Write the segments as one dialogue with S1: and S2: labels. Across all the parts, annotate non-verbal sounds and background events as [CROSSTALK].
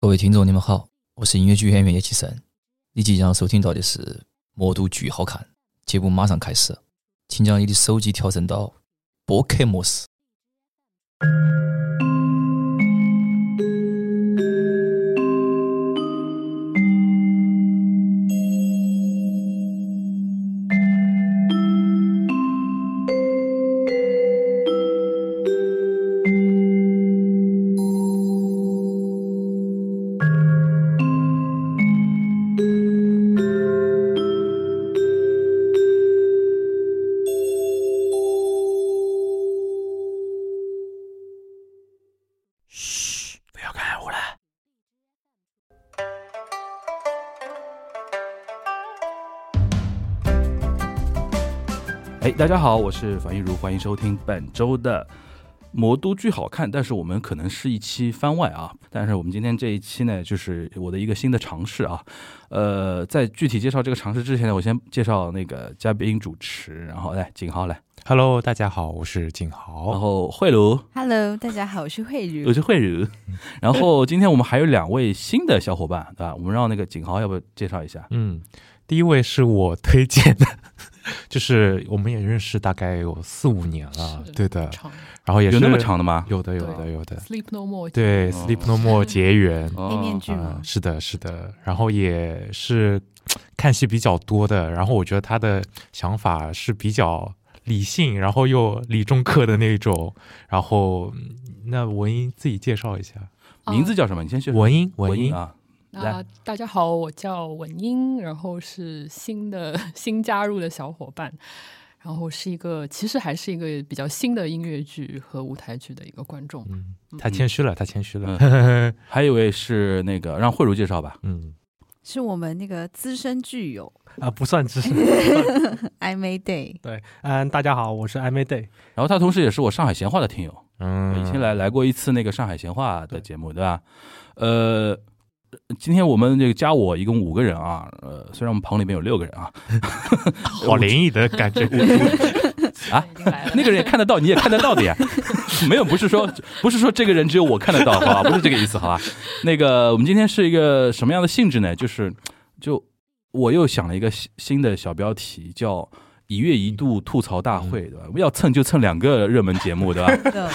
S1: 各位听众，你们好，我是音乐剧演员叶启生。你即将收听到的是《魔都剧好看》节目，马上开始，请将你的手机调整到播客模式。
S2: 不要看我了。哎，大家好，我是樊玉茹，欢迎收听本周的《魔都剧好看》，但是我们可能是一期番外啊。但是我们今天这一期呢，就是我的一个新的尝试啊。呃，在具体介绍这个尝试之前呢，我先介绍那个嘉宾主持，然后来景浩来，
S3: Hello，大家好，我是景豪。
S2: 然后慧
S3: 哦
S2: 茹，
S4: Hello，大家好，我是慧
S2: 我
S4: 茹。
S2: 是慧茹。然后今天我们还有两位新的小伙伴，对吧？我们让那个景豪要不要介绍一下？
S3: 嗯，第一位是我推荐的， [LAUGHS] 就是我们也认识大概有四五年了，
S5: 是
S3: 对的。
S5: 唱
S3: 然后也
S2: 有
S3: 是
S2: 那么长的吗？
S3: 有的，有的，
S5: 对
S3: 有
S2: 呃
S3: 的。
S5: Sleep No More，
S3: 对
S2: 哦
S3: ，Sleep No More 结缘，
S2: 哦
S4: 黑面具
S3: 嗯
S4: 吗，？
S3: 是的，是的。然后也是看戏比较多的，然后我觉得他的想法是比较理性，然后又理中客的那种。然后嗯那文英自己介绍一下，
S2: 哦
S4: 哦
S2: 名字叫什么？你先去。
S3: 文英，
S2: 文
S3: 文英，
S2: 啊，
S5: 啊、大家好，我叫文英，然后是新的新加入的小伙伴，然后是一个其实还是一个比较新的音乐剧和舞台剧的一个观众。
S3: 嗯，他谦虚了，他谦虚了。
S2: 还有一位是那个让慧茹介绍吧。
S3: 嗯
S4: 是我们那个资深剧
S2: [LAUGHS]
S4: 友
S6: 啊，不算知识。
S4: I May Day，
S6: 对，嗯，大家好，我是 I May Day。
S2: 然后他同时也是我上海闲话的听友，我
S3: 嗯，
S2: 以前来来过一次那个上海闲话的节目，对吧？呃，今天我们这个加我一共五个人啊，呃，虽然我们棚里面有六个人啊， [LAUGHS]
S3: 好灵异的感觉。
S2: 啊
S5: 已经来了，
S2: [LAUGHS] 那
S5: [LAUGHS]
S2: 个人也看得到，你也看得到的呀。 [LAUGHS] 没有，不是说不是说这个人只有我看得到，好吧？不是这个意思，好吧？ [LAUGHS] 那个我们今天是一个什么样的性质呢？就是就我又想了一个新新的小标题，叫。一月一度吐槽大会，对吧？要蹭就蹭两个热门节目，对吧？
S4: 的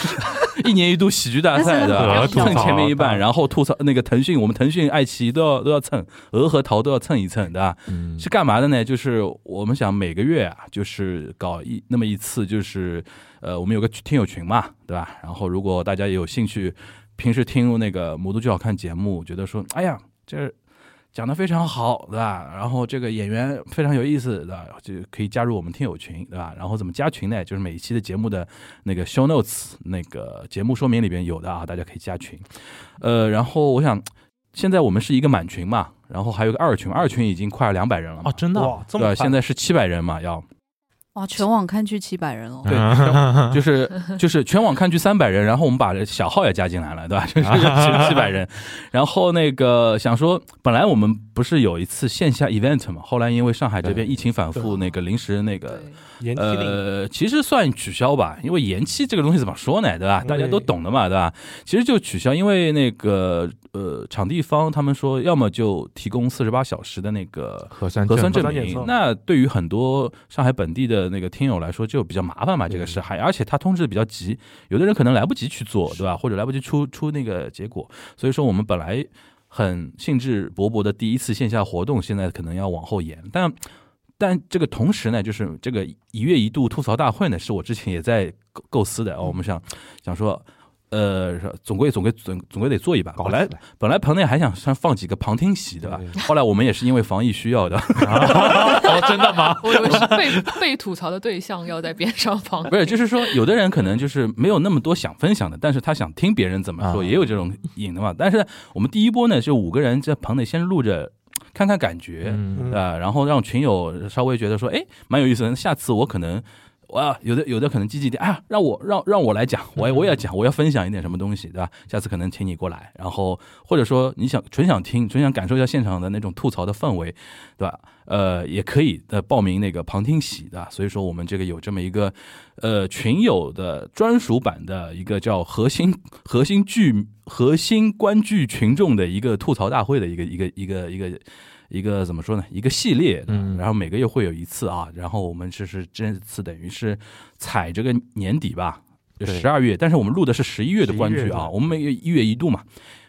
S2: [LAUGHS] 一年一度喜剧大赛，对吧？
S3: 鹅吐槽
S2: 蹭前面一半，然后吐槽那个腾讯，我们腾讯、爱奇艺都要都要蹭，鹅和桃都要蹭一蹭，对吧？
S3: 嗯
S2: 是干嘛的呢？就是我们想每个月啊，就是搞一那么一次，就是呃，我们有个听友群嘛，对吧？然后如果大家也有兴趣，平时听那个《魔都剧好看》节目，觉得说，哎呀，这讲的非常好，对吧？然后这个演员非常有意思，对吧？就可以加入我们听友群，对吧？然后怎么加群呢？就是每一期的节目的那个 show notes 那个节目说明里边有的啊，大家可以加群。呃，然后我想，现在我们是一个满群嘛，然后还有个二群，二群已经快两百人了嘛
S3: 哦，真的啊
S6: 哇，这
S2: 对
S6: 么
S2: 吧？
S6: 快
S2: 现在是七百人嘛，要
S4: 哇，全网看去七百
S2: [LAUGHS]
S4: 人哦。
S5: [LAUGHS]
S2: 对，就是就是全网看剧三百人，然后我们把小号也加进来了，对吧？
S5: [LAUGHS]
S2: 就是七七百人。然后那个想说，本来我们不是有一次线下 event 嘛，后来因为上海这边疫情反复，
S5: 对
S2: 那个临时那个 [LAUGHS]
S5: 对，
S6: 延期令，
S2: 呃，其实算取消吧，因为延期这个东西怎么说呢，对吧？
S6: 对
S2: 大家都懂的嘛，对吧？其实就取消，因为那个呃，场地方他们说，要么就提供四十八小时的那个
S3: 核酸
S2: 核酸
S3: 证
S2: 证
S6: 核酸检
S2: 明
S6: 测。
S2: 那对于很多上海本地的那个听友来说，就比较麻烦嘛，这个
S3: 嗯
S2: 事还而且他通知的比较急，有的人可能来不及去做，对吧？或者来不及出出那个结果，所以说我们本来很兴致勃勃的第一次线下活动，现在可能要往后延，但。但这个同时呢，就是这个一月一度吐槽大会呢，是我之前也在构构思的哦。我们想想说，呃，总归总归总总归得做一把。
S3: 搞
S2: 本来
S3: 起来
S2: 本来棚内还想上放几个旁听席，对吧？后来我们也是因为防疫需要的， [LAUGHS] 哦
S5: 我以为是被被吐槽的对象要在边上放
S2: 不。是，就是说，有的人可能就是没有那么多想分享的，但是他想听别人怎么说，
S3: 啊
S2: 也有这种瘾的嘛。但是我们第一波呢，就五个人在棚内先录着，看看感觉，
S3: 嗯
S6: 嗯
S2: 啊，然后让群友稍微觉得说，哎，蛮有意思的。那下次我可能。哇，有的有的可能积极一点，哎呀，让我让让我来讲，我也我也要讲，我要分享一点什么东西，对吧？下次可能请你过来，然后或者说你想纯想听，纯想感受一下现场的那种吐槽的氛围，对吧？呃，也可以呃报名那个旁听席的，所以说我们这个有这么一个呃群友的专属版的一个叫核心核心剧核心观剧群众的一个吐槽大会的一个一个一个一个一个怎么说呢？一个系列，
S3: 嗯
S2: 然后每个月会有一次啊，然后我们这是这次等于是踩这个年底吧，就
S3: 对
S2: 十二月，但是我们录的是十一月的
S3: 11
S2: 观
S3: 月
S2: 剧
S3: 的嗯
S2: 啊，我们每个月一月一度嘛，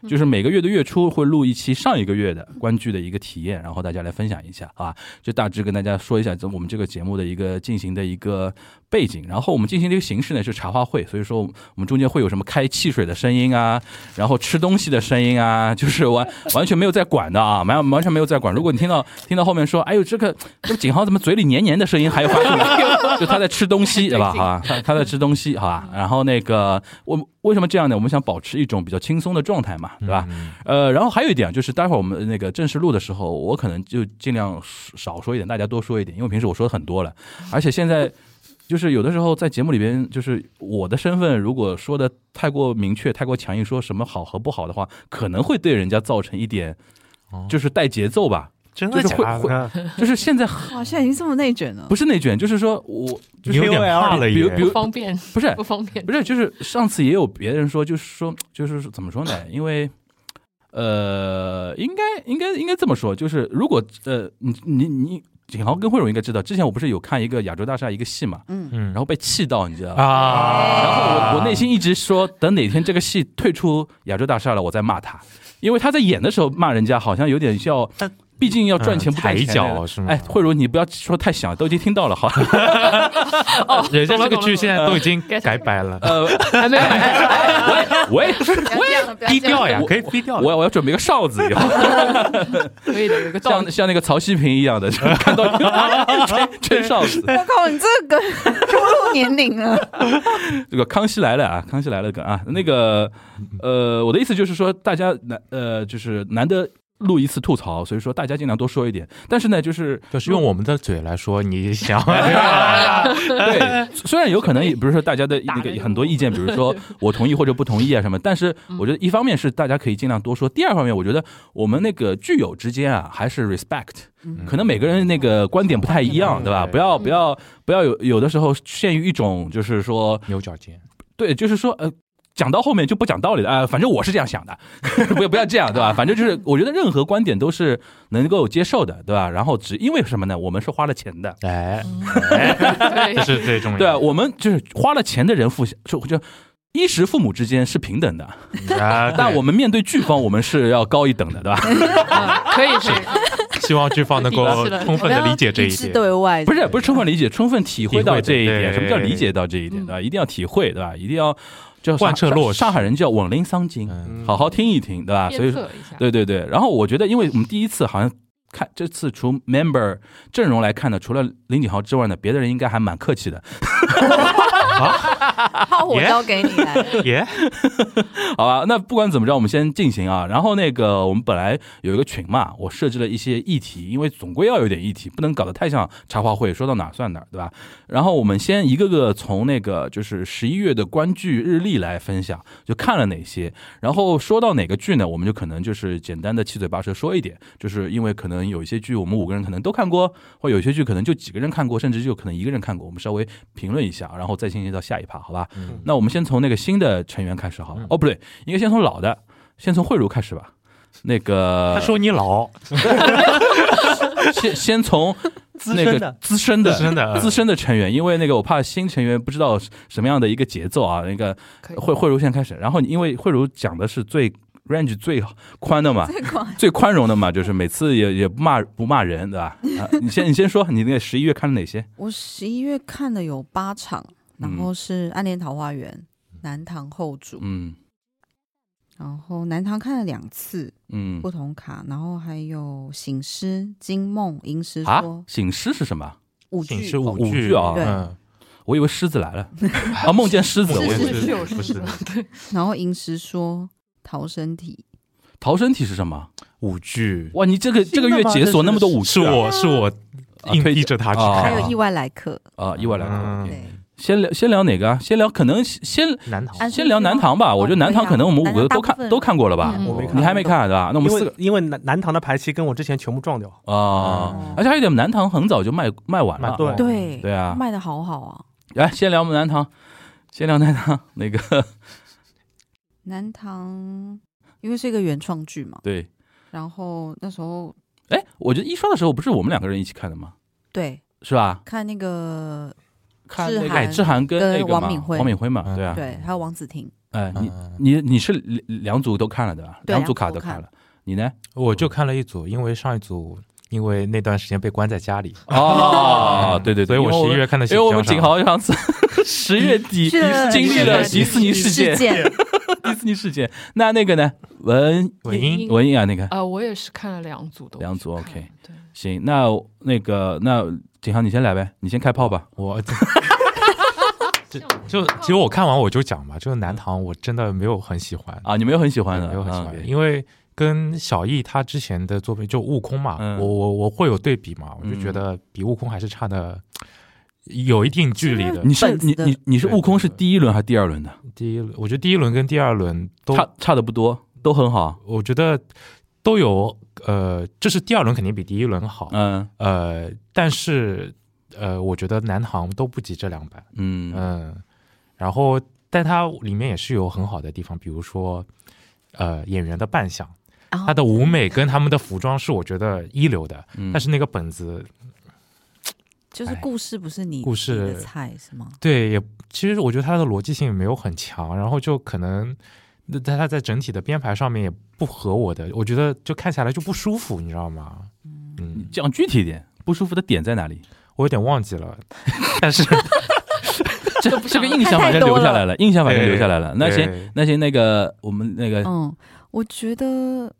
S2: 就是每个月的月初会录一期上一个月的观剧的一个体验，然后大家来分享一下啊，就大致跟大家说一下这我们这个节目的一个进行的一个背景，然后我们进行这个形式呢是茶话会，所以说我们中间会有什么开汽水的声音啊，然后吃东西的声音啊，就是完完全没有在管的啊，完完全没有在管。如果你听到听到后面说，哎呦这个这个景豪怎么嘴里黏黏的声音还有发出 [LAUGHS] 来，就他在吃东西，对吧？哈，他他在吃东西，好吧。然后那个我为什么这样呢？我们想保持一种比较轻松的状态嘛，对吧？
S3: 嗯
S2: 呃，然后还有一点就是，待会儿我们那个正式录的时候，我可能就尽量少说一点，大家多说一点，因为平时我说的很多了，而且现在。就是有的时候在节目里边，就是我的身份如果说的太过明确、太过强硬，说什么好和不好的话，可能会对人家造成一点 [LAUGHS]
S3: 哦，
S2: 就是带节奏吧。
S3: 真
S2: 的
S3: 的
S2: 就是会
S3: 假
S2: 假的
S3: 的？
S2: 就是现在
S4: 哇，现在已经这么内卷了
S2: 不，是内卷，就是说我
S3: 你有点
S6: KOL
S3: 怕了
S2: 比
S3: 耶
S2: 如，比
S5: 不
S2: 如
S5: 方便，
S2: 不是
S5: 不方便
S2: 哎不。是，就是上次也有别人说，就是说，就是说怎么说呢？因为，呃，应该应该应该这么说，就是如果呃，你你你，景豪跟慧荣应该知道，之前我不是有看一个亚洲大厦一个戏嘛，
S4: 嗯，
S3: 嗯，
S2: 然后被气到，你知道吧？
S3: 啊，
S2: 然后我我内心一直说，等哪天这个戏退出亚洲大厦了，我再骂他，因为他在演的时候骂人家，好像有点要
S3: 但，
S2: 毕竟要赚钱不赚
S3: 抬
S2: 钱那
S3: 嗯脚
S2: 个
S3: 是吗？
S2: 哎，慧茹，你不要说太响，都已经听到了，好。
S3: 人哎家这个
S5: 懂了懂
S3: 剧
S5: 了
S3: 现在都已经
S5: 懂了
S3: 改版了，
S2: [LAUGHS] 呃，
S5: 还哎没有
S2: 哎喂喂，
S4: 不要这样了，不要
S3: 低
S4: 这样
S3: 调呀，
S2: 我
S3: 可以低调的。
S2: 我要我要准备个哨子，以后。
S5: 可以的，有一个道
S2: 像
S5: 理。
S2: 像那个曹希平一样的，就是看到吹吹哨子。
S4: 我靠，你这个 [LAUGHS] 出入年龄了，
S2: 这个《康熙来了》啊，《康熙来了》梗啊，那个呃，我的意思就是说，大家难呃，就是难得录一次吐槽，所以说大家尽量多说一点。但是呢，就是
S3: 就是用我们的嘴来说，你想，
S2: 哎对，虽然有可能也不是说大家的
S5: 打
S2: 那个
S5: 人
S2: 很多意见，比如说我同意或者不同意啊什么，但是我觉得一方面是大家可以尽量多说，第二方面我觉得我们那个剧友之间啊，还是 respect，
S4: 嗯
S2: 可能每个人那个观点不太一样，对吧？
S3: 对
S2: 不要
S5: 嗯
S2: 不要不要有有的时候陷于一种就是说
S3: 牛角尖，
S2: 对，就是说呃。讲到后面就不讲道理了，啊，反正我是这样想的， [LAUGHS] 不要不要这样，对吧？反正就是，我觉得任何观点都是能够接受的，对吧？然后只因为什么呢？我们是花了钱的，
S3: 哎，
S5: 对
S3: 这是最重要
S2: 对啊，
S3: 的。
S2: 我们就是花了钱的人付，就就衣食父母之间是平等的，
S3: 对啊，
S2: [LAUGHS] 但我们面对剧方，我们是要高一等的，对吧？
S5: 嗯可以可以，
S3: 希望剧方能够
S5: 是的
S3: 充分的理解这
S4: 一
S3: 一
S4: 致
S3: 点。
S4: 对外，
S2: 不是不是充分理解，充分体会到这一
S3: 体
S2: 点。什
S3: 会对
S2: 么
S3: 嗯
S2: 叫理解到这一点？对吧？一定要体会，对吧？一定要叫
S3: 贯彻落实
S2: 上海人叫稳拎桑金，
S3: 嗯，
S2: 好好听一听，对吧？啊所以
S5: 鞭
S2: 说，
S5: 策一下。
S2: 对对对。然后我觉得，因为我们第一次好像。看这次除 member 阵容来看呢，除了林景豪之外呢，别的人应该还蛮客气的。
S4: 炮火交给你来，
S2: 嗯
S3: 耶，
S2: [LAUGHS] 好吧，那不管怎么着，我们先进行啊。然后那个，我们本来有一个群嘛，我设置了一些议题，因为总归要有点议题，不能搞得太像茶话会，说到哪儿算哪儿，对吧？然后我们先一个个从那个就是十一月的观剧日历来分享，就看了哪些，然后说到哪个剧呢，我们就可能就是简单的七嘴八舌说一点，就是因为可能有一些剧我们五个人可能都看过，或有些剧可能就几个人看过，甚至就可能一个人看过，我们稍微评论一下，然后再进行到下一趴，好吧？
S3: 嗯
S2: 那我们先从那个新的成员开始好了。哦，不对，应该先从老的，先从慧茹开始吧。那个
S3: 他说你老，
S2: 先
S3: [LAUGHS]
S2: 先从
S6: 资
S2: 那
S6: 深
S2: 个
S6: 的
S2: 资深的呃
S3: 资深的嗯
S2: 资深的成员，因为那个我怕新成员不知道什么样的一个节奏啊。那个
S5: 可以
S2: 慧慧茹先开始，然后你因为慧茹讲的是最 range 最宽的嘛，
S4: 这个
S2: 最宽容的嘛，就是每次也也不骂不骂人，对吧？啊， [LAUGHS] 你先你先说，你那个十一月看了哪些？
S4: [LAUGHS] 我十一月看的有八场，
S2: 嗯
S4: 然后是《暗恋桃花源》《南唐后主》，
S2: 嗯
S4: 然后《南唐》看了两次
S2: 嗯
S4: 不同卡，然后还有《醒狮》《惊梦》《吟诗说
S2: 啊》，醒狮是什么？
S4: 五
S3: 仅
S4: 句
S3: 是
S2: 舞
S3: 哦舞
S2: 剧啊
S4: 对
S3: 嗯，
S2: 我以为狮子来了啊，梦见狮子，
S5: 是
S2: 我以为
S5: 是
S3: 是
S5: 是有
S3: 不是
S5: 是的，对，
S4: 然后《吟诗说》《逃生题
S2: 逃生题是什么？
S3: 舞剧
S2: 哇，你这个这个月解锁那么多武器、
S3: 是我是我
S2: 啊
S3: 硬
S2: 推
S3: 逼着他去
S2: 啊
S4: 还
S3: 看。
S4: 有意外来客，
S2: 啊，意外来客。
S4: 对，
S2: 先聊先聊哪个啊？先聊可能先
S3: 难逃
S4: 安
S2: 先聊南唐吧。我觉得南唐可能我们五个都看都看过了吧？
S5: 嗯
S6: 我没看
S2: 你还没看啊对吧？那我们
S6: 因
S2: 四
S6: 为
S2: 个
S6: 因为南南唐的排期跟我之前全部撞掉，
S2: 啊，而且还有一点，南唐很早就卖卖完了。
S3: 对
S4: 哦对
S2: 对啊，
S4: 卖的好好啊。
S2: 来先聊我们南唐，先聊南唐 [LAUGHS] 那个
S4: 南唐因为是一个原创剧嘛，
S2: 对。
S4: 然后那时候
S2: 哎，我觉得一刷的时候不是我们两个人一起看的吗？
S4: 对
S2: 是吧？
S4: 看那个
S2: 看
S4: 志
S2: 那个
S4: 涵
S2: 哎志涵跟那
S4: 跟
S2: 个
S4: 王
S2: 嘛
S4: 敏慧
S2: 王敏辉嘛，
S3: 嗯
S2: 对啊，
S4: 对，还有王子婷，
S2: 哎，你
S3: 嗯
S2: 你你是两两组都看了对吧？
S4: 对
S2: 组
S4: 两组
S2: 卡都
S4: 都看
S2: 看了，你呢？
S3: 我就看了一组，因为上一组因为那段时间被关在家里，嗯
S2: 哦，对对
S3: 啊所
S2: 对，
S3: 以我
S2: 因为
S3: 十一月看的。
S2: 因为我们景豪上次十月底
S4: 去了
S2: 经历了迪士
S5: 迪士
S2: 尼
S5: 尼
S2: 事
S5: 事
S2: 件，
S4: 件，
S2: [LAUGHS] 迪士尼事件。那那个呢？文
S3: 文
S5: 英
S3: 英
S2: 文艺啊，那个
S4: 哦
S5: [LAUGHS] 啊、我也是看了两组都
S2: 两组
S5: 看
S2: OK
S5: 对，
S2: 行，那那个那景豪你先来呗，你先开炮吧。
S3: 我就就其实我看完我就讲嘛，就是南唐我真的没有很喜欢，
S2: 啊，你没有很喜欢的，
S3: 没有很喜
S2: 嗯
S3: 欢，因为跟小艺他之前的作品就《悟空》嘛，
S2: 嗯
S3: 我我我会有对比嘛，我就觉得比《悟空》还是差的有一定距离的
S2: 你。是
S4: 本子
S2: 你
S4: 的
S2: 你你是悟空是第一轮还是第二轮的？
S3: 第一轮，我觉得第一轮跟第二轮都，
S2: 差差的不多，都很好。
S3: 我觉得都有呃，这是第二轮肯定比第一轮好，
S2: 嗯
S3: 呃，但是呃，我觉得南航都不及这两版，
S2: 嗯
S3: 嗯，然后但它里面也是有很好的地方，比如说呃演员的扮相，
S2: 哦
S4: 然后
S3: 他的舞美跟他们的服装是我觉得一流的，
S2: 嗯，
S3: 但是那个本子
S2: 哎
S4: 就是故事不是你
S3: 故事
S4: 你的菜是吗？
S3: 对也其实我觉得它的逻辑性也没有很强，然后就可能。那但它在整体的编排上面也不合我的，我觉得就看下来就不舒服，你知道吗？嗯，
S2: 讲具体一点，不舒服的点在哪里？ [LAUGHS]
S3: 我有点忘记了，但是
S2: 这
S5: 都不
S2: 这
S5: 想
S2: 个
S5: 了
S2: 印象反正留下来了，印象反正
S3: 哎
S2: 留下来了。那
S3: 些。
S2: 行，
S3: 对
S2: 那行，那个我们那个
S4: 嗯，我觉得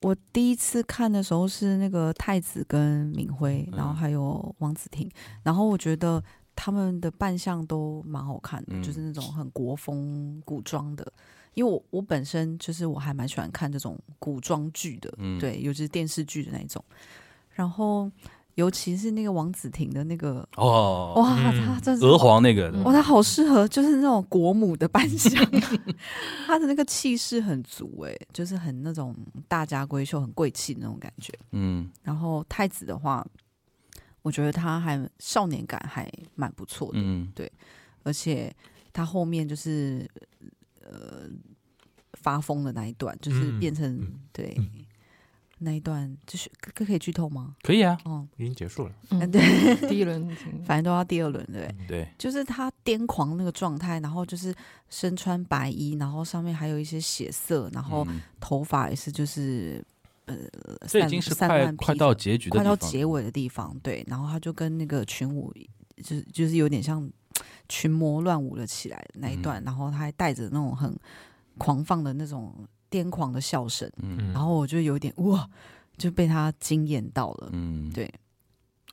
S4: 我第一次看的时候是那个太子跟敏辉，
S2: 嗯
S4: 然后还有王子婷，然后我觉得他们的扮相都蛮好看的，
S2: 嗯
S4: 就是那种很国风古装的。因为我我本身就是我还蛮喜欢看这种古装剧的，
S2: 嗯
S4: 对，尤其是电视剧的那一种。然后尤其是那个王子婷的那个，
S2: 哦，
S4: 哇，
S3: 嗯
S4: 她真是
S2: 娥皇那个
S4: 哇，她哦好适合，就是那种国母的扮相，她的那个气势很足、欸，就是很那种大家闺秀、很贵气的那种感觉。
S2: 嗯
S4: 然后太子的话，我觉得他还少年感还蛮不错的，
S2: 嗯
S4: 而且他后面就是呃发疯的那一段，就是
S3: 嗯
S4: 变成、
S3: 嗯
S4: 对、那一段，就是可可以剧透吗？
S2: 可以啊，
S4: 哦，
S3: 已经结束了。
S5: 嗯，
S4: [LAUGHS] 对，
S5: [LAUGHS] 第一轮已经
S4: 反正都要第二轮对不对。
S2: 对，
S4: 就是他癫狂那个状态，然后就是身穿白衣，然后上面还有一些血色，然后
S2: 嗯
S4: 头发也是就是呃，
S2: 这已
S4: 散
S2: 经是
S4: 散
S2: 快
S4: 乱披
S2: 快到结局的
S4: 快
S2: 地方
S4: 到
S2: 了，
S4: 结尾的地方，对，然后他就跟那个群舞，就是就是有点像群魔乱舞了起来那一
S2: 嗯
S4: 段，然后他还带着那种很狂放的那种癫狂的笑声，
S2: 嗯
S4: 然后我就有点哇，就被他惊艳到了，
S2: 嗯，
S4: 对。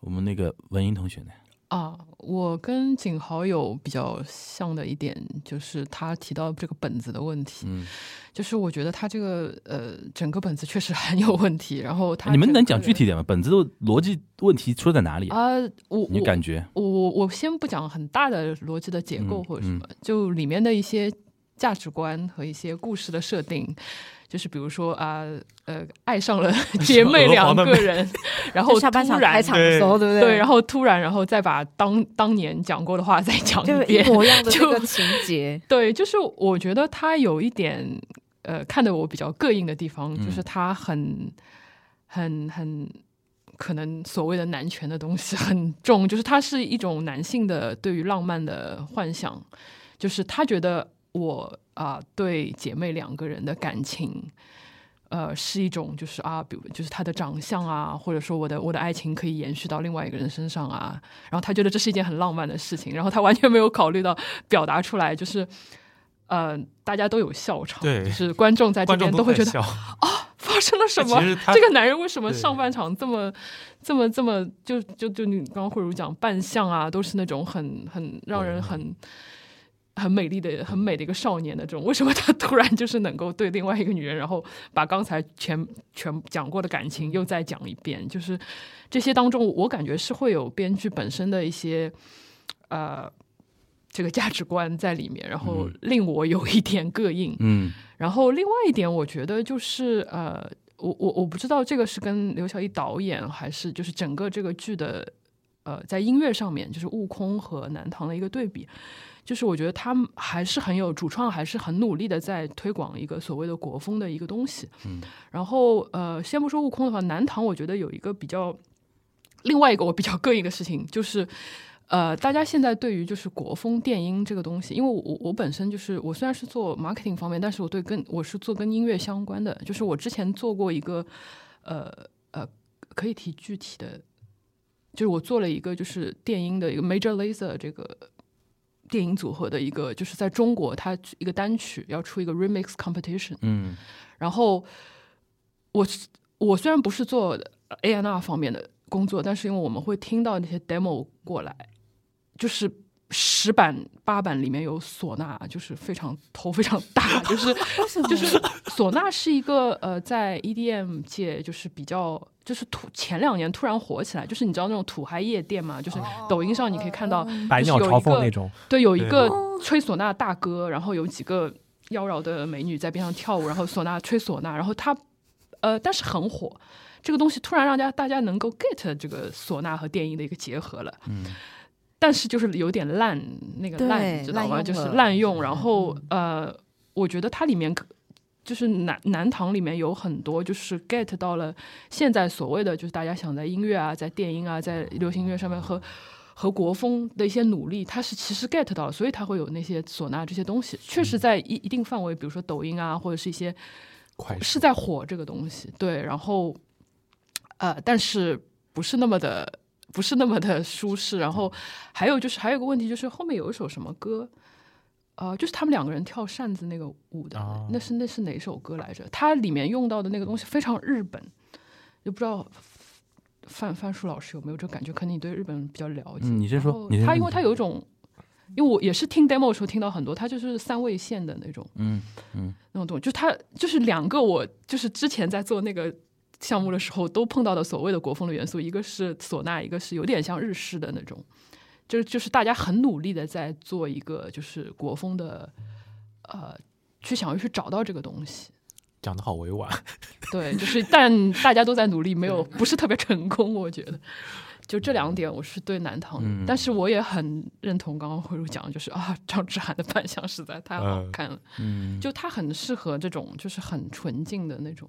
S2: 我们那个文英同学呢？
S5: 啊，我跟景豪有比较像的一点，就是他提到这个本子的问题，
S2: 嗯，
S5: 就是我觉得他这个呃整个本子确实很有问题，然后他
S2: 哎你们能
S5: 整
S2: 讲
S5: 个
S2: 具体点吗？本子的逻辑问题出在哪里？
S5: 啊、我
S2: 你
S5: 我
S2: 感觉？
S5: 我我我先不讲很大的逻辑的结构
S2: 嗯
S5: 或者什么，就里面的一些价值观和一些故事的设定，就是比如说啊呃爱
S2: [LAUGHS]
S5: 上了姐妹两个人， [LAUGHS] 然后
S4: 就下半场
S5: 突然
S4: 开场的时候，对不对？
S5: 对，然后突然然后再把当当年讲过的话再讲
S4: 就
S5: 一
S4: 一
S5: 遍，
S4: 模一样的
S5: 就
S4: 这个情 [LAUGHS] 节，
S5: 对，就是我觉得他有一点呃看得我比较膈应的地方，就是
S2: 嗯
S5: 他很很很可能所谓的男权的东西很重，就是他是一种男性的对于浪漫的幻想，就是他觉得我啊、对姐妹两个人的感情。呃，是一种就是啊，比如就是她的长相啊，或者说我的我的爱情可以延续到另外一个人身上啊，然后他觉得这是一件很浪漫的事情，然后他完全没有考虑到表达出来，就是呃，大家都有笑场，
S3: 对
S5: 就是观众
S2: 啊
S5: 在这
S3: 观
S5: 边
S3: 众
S5: 会觉
S3: 在
S5: 得
S3: 笑，
S2: [LAUGHS]
S5: 发生了什么
S3: 其实？他
S5: 这个男人为什么
S3: 对
S5: 上半场这么、这么、这么就就就你刚刚慧茹讲扮相啊，都是那种很很让人很很美丽的、很美的一个少年的这种，为什么他突然就是能够对另外一个女人，然后把刚才全全讲过的感情又再讲一遍？就是这些当中，我感觉是会有编剧本身的一些呃这个价值观在里面，然后
S2: 嗯
S5: 令我有一点膈应。
S2: 嗯
S5: 然后另外一点，我觉得就是呃，我我我不知道这个是跟刘晓一导演还是就是整个这个剧的呃，在音乐上面，就是悟空和南唐的一个对比，就是我觉得他们还是很有主创，还是很努力的在推广一个所谓的国风的一个东西。
S2: 嗯，
S5: 然后呃，先不说悟空的话，南唐我觉得有一个比较另外一个我比较膈应的事情就是。呃，大家现在对于就是国风电音这个东西，因为我我我本身就是我虽然是做 marketing 方面，但是我对跟我是做跟音乐相关的，就是我之前做过一个呃呃，可以提具体的，就是我做了一个就是电音的一个 major laser 这个电音组合的一个，就是在中国它一个单曲要出一个 remix competition，
S2: 嗯
S5: 然后我是我虽然不是做 A N R 方面的工作，但是因为我们会听到那些 demo 过来，就是。十版八版里面有唢呐，就是非常头非常大，就是
S4: 为什么？
S5: 就是唢呐是一个呃，在 EDM 界就是比较就是突前两年突然火起来，就是你知道那种土嗨夜店嘛，就是抖音上你可以看到，
S6: 百鸟朝凤那种，
S5: 对，有一个
S4: 哦
S5: 吹唢呐大哥，然后有几个妖娆的美女在边上跳舞，然后唢呐吹唢呐，然后他呃，但是很火，这个东西突然让大家大家能够 get 这个唢呐和电音的一个结合了。
S2: 嗯
S5: 但是就是有点烂，那个烂，
S4: 对
S5: 你知道
S4: 滥
S5: 吗？
S4: 用
S5: 就是
S4: 了嗯
S5: 滥用。然后呃，我觉得它里面可就是南南唐里面有很多就是 get 到了现在所谓的就是大家想在音乐啊，在电音啊，在流行音乐上面和和国风的一些努力，它是其实 get 到了，所以它会有那些唢呐这些东西，确实在一一定范围，比如说抖音啊，或者是一些
S3: 快
S5: 是在火这个东西，对，然后呃，但是不是那么的不是那么的舒适。然后还有就是还有一个问题就是后面有一首什么歌，呃，就是他们两个人跳扇子那个舞的，
S3: 哦
S5: 那是那是哪首歌来着？它里面用到的那个东西非常日本，就不知道。范范树老师有没有这个感觉？可能你对日本比较了解。
S2: 嗯，你先
S5: 然后
S2: 说，你先
S5: 他
S2: 说
S5: 因为他有一种，因为我也是听 demo 的时候听到很多，他就是三味线的那种
S2: 嗯
S5: 那种东西，就他就是两个我就是之前在做那个项目的时候都碰到的所谓的国风的元素，一个是唢呐，一个是有点像日式的那种，就是就是大家很努力的在做一个就是国风的呃。去想要去找到这个东西，
S3: 讲的好委婉，
S5: 对，就是但大家都在努力，没有不是特别成功，我觉得。就这两点，我是对南唐的，
S2: 嗯
S5: 但是我也很认同刚刚慧茹讲的，就是啊，张智涵的扮相实在太好看了，
S2: 嗯，
S5: 就他很适合这种就是很纯净的那种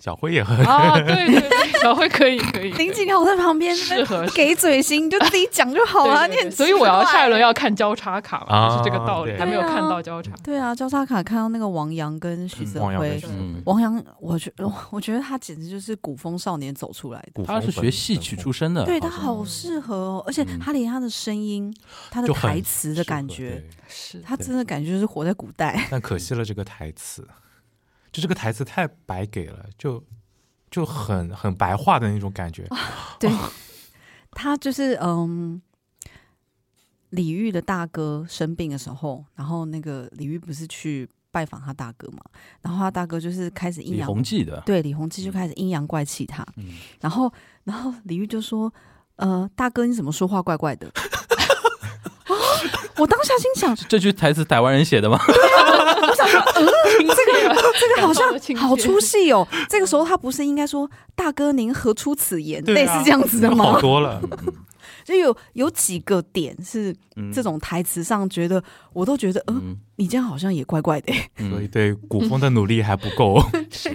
S3: 小辉也很
S5: 啊，对对对，小慧可以可以，
S4: 林景豪在旁边
S5: 适合
S4: 给嘴型，你就自己讲就好
S5: 对
S4: 了。
S5: 对
S4: 你
S5: 对
S4: 很
S5: 所以我要
S4: 奇怪
S5: 下一轮要看交叉卡嘛，
S3: 啊
S5: 就是这个道理，
S3: 对
S5: 还没有
S4: 对啊
S5: 看到交叉，
S4: 对啊，交叉卡看到那个王阳跟徐泽
S3: 汪洋
S4: 辉
S3: 的，
S2: 嗯
S4: 王阳，我觉 [LAUGHS] 我我觉得他简直就是古风少年走出来的。
S3: 古风
S2: 他是学戏曲出身的，
S4: 对他
S2: 好像
S4: 好适合哦，而且
S2: 嗯
S4: 他连他的声音、他的
S3: 就很
S4: 台词的感
S3: 适合
S4: 觉，，
S3: 对
S5: 是
S4: 他真的感觉就是活在古代。 [LAUGHS]
S3: 但可惜了这个台词，就这个台词太白给了，就就很很白话的那种感觉。
S4: 对，他就是嗯，李煜的大哥生病的时候，然后那个李煜不是去拜访他大哥嘛，然后他大哥就是开始阴
S2: 李
S4: 阳
S2: 弘记的，
S4: 对，李弘基就开始阴阳怪气他，
S2: 嗯
S4: 然后然后李煜就说：“呃，大哥，你怎么说话怪怪的？” [LAUGHS] 啊！我当下心想，
S2: 这句台词台湾人写的吗？
S5: 这个
S4: 这个好
S5: 感到了
S4: 像
S5: 亲切
S4: 好出
S5: [LAUGHS]
S4: 戏哦。 [LAUGHS] 这个时
S2: 嗯
S4: 候他不是应该说“大哥，您何出此言”
S3: 对
S4: 类
S3: 啊
S4: 似这样
S2: 嗯
S4: 子的
S3: 好
S4: 吗？
S3: 多了，
S4: [LAUGHS] 就有有几个点是
S2: 嗯
S4: 这种台词上，觉得我都觉得，嗯、
S2: 嗯，
S4: 你这样好像也怪怪的、欸
S2: 嗯
S3: 所以对古风的努力还不
S4: [LAUGHS]
S3: 够。
S5: 是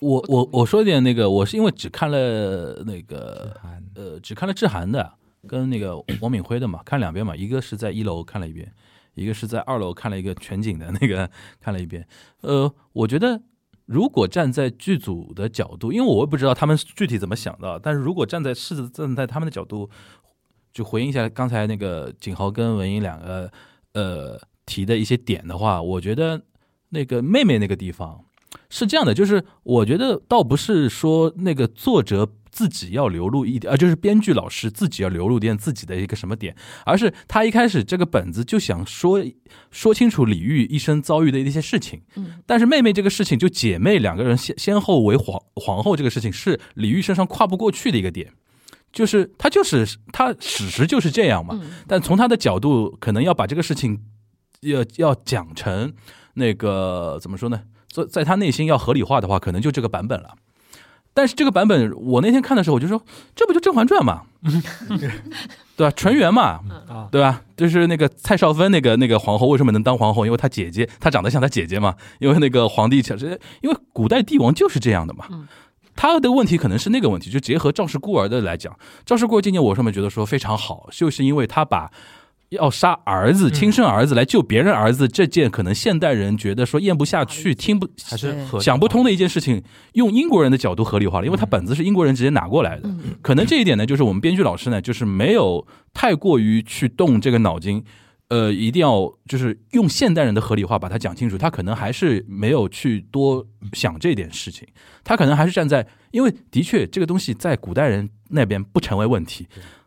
S2: 我我
S5: 我同意
S2: 我说一点那个，我是因为只看了那个
S3: 韩
S2: 呃，只看了志涵的跟那个王敏辉的嘛，看两遍嘛，一个是在一楼看了一遍，一个是在二楼看了一个全景的那个看了一遍。呃，我觉得如果站在剧组的角度，因为我也不知道他们具体怎么想的，但是如果站在试着站在他们的角度，就回应一下刚才那个景豪跟文英两个呃提的一些点的话，我觉得那个妹妹那个地方。是这样的，就是我觉得倒不是说那个作者自己要流露一点，呃，就是编剧老师自己要流露点自己的一个什么点，而是他一开始这个本子就想说说清楚李煜一生遭遇的一些事情，
S5: 嗯，
S2: 但是妹妹这个事情，就姐妹两个人先先后为皇皇后这个事情，是李煜身上跨不过去的一个点，就是他就是他史实就是这样嘛，
S5: 嗯
S2: 但从他的角度，可能要把这个事情要要讲成那个怎么说呢？在在他内心要合理化的话，可能就这个版本了。但是这个版本，我那天看的时候，我就说，这不就《甄嬛传》嘛，对吧？纯元嘛，
S6: 啊，
S2: 对吧？就是那个蔡少芬那个那个皇后为什么能当皇后？因为她姐姐，她长得像她姐姐嘛。因为那个皇帝其实，因为古代帝王就是这样的嘛
S5: 嗯。
S2: 他的问题可能是那个问题，就结合《赵氏孤儿》的来讲，《赵氏孤儿》今年我上面觉得说非常好，就是因为他把要杀儿子、
S3: 嗯
S2: 亲生儿子来救别人儿子这件，可能现代人觉得说咽不下去、听不
S3: 还是
S4: 对
S3: 合
S2: 想不通的一件事情，用英国人的角度合理化了，因为他本子是英国人直接拿过来的。
S5: 嗯
S2: 可能这一点呢，就是我们编剧老师呢，就是没有太过于去动这个脑筋，呃，一定要就是用现代人的合理化把它讲清楚。他可能还是没有去多想这点事情，他可能还是站在，因为的确这个东西在古代人那边不成为问题。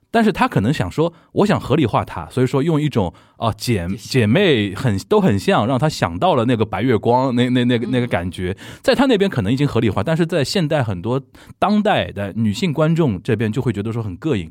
S2: 但是他可能想说，我想合理化它，所以说用一种啊姐姐妹很都很像，让他想到了那个白月光那那那个那个感觉，在他那边可能已经合理化，但是在现代很多当代的女性观众这边就会觉得说很膈应，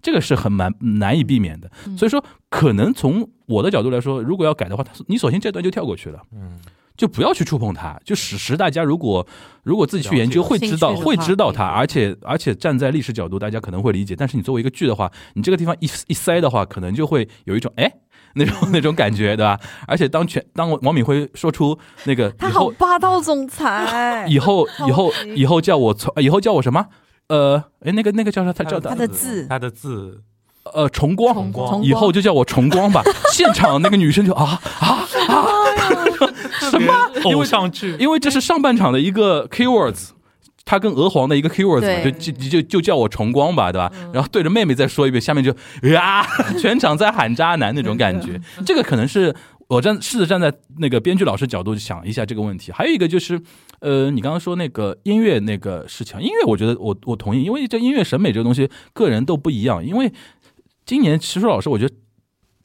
S2: 这个是很难难以避免的。
S5: 嗯
S2: 所以说，可能从我的角度来说，如果要改的话，他你首先这段就跳过去了，
S3: 嗯，
S2: 就不要去触碰它。就史实，大家如果如果自己去研究，
S3: 了解
S2: 会知道
S4: 兴趣的话
S2: 会知道它，
S4: 对
S2: 而且而且站在历史角度，大家可能会理解。但是你作为一个剧的话，你这个地方一一塞的话，可能就会有一种哎。那种那种感觉，对吧？而且当全当王敏辉说出那个
S4: 他
S2: 以
S4: 好
S2: 后
S4: 霸道总裁，
S2: 以后
S4: 好
S2: 以后
S4: 奇
S2: 以后叫我从以后叫我什么？呃，哎，那个那个叫啥？他叫
S4: 他的字
S3: 他的字，
S2: 呃崇光，
S5: 崇
S3: 光
S4: 崇光
S2: 以后就叫我崇光
S4: [LAUGHS]
S2: 吧。现场那个女生就啊，
S3: 什么偶像剧？
S2: 因为这是上半场的一个 keywords。他跟娥皇的一个 keywords 嘛，就
S4: 对
S2: 就就就叫我崇光吧，对吧？然后对着妹妹再说一遍，下面就啊， [LAUGHS] 全场在喊渣男那种感觉。这个可能是我站试着站在那个编剧老师角度想一下这个问题。还有一个就是，呃，你刚刚说那个音乐那个事情，音乐我觉得我我同意，因为这音乐审美这个东西，个人都不一样。因为今年齐楚老师，我觉得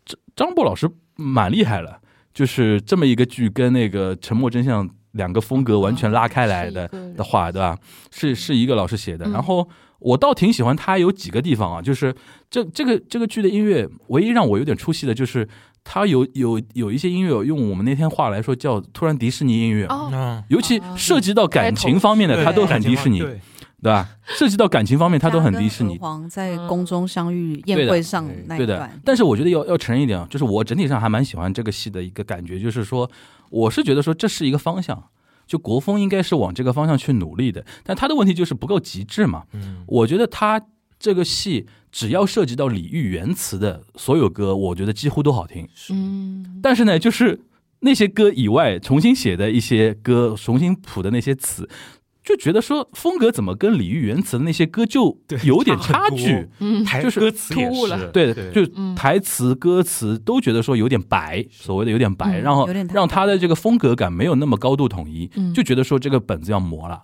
S2: 张张博老师蛮厉害了，就是这么一个剧跟那个《沉默真相》两个风格完全拉开来的，
S5: 嗯是一
S2: 的
S5: 个
S2: 话，对吧？是是一个老师写的，
S5: 嗯
S2: 然后我倒挺喜欢他有几个地方啊，就是这这个这个剧的音乐，唯一让我有点出戏的就是他有有有一些音乐，用我们那天话来说叫突然迪士尼音乐，
S5: 哦，
S3: 嗯，
S2: 尤其
S5: 啊
S2: 涉及到感情
S5: 开头
S2: 方面的，
S3: 对
S2: 他都很迪士尼，
S3: 对
S2: 对吧？涉及到感情方面，他都很迪士
S4: 他跟
S2: 尼
S4: 娥，皇在宫中相遇宴会上嗯那
S2: 嗯对
S4: 一
S2: 的
S4: 段，。
S2: 但是我觉得要要承认一点啊，就是我整体上还蛮喜欢这个戏的一个感觉，就是说，我是觉得说这是一个方向，就国风应该是往这个方向去努力的，但他的问题就是不够极致嘛。
S3: 嗯，
S2: 我觉得他这个戏只要涉及到李煜原词的所有歌，我觉得几乎都好听。
S5: 嗯，
S2: 但是呢，就是那些歌以外，重新写的一些歌，重新谱的那些词。就觉得说风格怎么跟李煜原词的那些歌就有点差
S3: [LAUGHS]
S2: 距，
S5: 嗯
S3: 台
S2: 就是
S3: 嗯歌词也
S5: 突兀
S3: 是
S5: 了，
S2: 对，就
S5: 嗯
S2: 台词、歌词都觉得说有点白，所谓的有点白，
S5: 嗯
S2: 然后
S4: 有点太
S2: 让他的这个风格感没有那么高度统一，
S5: 嗯
S2: 就觉得说这个本子要磨了，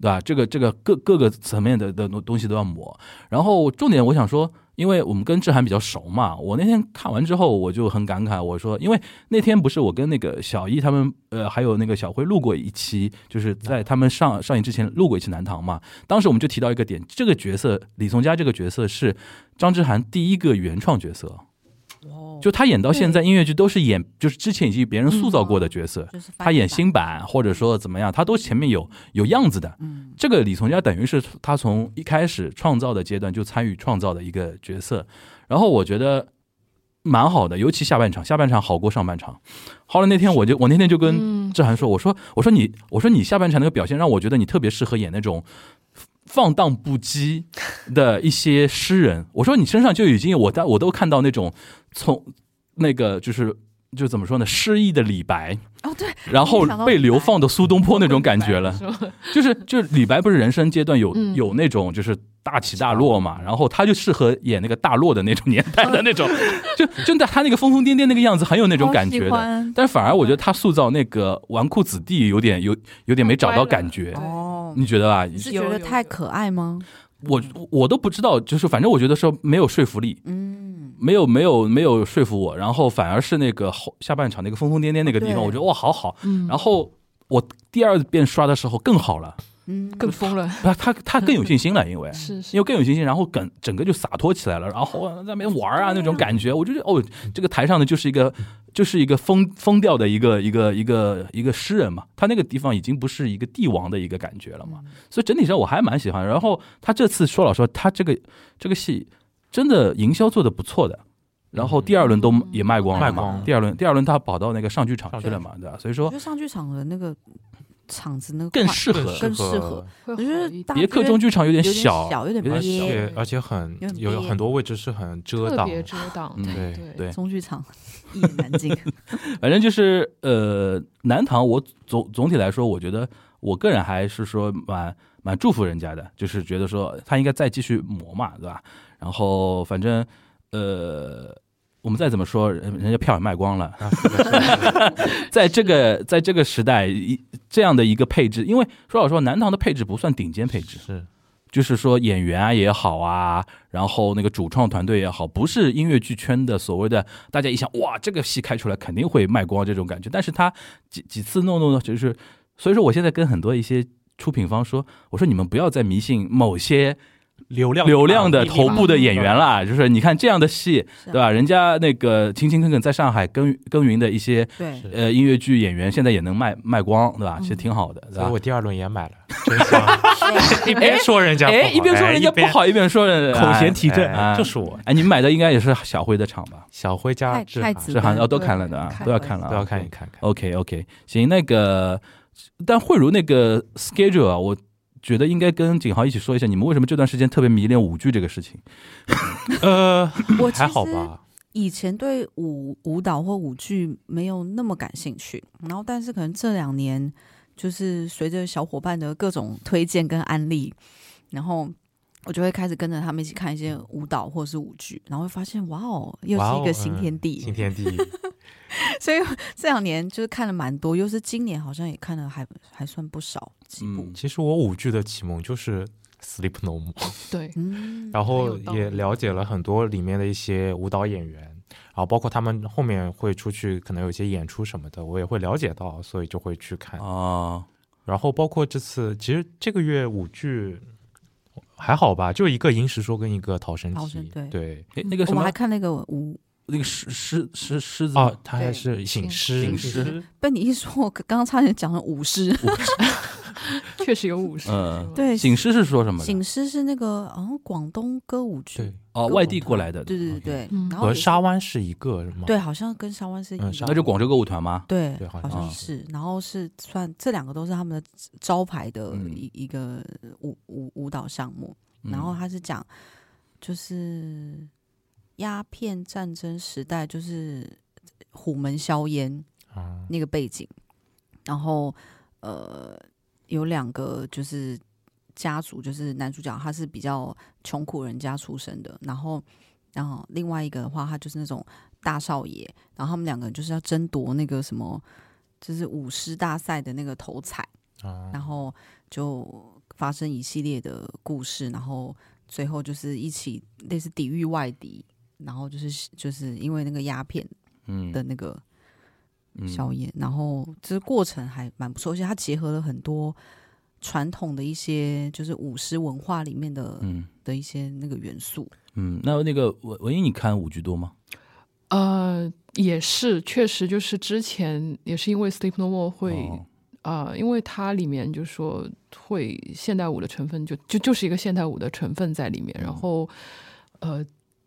S2: 对吧？这个这个各各个层面的的东西都要磨。然后重点我想说，因为我们跟志涵比较熟嘛，我那天看完之后我就很感慨，我说，因为那天不是我跟那个小一他们，呃，还有那个小辉录过一期，就是在他们上上映之前录过一期《南唐》嘛，当时我们就提到一个点，这个角色李从嘉这个角色是张之涵第一个原创角色。
S4: 哦
S2: 就他演到现在音乐剧都是演，就是之前已经别人塑造过的角色，
S4: 就是翻
S2: 他演
S4: 版，
S2: 新版或者说怎么样，他都前面有有样子的。
S4: 嗯，
S2: 这个李从嘉等于是他从一开始创造的阶段就参与创造的一个角色，然后我觉得蛮好的，尤其下半场，下半场好过上半场。后来那天我就我那天就跟
S5: 嗯
S2: 志涵说，我说我说你我说你下半场那个表现让我觉得你特别适合演那种放荡不羁的一些诗人。我说你身上就已经我在我都看到那种从那个就是就怎么说呢，诗意的李白，
S4: 哦对，
S2: 然后被流放的苏东坡那种感觉
S5: [LAUGHS]
S2: 了。
S5: 是吧
S2: 就是就是李白不是人生阶段有
S5: 嗯
S2: 有那种就是大起大落嘛，然后他就适合演那个大落的那种 [LAUGHS] 年代的那种，就真的他那个疯疯癫癫那个样子很有那
S4: 那
S2: 种感觉的。但反而我觉得他塑造那个纨绔子弟有点有有点没找到感觉，
S5: 对
S4: 哦，
S2: 你觉得吧？
S4: 你是
S5: 有
S4: 觉得
S5: 有
S4: 太
S5: 有
S4: 可爱吗？
S2: 我我都不知道，就是反正我觉得说没有说服力，
S4: 嗯，
S2: 没有没有没有说服我，然后反而是那个后下半场那个疯疯癫癫那个地方，
S4: 对
S2: 我觉得哇好好。
S5: 嗯，
S2: 然后我第二遍刷的时候更好了，
S4: 嗯，
S5: 更疯了，
S2: 他他他更有信心了，因为
S5: 是是
S2: 因为更有信心，然后整整个就洒脱起来了，然后在那边玩啊那种感觉，我就觉得哦，这个台上的就是一个就是一个疯疯掉的一个一个一个一个诗人嘛，他那个地方已经不是一个帝王的一个感觉了嘛，所以整体上我还蛮喜欢。然后他这次说老实话，他这个这个戏真的营销做的不错的。然后第二轮都也卖光了
S3: 卖
S2: 嘛，
S3: 光了
S2: 第二轮第二轮他跑到那个上剧场去了嘛，对吧？所以
S4: 我
S2: 说
S4: 觉得上剧场的那个场子那个
S2: 更
S4: 宽
S2: 适合，
S4: 更适合，
S5: 会
S4: 我
S5: 好
S4: 觉得
S5: 一点
S4: 大
S2: 别克中剧场有点
S4: 啊有点
S2: 小，
S4: 小有点
S2: 有
S3: 而
S2: 点
S4: 憋
S2: 小，
S3: 且而且很
S4: 有点
S3: 有
S4: 憋
S3: 很多位置是很遮
S5: 特
S3: 挡，
S5: 别遮挡，
S2: 嗯
S5: 对
S3: 对
S5: 对，
S2: 对
S4: 中剧
S2: [LAUGHS]
S4: 场一言难尽，
S2: 反正就是呃，南唐我总总体来说，我觉得我个人还是说蛮蛮祝福人家的，就是觉得说他应该再继续磨嘛，对吧？然后反正呃，我们再怎么说，人人家票也卖光了，
S3: 啊是的是的
S2: [LAUGHS] 在这个在这个时代，一这样的一个配置，因为说老实话，南唐的配置不算顶尖配置，
S3: 是
S2: 就是说演员啊也好啊，然后那个主创团队也好，不是音乐剧圈的所谓的大家一想哇，这个戏开出来肯定会卖光这种感觉，但是他几几次弄弄呢，就是所以说我现在跟很多一些出品方说，我说你们不要再迷信某些
S6: 流
S2: [LAUGHS]
S6: 量
S2: 流量的头部的演
S6: 了。
S2: 员啦，就是你看这样的戏，
S4: 是啊
S2: 对吧？人家那个勤勤恳恳在上海耕耕耘的一些
S4: 对，
S2: 呃音乐剧演员，现在也能卖卖光，对吧？其实挺好的，对
S3: 所
S2: 吧
S3: 以？我第二轮也买了，真香！
S2: 啊
S3: 一边说人家不好，
S2: 哎，一边说人家不好，一边说人家
S6: 口嫌体正
S2: 哎
S3: 就是我。
S2: 哎，你们买的应该也是小辉的场吧？
S3: 小辉加
S4: 太
S3: 志
S4: 太
S3: 涵
S4: 子
S2: 是好
S4: 丹
S2: 像哦，都
S5: 对
S2: 看了的啊，
S5: 看
S2: 都要
S5: 了
S2: 看了啊，
S3: 都要看一看看。
S2: OK OK，行，那个，但慧茹那个 schedule 啊，我觉得应该跟景豪一起说一下，你们为什么这段时间特别迷恋舞剧这个事情？
S3: 呃，
S4: 我其
S3: 还好
S4: 实
S3: 吧，
S4: 以前对舞舞蹈或舞剧没有那么感兴趣，然后但是可能这两年就是随着小伙伴的各种推荐跟安利，然后我就会开始跟着他们一起看一些舞蹈或是舞剧，然后会发现哇哦，又
S3: 哇
S4: 是一
S3: 哦
S4: 个新天地。
S3: 新
S2: 嗯
S3: 天地
S4: [LAUGHS] 所以这两年就是看了蛮多，又是今年好像也看了还还算不少几部。
S2: 嗯
S3: 其实我舞剧的启蒙就是《Sleep No More》，
S5: 对，
S4: 嗯，
S3: 然后
S5: 有道理
S3: 也了解了很多里面的一些舞蹈演员，然后包括他们后面会出去可能有一些演出什么的，我也会了解到，所以就会去看。
S2: 啊，
S3: 然后包括这次，其实这个月舞剧还好吧，就一个《银石说》跟一个《逃生
S4: 逃
S3: 记
S4: 生》对
S3: 对
S2: 哎，那个什
S4: 我
S2: 么
S4: 还，看那个舞， [LAUGHS]
S2: 那个狮狮狮狮
S5: 啊
S2: 子
S3: 哦
S2: 吗，
S3: 他还是醒狮，
S2: 醒狮，
S4: 被你一说，我刚刚差点讲了舞狮。
S5: 确实有五十，
S2: 嗯
S5: 是吧，
S4: 对，
S2: 醒狮是说什么的？
S4: 醒狮是那个好像广东歌舞剧，
S3: 对，
S2: 哦，外地过来的，
S4: 对对对对
S5: 嗯
S4: 然后
S3: 和
S4: 也是
S3: 沙湾是一个吗？
S4: 对，好像跟沙湾是一
S3: 嗯
S4: 样
S3: 沙
S2: 那就广州歌舞团吗？
S4: 对
S3: 对好
S4: 好
S3: 像
S4: 像
S2: 是
S4: 是，然后是算这两个都是他们的招牌的
S2: 嗯
S4: 一一个舞舞舞蹈项目，
S2: 嗯
S4: 然后他是讲就是鸦片战争时代，就是虎门销烟
S3: 啊，
S4: 那个背景，然后呃有两个就是家族，就是男主角他是比较穷苦人家出身的，然后然后另外一个的话，他就是那种大少爷，然后他们两个人就是要争夺那个什么，就是舞狮大赛的那个头彩，
S3: 啊
S4: 然后就发生一系列的故事，然后最后就是一起类似抵御外敌，然后就是就是因为那个鸦片
S2: 嗯
S4: 的那个。
S2: 嗯
S4: 消炎，然后这过程还蛮不错，而且它结合了很多传统的一些就是舞狮文化里面的、
S2: 嗯
S4: 的一些那个元素。
S2: 嗯，那那个文文英，你看舞剧多吗？
S5: 呃，也是，确实就是之前也是因为 Sleep No More 会
S2: 哦
S5: 啊、因为它里面就说会现代舞的成分就，就就是一个现代舞的成分在里面。
S2: 嗯
S5: 然后，呃，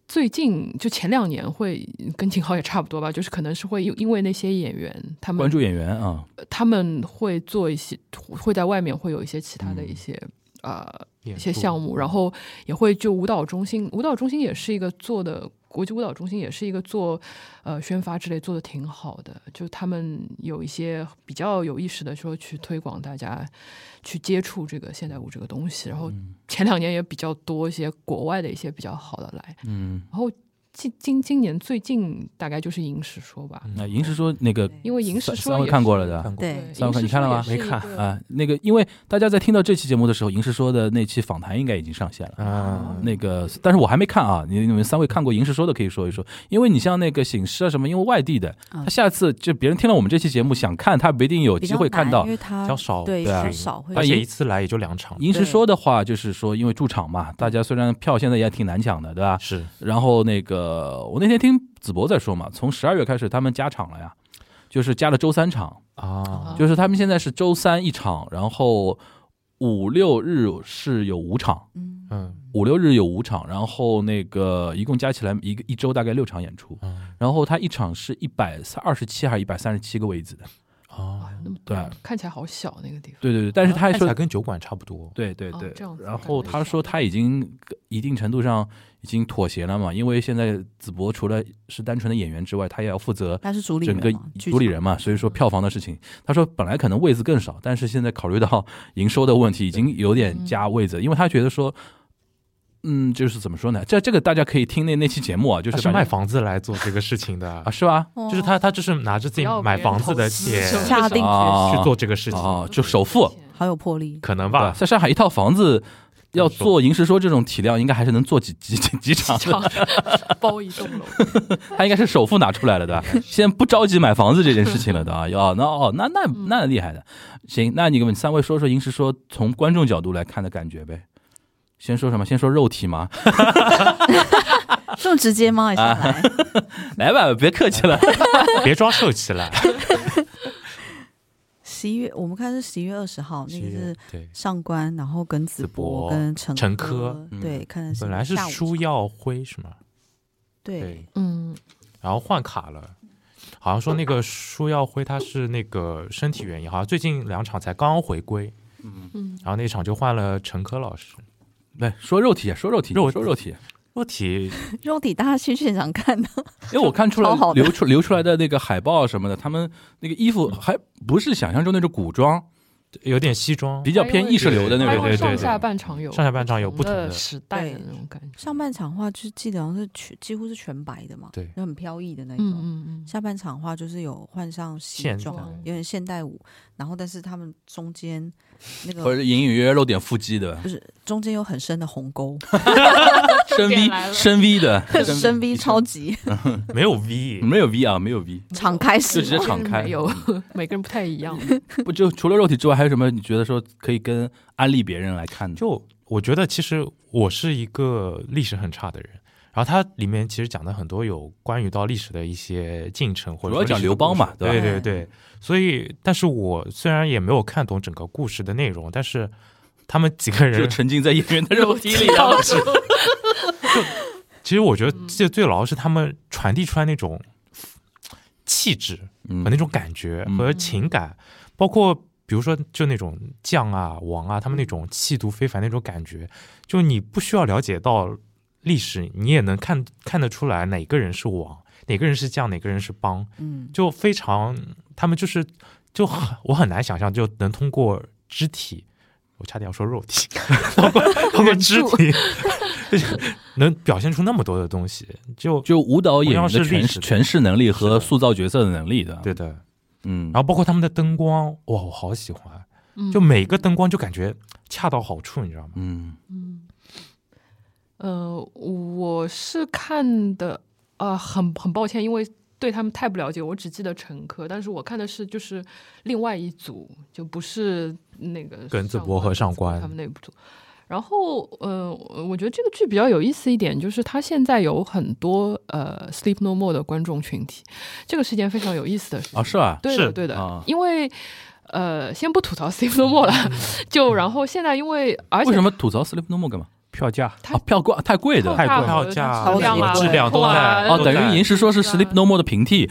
S5: 最近就前两年会跟秦昊也差不多吧，就是可能是会因因为那些演员他
S2: 关
S5: 们
S2: 注演员啊，
S5: 他们会做一些会在外面会有一些其他的一
S2: 嗯
S5: 些、呃
S3: 一
S5: 一些项目，然后也会就舞蹈中心，舞蹈中心也是一个做的国际舞蹈中心也是一个做呃宣发之类做的挺好的，就他们有一些比较有意识的说去推广大家去接触这个现代舞这个哦
S2: 嗯
S5: 东西，然后前两年也比较多一些国外的一些比较好的来，
S2: 嗯
S5: 然后今今今年最近大概就是《银石说》吧，
S3: 嗯
S2: 那银石说那个
S5: 因为《银
S2: 嗯
S5: 石
S2: 三
S5: 说
S2: 三》位
S5: 也
S2: 看过
S5: 是
S2: 了的，
S6: 看过
S4: 对
S5: 对
S2: 三位看你看了吗
S5: 也是
S6: 没
S5: 一
S6: 看
S5: 个
S2: 啊，那个，因为大家在听到这期节目的时候，银石说的那期访谈应该已经上线了。
S4: 嗯
S3: 啊，
S2: 那个，但是我还没看啊。你你们三位看过《银石说》的可以说一说，因为你像那个醒狮啊什么，因为外地的，
S4: 嗯
S2: 他下次就别人听了我们这期节目想看，他不一定有
S4: 比
S2: 机
S4: 较
S2: 会看
S4: 难
S2: 到
S4: 因。为它
S3: 比较少
S4: 对比
S2: 对啊
S4: 较少会
S3: 而
S4: 有
S3: 且一次来也就两场，
S2: 银石
S4: 对
S2: 说的话，就是说因为驻场嘛，大家虽然票现在也挺难抢的，对吧？
S3: 是
S2: 然后那个，我那天听子博在说嘛，从十二月开始他们加场了呀，就是加了周三场，
S3: 啊
S5: 啊，
S2: 就是他们现在是周三一场，然后五六日是有五场。
S4: 嗯
S3: 嗯
S2: 五六日有五场，然后那个一共加起来一个一周大概六场演出，
S3: 嗯
S2: 然后他一场是一百二十七还是一百三十七个位子的，
S3: 啊，
S5: 那么
S2: 对
S5: 看起来好小那个地方。
S2: 对对对，但是他啊还
S3: 看起
S2: 说
S3: 来，跟酒馆差不多，
S2: 对对
S5: 哦
S2: 对
S5: 这样，子
S2: 然后
S5: 感觉
S2: 他说他已经一定程度上已经妥协了嘛，因为现在子博除了是单纯的演员之外，他也要负责
S4: 它是主理
S2: 整个
S4: 人嘛，剧
S2: 主理
S4: 场
S2: 人嘛，所以说票房的事情，他说本来可能位子更少，但是现在考虑到 [LAUGHS] 营收的问题，已经有
S4: 嗯
S2: 点加位子，因为他觉得说，嗯，就是怎么说呢？这这个大家可以听那那期节目啊，就
S3: 他
S2: 是
S3: 是
S2: 反正
S3: 卖房子来做这个事情的
S2: 啊，，是吧？
S4: 哦
S3: 就是他他就是拿着自己
S5: 不要
S3: 买
S5: 别人
S3: 房子
S5: 投
S3: 的
S5: 资
S3: 钱
S5: 是吧
S4: 下定决
S2: 啊
S4: 心，
S3: 去做这个事情，
S2: 哦，就首付，
S4: 好有魄力。
S3: 可能
S2: 对吧
S3: 吧，
S2: 在上海一套房子要做银石说这种体量，应该还是能做几几几几
S4: [LAUGHS]
S2: 场的，
S3: [LAUGHS]
S5: 厂包一栋楼，
S2: 他应该是首付拿出来了的，
S4: [LAUGHS]
S2: 先不着急买房子这件事情了的啊，要那哦那那
S4: 嗯
S2: 那厉害的，行，那你给我们三位说说银石说从观众角度来看的感觉呗。先说什么？先说肉体
S4: [LAUGHS]
S2: 吗？
S4: 这么直接吗？也上来，
S2: 来吧，别客气
S4: [LAUGHS]
S2: 了。
S3: 别装受气了，
S4: 十一月我们看是十一月二十号，那个是
S3: 对。
S4: 上官，然后跟子
S3: 子
S4: 博
S3: 博
S4: 跟陈
S3: 陈
S4: 科
S3: 科，
S4: 对，看的是
S3: 本来是
S4: 下午
S3: 舒
S4: 场
S3: 耀辉是吗？
S4: 对，，
S5: 嗯，
S3: 然后换卡了，好像说那个舒耀辉他是那个身体原因，好像最近两场才刚回归，
S5: 嗯
S3: 然后那场就换了陈科老师。
S2: 来说肉体，啊说肉体，
S3: 肉
S2: 说肉体，啊
S3: 肉体
S4: 肉体大家去现场看的，
S2: 因为我看出来
S4: 超好的
S2: 流出流出来的那个海报什么的，他们那个衣服还不是想象中那种古装，
S3: 有点西装，
S2: 比较偏意识流的那
S5: 包
S2: 种。
S5: 括
S3: 对对对
S5: 上下半场有
S3: 上下半场有不同的
S5: 的时代的那种感觉。
S4: 上半场的话就记得好像是全几乎是全白的嘛，
S3: 对
S4: 就很飘逸的那
S5: 嗯
S4: 种。
S5: 嗯嗯，
S4: 下半场的话就是有换上西
S3: 现代
S4: 装，有点现代舞，然后但是他们中间那
S2: 或 [LAUGHS]
S4: 个
S2: 者隐隐约约露点腹肌
S5: [LAUGHS]
S2: 的，
S4: 不是中间有很深的鸿沟，
S2: 深 V
S5: 点来了
S2: 深 V 的，
S4: [LAUGHS] 深 V 超级
S3: 没有 V，
S2: 没有 V 啊，没有 V，
S4: 敞开
S2: 就
S4: 式
S2: 直接
S4: 嘛，
S2: 敞开
S5: 没有，每个人不太一样。
S2: 不就除了肉体之外，还有什么你觉得说可以跟安利别人来看的？
S3: 就我觉得其实我是一个历史很差的人。然后它里面其实讲的很多有关于到历史的一些进程，或者
S2: 主要讲刘邦嘛
S3: 对
S4: 对吧
S3: 对对。所以，但是我虽然也没有看懂整个故事的内容，但是他们几个
S2: 就
S3: 人，
S2: 沉浸在演员的肉体里啊！
S3: 其实我觉得最最牢是他们传递出来那种气质，
S2: 嗯
S3: 和那种感觉
S2: 嗯
S3: 和情感，包括比如说就那种将啊、王啊，他们那
S2: 嗯
S3: 种气度非凡那种感觉，就你不需要了解到历史，你也能看看得出来哪个人是王，哪个人是将，哪个人是帮，
S4: 嗯，
S3: 就非常他们就是就很我很难想象就能通过肢体，我差点要说肉体， [LAUGHS] 通
S2: [LAUGHS]
S3: 过通过肢体能表现出那么多的东西，就
S2: 就舞蹈演员的
S3: 同样是历
S2: 诠
S3: 史的
S2: 诠释能力
S3: 是
S2: 和
S3: 的
S2: 塑造角色的能力的，
S3: 对的。
S2: 嗯，
S3: 然后包括他们的灯光，哇，我好喜欢，
S5: 嗯
S3: 就每个灯光就感觉恰到好处，你知道吗？
S2: 嗯，
S5: 嗯，呃，我是看的，呃，很很抱歉，因为对他们太不了解，我只记得陈科，但是我看的是就是另外一组，就不是那个
S3: 耿子
S5: 上
S3: 博和
S5: 官
S3: 上官
S5: 他们那部组。然后，呃，我我觉得这个剧比较有意思一点，就是它现在有很多呃《Sleep No More》的观众群体，这个是一件非常有意思的事情。
S2: 啊是啊，
S5: 对的，
S3: 是
S5: 对的，
S2: 啊
S5: 因为呃，先不吐槽 Sleep No More 了，
S3: 嗯
S5: 就然后现在因为而且
S2: 为什么吐槽 Sleep No More 干嘛？
S3: 票价
S5: 它
S2: 啊，票贵太贵的，
S3: 太贵了
S5: 票
S3: 价
S5: 质量啊、
S4: 质
S3: 量都在
S5: 哇
S2: 哦，等于银石说是 Sleep No More 的平替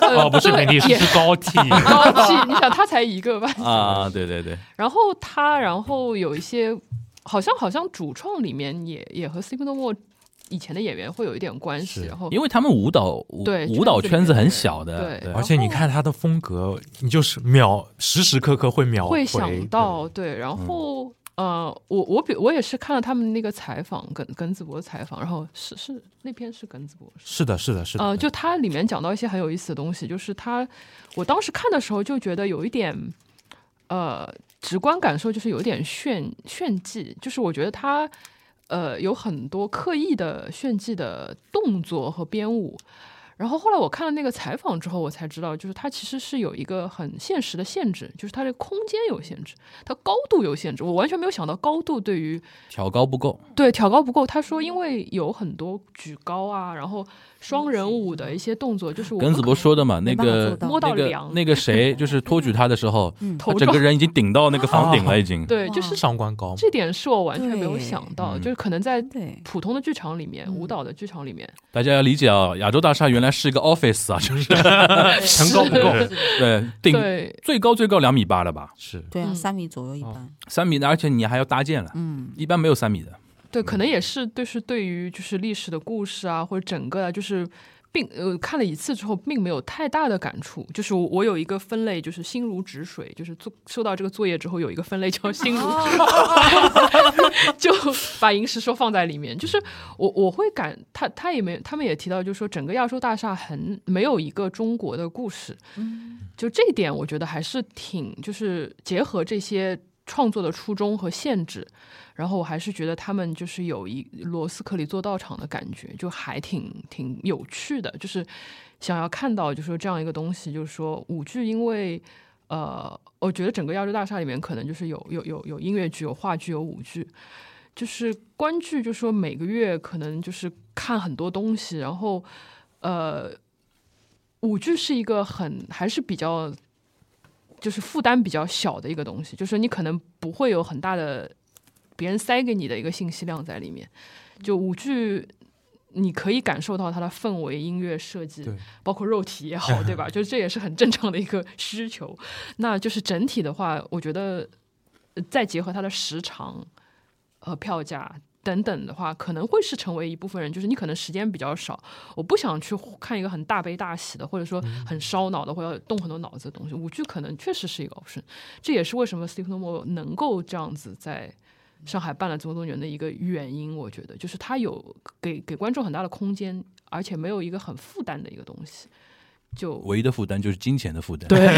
S5: 呃
S3: 哦，不是
S5: 对
S3: 平地， [LAUGHS]
S5: 也
S3: 是高
S5: [LAUGHS]
S3: 地。
S5: 高级，你想他才一个吧？
S2: 啊，对对对，
S5: 然后他，然后有一些，好像好像主创里面也也和 Sleep No More 以前的演员会有一点关系，
S3: 是
S5: 然后
S2: 因为他们舞蹈舞
S5: 哦对
S2: 舞蹈圈子
S5: 圈子里面的
S2: 很
S5: 人
S2: 小的，
S5: 对
S3: 而且你看他的风格，你就是秒时时刻刻会秒
S5: 会
S3: 回嗯
S5: 想到对，然后呃，我我比我也是看了他们那个采访，耿耿子博的采访，然后是是那篇是耿子博，是
S7: 是的，是的，是的。
S5: 呃，就它里面讲到一些很有意思的东西，就是它，我当时看的时候就觉得有一点，呃，直观感受就是有一点炫炫技，就是我觉得它，呃，有很多刻意的炫技的动作和编舞。然后后来我看了那个采访之后，我才知道，就是它其实是有一个很现实的限制，就是它这个空间有限制，它高度有限制。我完全没有想到高度对于
S2: 调高不够，
S5: 对，挑高不够。他说，因为有很多举高啊，然后双人舞的一些动作，就是我
S2: 耿子博说的嘛，那
S4: 没办法
S2: 个
S4: 做到
S5: 摸到
S2: 那个
S5: 梁
S2: 那个
S5: [LAUGHS]
S2: 谁，就是托举他的时候，
S4: 嗯
S2: 他
S5: 头
S2: 整
S5: 撞
S2: 个，人已经顶到那个房顶了，已经。
S5: 对，
S4: 哇
S5: 就是
S7: 上官高嘛，
S5: 这点是我完全没有想到，
S2: 对
S5: 就是可能在 [LAUGHS]
S4: 对，
S5: 普通的剧场里面，
S4: 嗯
S5: 舞蹈的剧场里面，
S2: 大家要理解啊，亚洲大厦原来是一个 office 啊，就是
S5: [LAUGHS]
S6: 层高不够，
S2: 对顶
S5: 对
S2: 最高最高两米八了吧，
S7: 是
S4: 对啊，
S5: 嗯
S4: 三米左右一般，
S2: 三米的，而且你还要搭建了，
S4: 嗯，
S2: 一般没有三米的。
S5: 对，可能也是就是对于就是历史的故事啊，或者整个啊，就是。并呃看了一次之后，并没有太大的感触。就是我我有一个分类，就是心如止水，就是做收到这个作业之后有一个分类叫心如就把银石说放在里面。就是我我会感他他也没他们也提到，就是说整个亚洲大厦很没有一个中国的故事，就这一点我觉得还是挺就是结合这些创作的初衷和限制，然后我还是觉得他们就是有一罗斯克里做道场的感觉，就还挺挺有趣的，就是想要看到就是说这样一个东西，就是说舞剧因为。呃，我觉得整个亚洲大厦里面可能就是有有有有音乐剧、有话剧、有舞剧，就是观剧，就说每个月可能就是看很多东西，然后呃，舞剧是一个很还是比较就是负担比较小的一个东西，就是你可能不会有很大的别人塞给你的一个信息量在里面，就舞剧。你可以感受到它的氛围、音乐设计
S3: 对，
S5: 包括肉体也好，对吧？就是这也是很正常的一个需求。那就是整体的话，我觉得呃再结合它的时长和票价等等的话，可能会是成为一部分人，就是你可能时间比较少，我不想去看一个很大悲大喜的，或者说很烧脑的，或者动很多脑子的东西。舞剧可能确实是一个 option，这也是为什么 Steve Nomo 能够这样子在。上海办了这么多年的一个原因，我觉得就是它有给给观众很大的空间，而且没有一个很负担的一个东西，就
S2: 唯一的负担就是金钱的负担。，
S5: 对，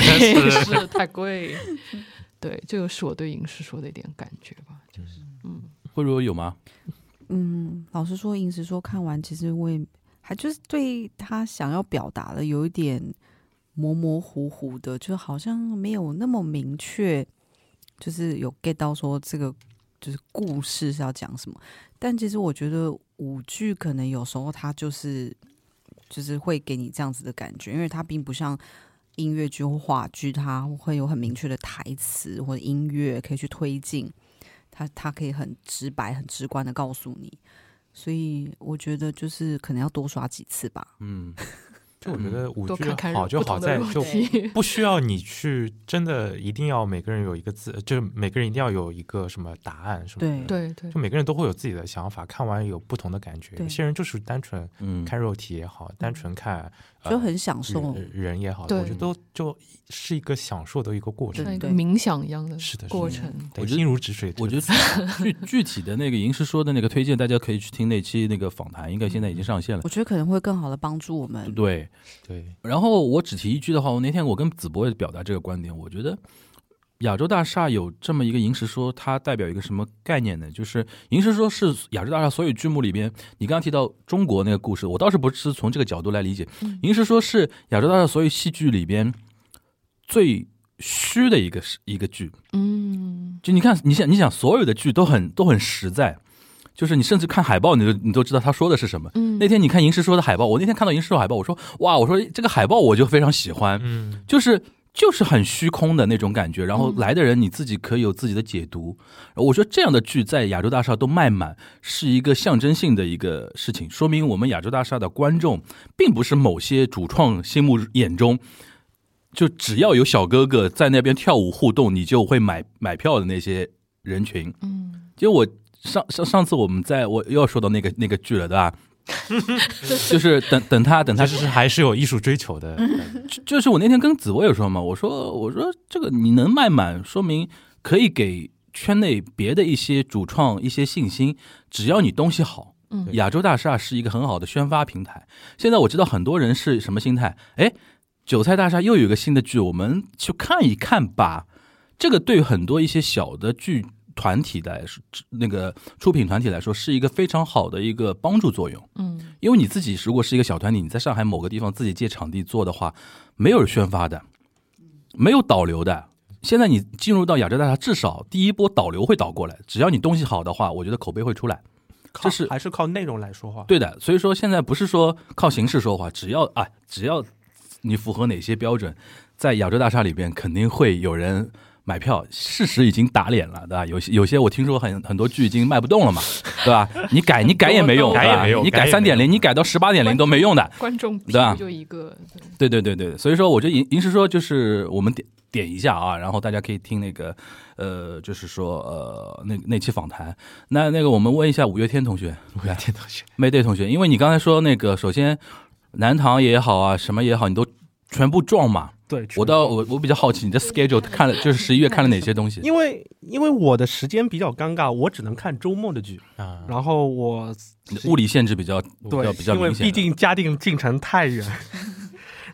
S5: 是太贵。 [LAUGHS] 对，这个是我对影视说的一点感觉吧，就是嗯，
S2: 慧茹有吗？
S4: 嗯，老实说，银石说看完，其实我也还就是对他想要表达的有一点模模糊糊的，就好像没有那么明确，就是有 get 到说这个就是故事是要讲什么。但其实我觉得舞剧可能有时候它就是就是会给你这样子的感觉，因为它并不像。音乐剧或话剧，它会有很明确的台词或者音乐可以去推进，它它可以很直白、很直观的告诉你，所以我觉得就是可能要多刷几次吧。
S2: 嗯，
S3: 就我觉得舞
S5: 多
S3: 剧
S5: 嗯看看
S3: 好就
S5: 不同
S3: 好
S5: 的
S3: 在
S5: 肉
S3: 就 [LAUGHS]
S5: 体
S3: 不需要你去真的一定要每个人有一个字，就是每个人一定要有一个什么答案什么的。
S5: 对对
S3: 就每个人都会有自己的想法，看完有不同的感觉。
S4: 对
S3: 有些人就是单纯 [LAUGHS]
S2: 嗯，
S3: 看肉体也好，单纯看呃
S4: 就很享受，
S3: 人人也好，
S5: 对
S3: 我觉得都就是一个享受的一个过程
S5: 像。一个
S4: 对
S5: 冥想一样的
S3: 是的是的
S5: 过程。
S3: 对
S2: 我觉得
S3: 心如止水。
S2: 我觉得具具具体的那个银石说的那个推荐，大家可以去听那期那个访谈，应该现在已经上线了
S4: 我。觉得可能会更好的帮助我们。
S2: 对，
S3: 对，
S2: 然后我只提一句的话，我那天我跟子博也表达这个观点，我觉得亚洲大厦有这么一个银石说，它代表一个什么概念呢？就是银石说是亚洲大厦所有剧目里边，你刚刚提到中国那个故事，我倒是不是从这个角度来理解，银石说是亚洲大厦所有戏剧里边最虚的一个一个剧，
S5: 嗯，
S2: 就你看，你想，你想，所有的剧都很都很实在，就是你甚至看海报，你都你都知道他说的是什么。
S5: 嗯
S2: 那天你看银石说的海报，我那天看到银石说的海报，我说哇，我说这个海报我就非常喜欢，
S3: 嗯，
S2: 就是就是很虚空的那种感觉。然后来的人你自己可以有自己的解读。我觉得这样的剧在亚洲大厦都卖满，是一个象征性的一个事情，说明我们亚洲大厦的观众并不是某些主创心目眼中。就只要有小哥哥在那边跳舞互动，你就会买买票的那些人群，
S5: 嗯，
S2: 就我上上上次我们在我又要说到那个那个剧了，对吧？就是等等他等
S3: 嗯
S2: 他
S3: 他就是还是有艺术追求的。
S2: 嗯就就是我那天跟紫薇也说嘛，我说我说这个你能卖满，说明可以给圈内别的一些主创一些信心，只要你东西好，
S5: 嗯
S2: 亚洲大厦是一个很好的宣发平台。现在我知道很多人是什么心态，哎，韭菜大厦又有一个新的剧，我们去看一看吧。这个对很多一些小的剧团体来说，那个出品团体来说，是一个非常好的一个帮助作用。
S5: 嗯
S2: 因为你自己如果是一个小团体，你在上海某个地方自己借场地做的话，没有宣发的，没有导流的。现在你进入到亚洲大厦，至少第一波导流会导过来，只要你东西好的话，我觉得口碑会出来。
S6: 靠
S2: 这是
S6: 还是靠内容来说话。
S2: 对的，所以说现在不是说靠形式说话，只要啊，只要你符合哪些标准，在亚洲大厦里边肯定会有人买票。事实已经打脸了，对吧？有些有些我听说很很多剧已经卖不动了嘛，对吧？你改你改也没用，
S5: 改也
S2: 对吧
S3: 没用
S2: 你
S3: 改
S2: 改
S3: 也
S2: 三
S3: 没
S2: 点
S3: 用
S2: 零，你改到十八点零都没用的。
S5: 观众皮
S2: 对啊
S5: 就一个，对
S2: 对对对对，所以说我觉得银银石说就是我们点点一下啊，然后大家可以听那个呃，就是说呃那那期访谈。那那个我们问一下五月天同 [LAUGHS] 学，五月天同学，Mayday 同学，因为你刚才说那个，首先南唐也好啊，什么也好，你都全部撞嘛。
S6: 对，
S2: 我倒我我比较好奇你的 schedule 看 [LAUGHS] 了，就是十一月看了哪些东西？
S6: 因为因为我的时间比较尴尬，我只能看周末的剧，
S3: 啊，
S6: 然后我
S2: 你的物理限制比较比较
S6: 对
S2: 比较
S6: 因为
S2: 明显
S6: 毕
S2: 的。
S6: 竟嘉定进城太
S2: [LAUGHS]
S6: 远。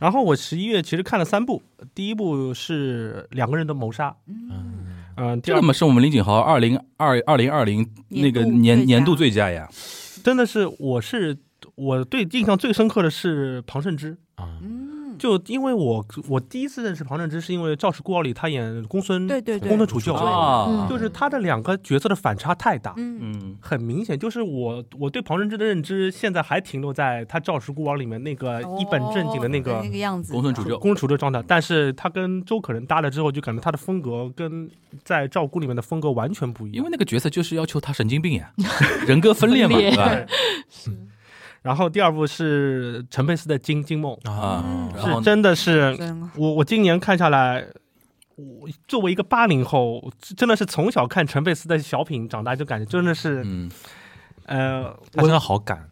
S6: 然后我十一月其实看了三部，第一部是《两个人的谋杀》，
S3: 嗯，
S6: 嗯、第
S2: 这
S6: 二
S2: 个嘛是我们林景豪二零二二零二零那个年年
S4: 年
S2: 度
S4: 度
S2: 最
S4: 最
S2: 佳呀，
S6: 真的是我是我对印象最深刻的是庞胜之，
S3: 啊，
S4: 嗯，
S6: 就因为我我第一次认识庞胜之是因为《赵氏孤儿》里他演公孙，
S4: 对对对，
S6: 公孙楚旧，
S2: 啊
S5: 嗯，
S6: 就是他的两个角色的反差太大，
S4: 嗯，
S2: 嗯
S6: 很明显，就是我我对庞胜之的认知现在还停留在他《赵氏孤儿》里面那个一本正经的那
S4: 哦
S6: 个
S4: 那个样子，
S2: 公孙楚旧
S6: 啊公主的状态，但是他跟周可人搭了之后，就感觉他的风格跟在《赵姑》里面的风格完全不一样。
S2: 因为那个角色就是要求他神经病呀， [LAUGHS] 人格分裂嘛，
S5: 分裂
S2: 对吧？
S6: 然后第二部是陈佩斯的《金金梦
S2: 啊
S4: 嗯，》，
S2: 然后
S6: 是真的是
S4: 真好
S6: 我我今年看下来。我作为一个八零后，真的是从小看陈佩斯的小品长大，就感觉真的是，
S2: 嗯，
S6: 呃，
S3: 他真
S6: 我
S3: 的好敢。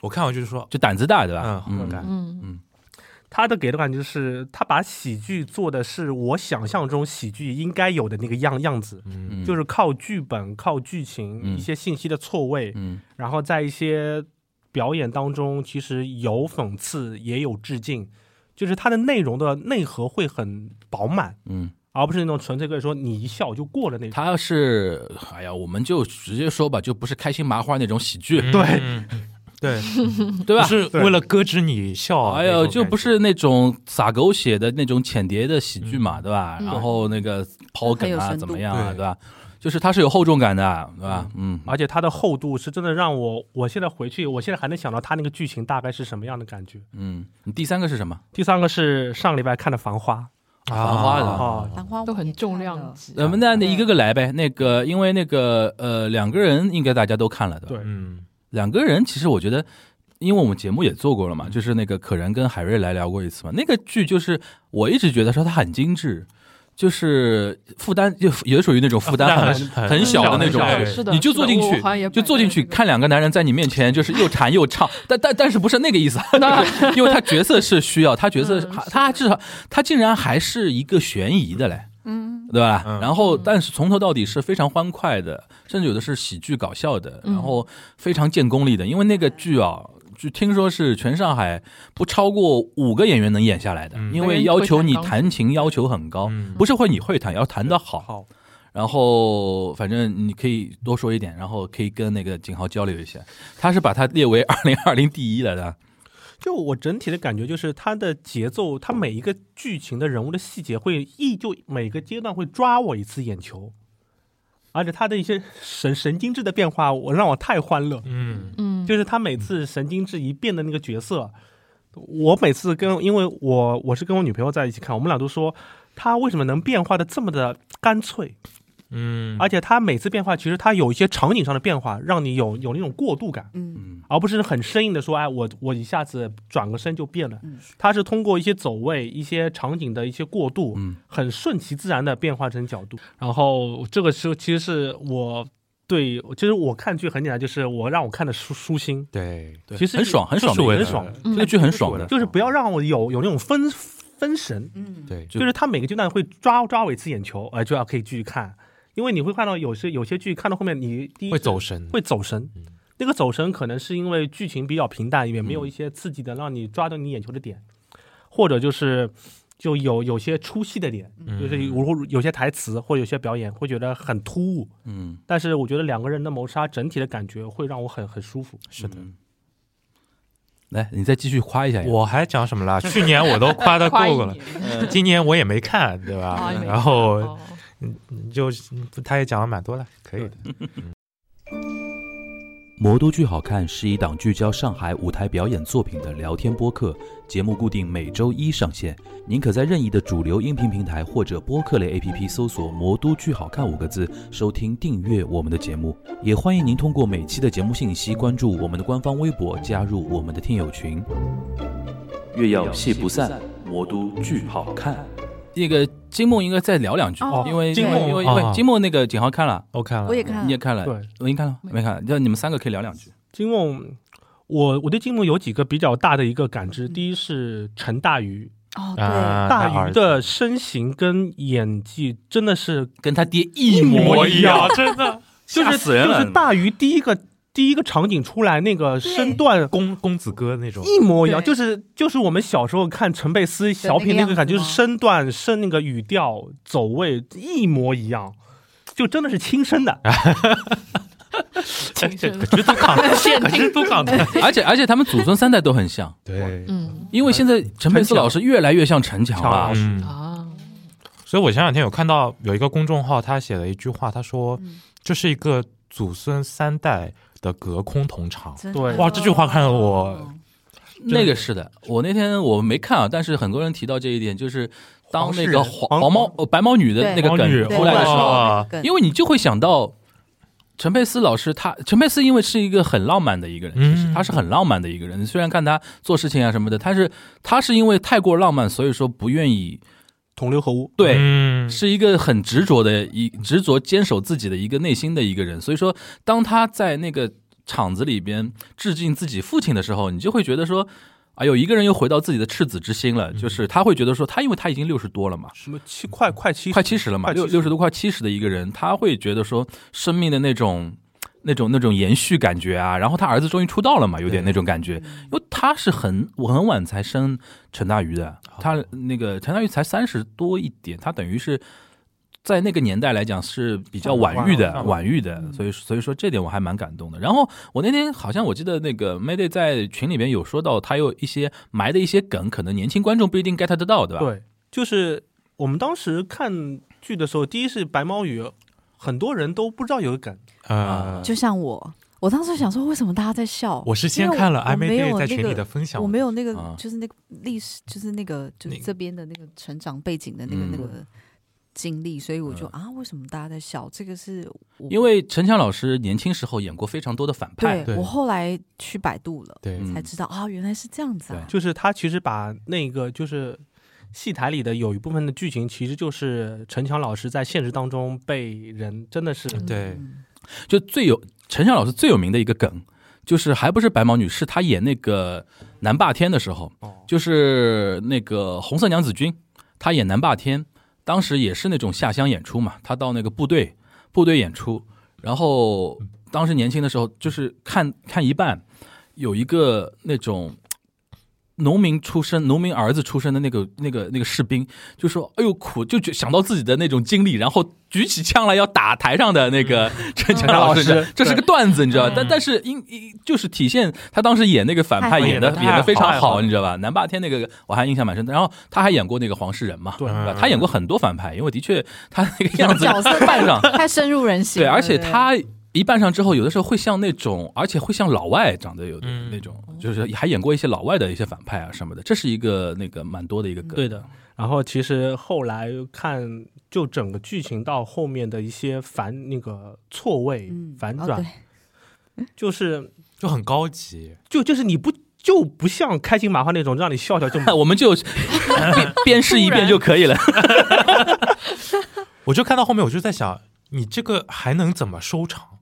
S3: 我看完就是说，
S2: 就胆子大，
S3: 嗯，
S2: 对吧？
S3: 好敢，
S5: 嗯
S6: 他的给的感觉就是，他把喜剧做的是我想象中喜剧应该有的那个样样子，
S3: 嗯，
S6: 就是靠剧本、靠剧情、
S2: 嗯
S6: 一些信息的错位，
S2: 嗯
S6: 然后在一些表演当中，其实有讽刺也有致敬，就是它的内容的内核会很饱满，
S2: 嗯，
S6: 而不是那种纯粹可以说你一笑就过了那种。
S2: 他要是哎呀，我们就直接说吧，就不是开心麻花那种喜剧，
S3: 对对，不
S2: 对吧？
S3: 是哦为了咯吱你笑，啊
S2: 哎呦，就不是那种撒狗血的那种浅碟的喜剧嘛，对吧？
S5: 嗯
S2: 然后那个抛梗
S4: 很有
S2: 啊，
S4: 深度
S2: 怎么样啊，
S3: 对
S2: 对吧？就是它是有厚重感的，对吧？嗯，
S6: 而且它的厚度是真的让我，我现在回去，我现在还能想到它那个剧情大概是什么样的感觉。
S2: 嗯，你第三个是什么？
S6: 第三个是上礼拜看的《繁花
S2: 繁花
S3: 啊
S2: 的
S6: 哦
S4: 兰花
S5: 都很重量
S4: 亮，
S5: 级，
S2: 呃，那那
S4: 对
S2: 一个个来呗。那个，因为那个呃，两个人应该大家都看了，对吧》，？
S6: 对，
S3: 嗯，
S2: 两个人其实我觉得，因为我们节目也做过了嘛，就是那个可然跟海瑞来聊过一次嘛。那个剧就是我一直觉得说它很精致，就是负担就也属于那种负担很
S3: 很
S2: 很小的那种
S3: 很小
S2: 剧
S3: 的
S5: 是的，
S2: 你就坐进
S5: 是的
S2: 去
S5: 我好像也，
S2: 就坐进去
S5: 摆在
S2: 看两个男人在你面前，就是又缠又唱，但但但是不是那个意思啊？就
S5: 那
S2: 是因为他角色是需要，他角色
S5: 嗯
S2: 他他
S5: 是
S2: 至少他竟然还是一个悬疑的嘞，
S4: 嗯，
S2: 对吧？
S3: 嗯
S2: 然后，但是从头到底是非常欢快的，甚至有的是喜剧搞笑的，
S5: 嗯
S2: 然后非常见功力的。因为那个剧啊，就听说是全上海不超过五个演员能演下来的，
S3: 嗯
S2: 因为要求你弹琴要求很高，
S3: 嗯
S2: 不是会你会弹，要弹得好。
S6: 好，
S2: 然后，反正你可以多说一点，然后可以跟那个景豪交流一下。他是把它列为二零二零第一了的，
S6: 就我整体的感觉就是它的节奏，它每一个剧情的人物的细节会一就每个阶段会抓我一次眼球，而且它的一些神神经质的变化，我让我太欢乐。
S3: 嗯
S5: 嗯，
S6: 就是他每次神经质一变的那个角色，我每次跟因为我我是跟我女朋友在一起看，我们俩都说他为什么能变化的这么的干脆，
S3: 嗯，
S6: 而且他每次变化其实他有一些场景上的变化，让你有有那种过渡感。
S4: 嗯，
S2: 嗯
S6: 而不是很生硬的说，哎，我我一下子转个身就变了
S4: 嗯。
S6: 它是通过一些走位、一些场景的一些过渡，
S2: 嗯
S6: 很顺其自然的变化成角度。然后这个是其实是我对，其实我看剧很简单，就是我让我看的舒舒心，
S3: 对，
S2: 对，
S6: 其实
S2: 很爽，很
S6: 就
S2: 爽
S6: 是
S2: 的一
S6: 我
S2: 个
S3: 为
S2: 剧，
S6: 很
S3: 了
S6: 爽，
S5: 嗯
S2: 这个剧很爽
S3: 为
S2: 的
S3: 了，
S6: 就是不要让我有有那种分分神，
S4: 嗯，
S3: 对，
S2: 就
S6: 就是他每个阶段会抓抓我一次眼球，哎、就要可以继续看。因因为你会看到有些有些剧看到后面，你第一
S3: 会走神，
S6: 会走神
S3: 嗯，
S6: 那个走神可能是因为剧情比较平淡，也没有
S2: 嗯
S6: 一些刺激的让你抓到你眼球的点，或者就是就有有些出戏的点，
S3: 嗯
S6: 就是如果有些台词或者有些表演会觉得很突兀，
S2: 嗯，
S6: 但是我觉得两个人的谋杀整体的感觉会让我很很舒服。
S3: 是的。
S2: 嗯来，你再继续夸
S4: 哎
S2: 一下呀。
S3: 我还讲什么
S4: [LAUGHS]
S3: 啦？去年我都夸的
S5: 夸一
S3: 够了，
S5: 年
S3: 今年我也没看，对吧
S5: 啊，？没
S3: 然后
S5: 哦
S3: 就嗯他也讲了蛮多了，可以的。
S4: 嗯
S2: 《魔都剧好看》是一档聚焦上海舞台表演作品的聊天播客，节目固定每周一上线。您可在任意的主流音频平台或者播客类 APP 搜索“魔都剧好看”五个字，收听订阅我们的节目。也欢迎您通过每期的节目信息关注我们的官方微博，加入我们的听友群。月要戏不散，魔都剧好看。那个金梦应该再聊两句，
S4: 哦
S2: 因为
S6: 金
S2: 因为
S6: 梦
S2: 因为
S3: 哦
S2: 因为金梦那个景豪看了，
S3: 我看了，
S4: 我也看
S2: 啊你
S4: 了
S2: 也，
S3: 哎
S2: 看了，
S6: 对，
S2: 我已经看了，没看，就你们三个可以聊两句。
S6: 金梦，我我对金梦有几个比较大的一个感
S3: 嗯
S6: 知，第一是陈大鱼，
S4: 哦对，
S3: 啊，
S6: 大
S3: 鱼
S6: 鱼的身形跟演技真的是
S2: 跟他爹一
S6: 模
S2: 一
S6: 一
S4: 啊
S6: 样，
S3: 啊真的
S6: 就是
S2: 吓死人
S6: 就
S2: 了
S6: 是大鱼第一个第一个场景出来那个身段
S3: 公公子哥那种，
S6: 一模一样，
S5: 对
S6: 就是就是我们小时候看陈佩斯小品那个感觉，
S4: 那个样子吗
S6: 就是身段、身那个语调、走位一模一样，就真的是亲生的。
S2: 啊
S5: 亲身
S3: 可是都港台，可是都港台，
S2: 而且而且他们祖孙三代都很 [LAUGHS] 像，
S3: 对，
S5: 嗯
S2: 因为现在陈佩斯老师越来越像陈强了。
S3: 嗯。
S5: 啊，
S3: 所以我前两天有看到有一个公众号，他写了一句话，他说
S4: 嗯
S3: 这是一个祖孙三代的隔空同场，
S4: 真
S6: 对
S4: 的嗯
S3: 哇这句话看得我
S2: 那个是的，我那天我没看啊，但是很多人提到这一点，就是当那个
S6: 黄世
S2: 黄
S6: 黄
S2: 黄毛呃白毛女的
S4: 对
S2: 那个
S3: 毛女
S2: 梗
S4: 对
S2: 出来的时候，
S3: 哇
S4: 梗
S2: 因为你就会想到陈佩斯老师他，陈佩斯因为是一个很浪漫的一个人，
S3: 嗯
S2: 其实他是很浪漫的一个人。虽然看他做事情啊什么的，但是他是因为太过浪漫，所以说不愿意
S6: 同流合污，
S2: 对、
S3: 嗯，
S2: 是一个很执着的一执着坚守自己的一个内心的一个人。所以说，当他在那个场子里边致敬自己父亲的时候，你就会觉得说。哎呦，一个人又回到自己的赤子之心了，就是他会觉得说，他因为他已经六十多了嘛，
S6: 什么七快快七
S2: 快七十了嘛，
S6: 快
S2: 六
S6: 70
S2: 六十多快七十的一个人，他会觉得说，生命的那种、那种、那种延续感觉啊，然后他儿子终于出道了嘛，有点那种感觉，因为他是很我很晚才生陈大鱼的，他那个陈大鱼才三十多一点，他等于是。在那个年代来讲是比较晚育的，
S6: 晚
S2: 晚嗯育的，所以所以说这点我还蛮感动的。然后我那天好像我记得那个 Mayday 在群里边有说到，他有一些埋的一些梗，可能年轻观众不一定 get 得到，对吧？
S6: 对，就是我们当时看剧的时候，第一是白毛女，很多人都不知道有个梗，
S3: 呃，
S4: 就像我，我当时想说，为什么大家在笑？
S3: 我是先看了
S4: 因为我
S3: I m a
S4: 我没
S3: d
S4: 有
S3: 在
S4: 那
S3: 群里
S4: 个
S3: 的分享，
S4: 我没有那个
S2: 啊，
S4: 就是那个历史，就是那个，就是
S3: 那
S4: 这边的那个成长背景的那个
S2: 嗯
S4: 那个经历，所以我就啊，为什么大家在笑？这个是我
S2: 因为陈强老师年轻时候演过非常多的反派，
S4: 对
S3: 对
S4: 我后来去百度了，
S3: 对，
S2: 嗯
S4: 才知道啊，原来是这样子啊。
S6: 就是他其实把那个就是戏台里的有一部分的剧情，其实就是陈强老师在现实当中被人真的是
S3: 对
S4: 嗯
S2: 就最有陈强老师最有名的一个梗，就是还不是白毛女，是他演那个南霸天的时候，就是那个红色娘子军，他演南霸天，当时也是那种下乡演出嘛，他到那个部队部队演出，然后当时年轻的时候，就是看看一半，有一个那种。农民出身，农民儿子出身的那个、那个、那个士兵，就说：“哎呦苦！”就觉想到自己的那种经历，然后举起枪来要打台上的那个陈强老师，你知道
S6: 老师
S2: 这是个段子，你知道吧？
S3: 嗯
S2: 但但是因因就是体现啊他当时演那个反派
S4: 太好
S2: 演的
S3: 了
S2: 演的非常
S3: 太好
S2: 好，
S3: 了
S2: 你知道吧？南霸天那个我还印象蛮深的。然后他还演过那个黄世仁嘛，
S6: 对
S2: 吧？他演过很多反派，因为的确他那个样子
S4: 角色
S2: 扮上，
S4: [LAUGHS] 太深入人心
S2: 对，
S4: 了。
S2: 而且
S4: 对
S2: 他一扮上之后，有的时候会像那种，而且会像老外长得有的
S3: 嗯
S2: 那种，就是还演过一些老外的一些反派啊什么的，这是一个那个蛮多的一个梗。
S6: 对的，然后其实后来看，就整个剧情到后面的一些反那个错位、
S4: 嗯
S6: 反
S4: 哦
S6: 转，
S4: 对
S6: 就是
S3: 就很高级，
S6: 就就是你不就不像开心麻花那种让你笑笑就
S2: [LAUGHS] 那我们
S4: [LAUGHS]
S2: 就辨辨识一遍就可以了。
S3: 我就看到后面，我就在想，你这个还能怎么收场？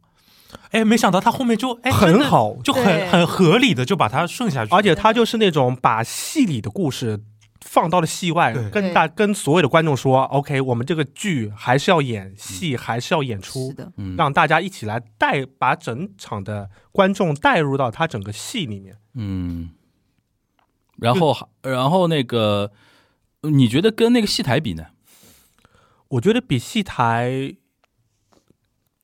S3: 哎，没想到他后面就哎真
S6: 很
S3: 的
S6: 好，
S3: 就很
S4: 对
S3: 很合理的就把它顺下去，
S6: 而且他就是那种把戏里的故事放到了戏外
S3: 对，
S6: 跟大跟所有的观众说，OK，我们这个剧还是要演，戏还是要演
S4: 是
S6: 出，
S4: 的，
S2: 嗯，
S6: 让大家一起来带把整场的观众带入到他整个戏里面。
S2: 嗯，然后还然后那个，你觉得跟那个戏台比呢？
S6: 我觉得比戏台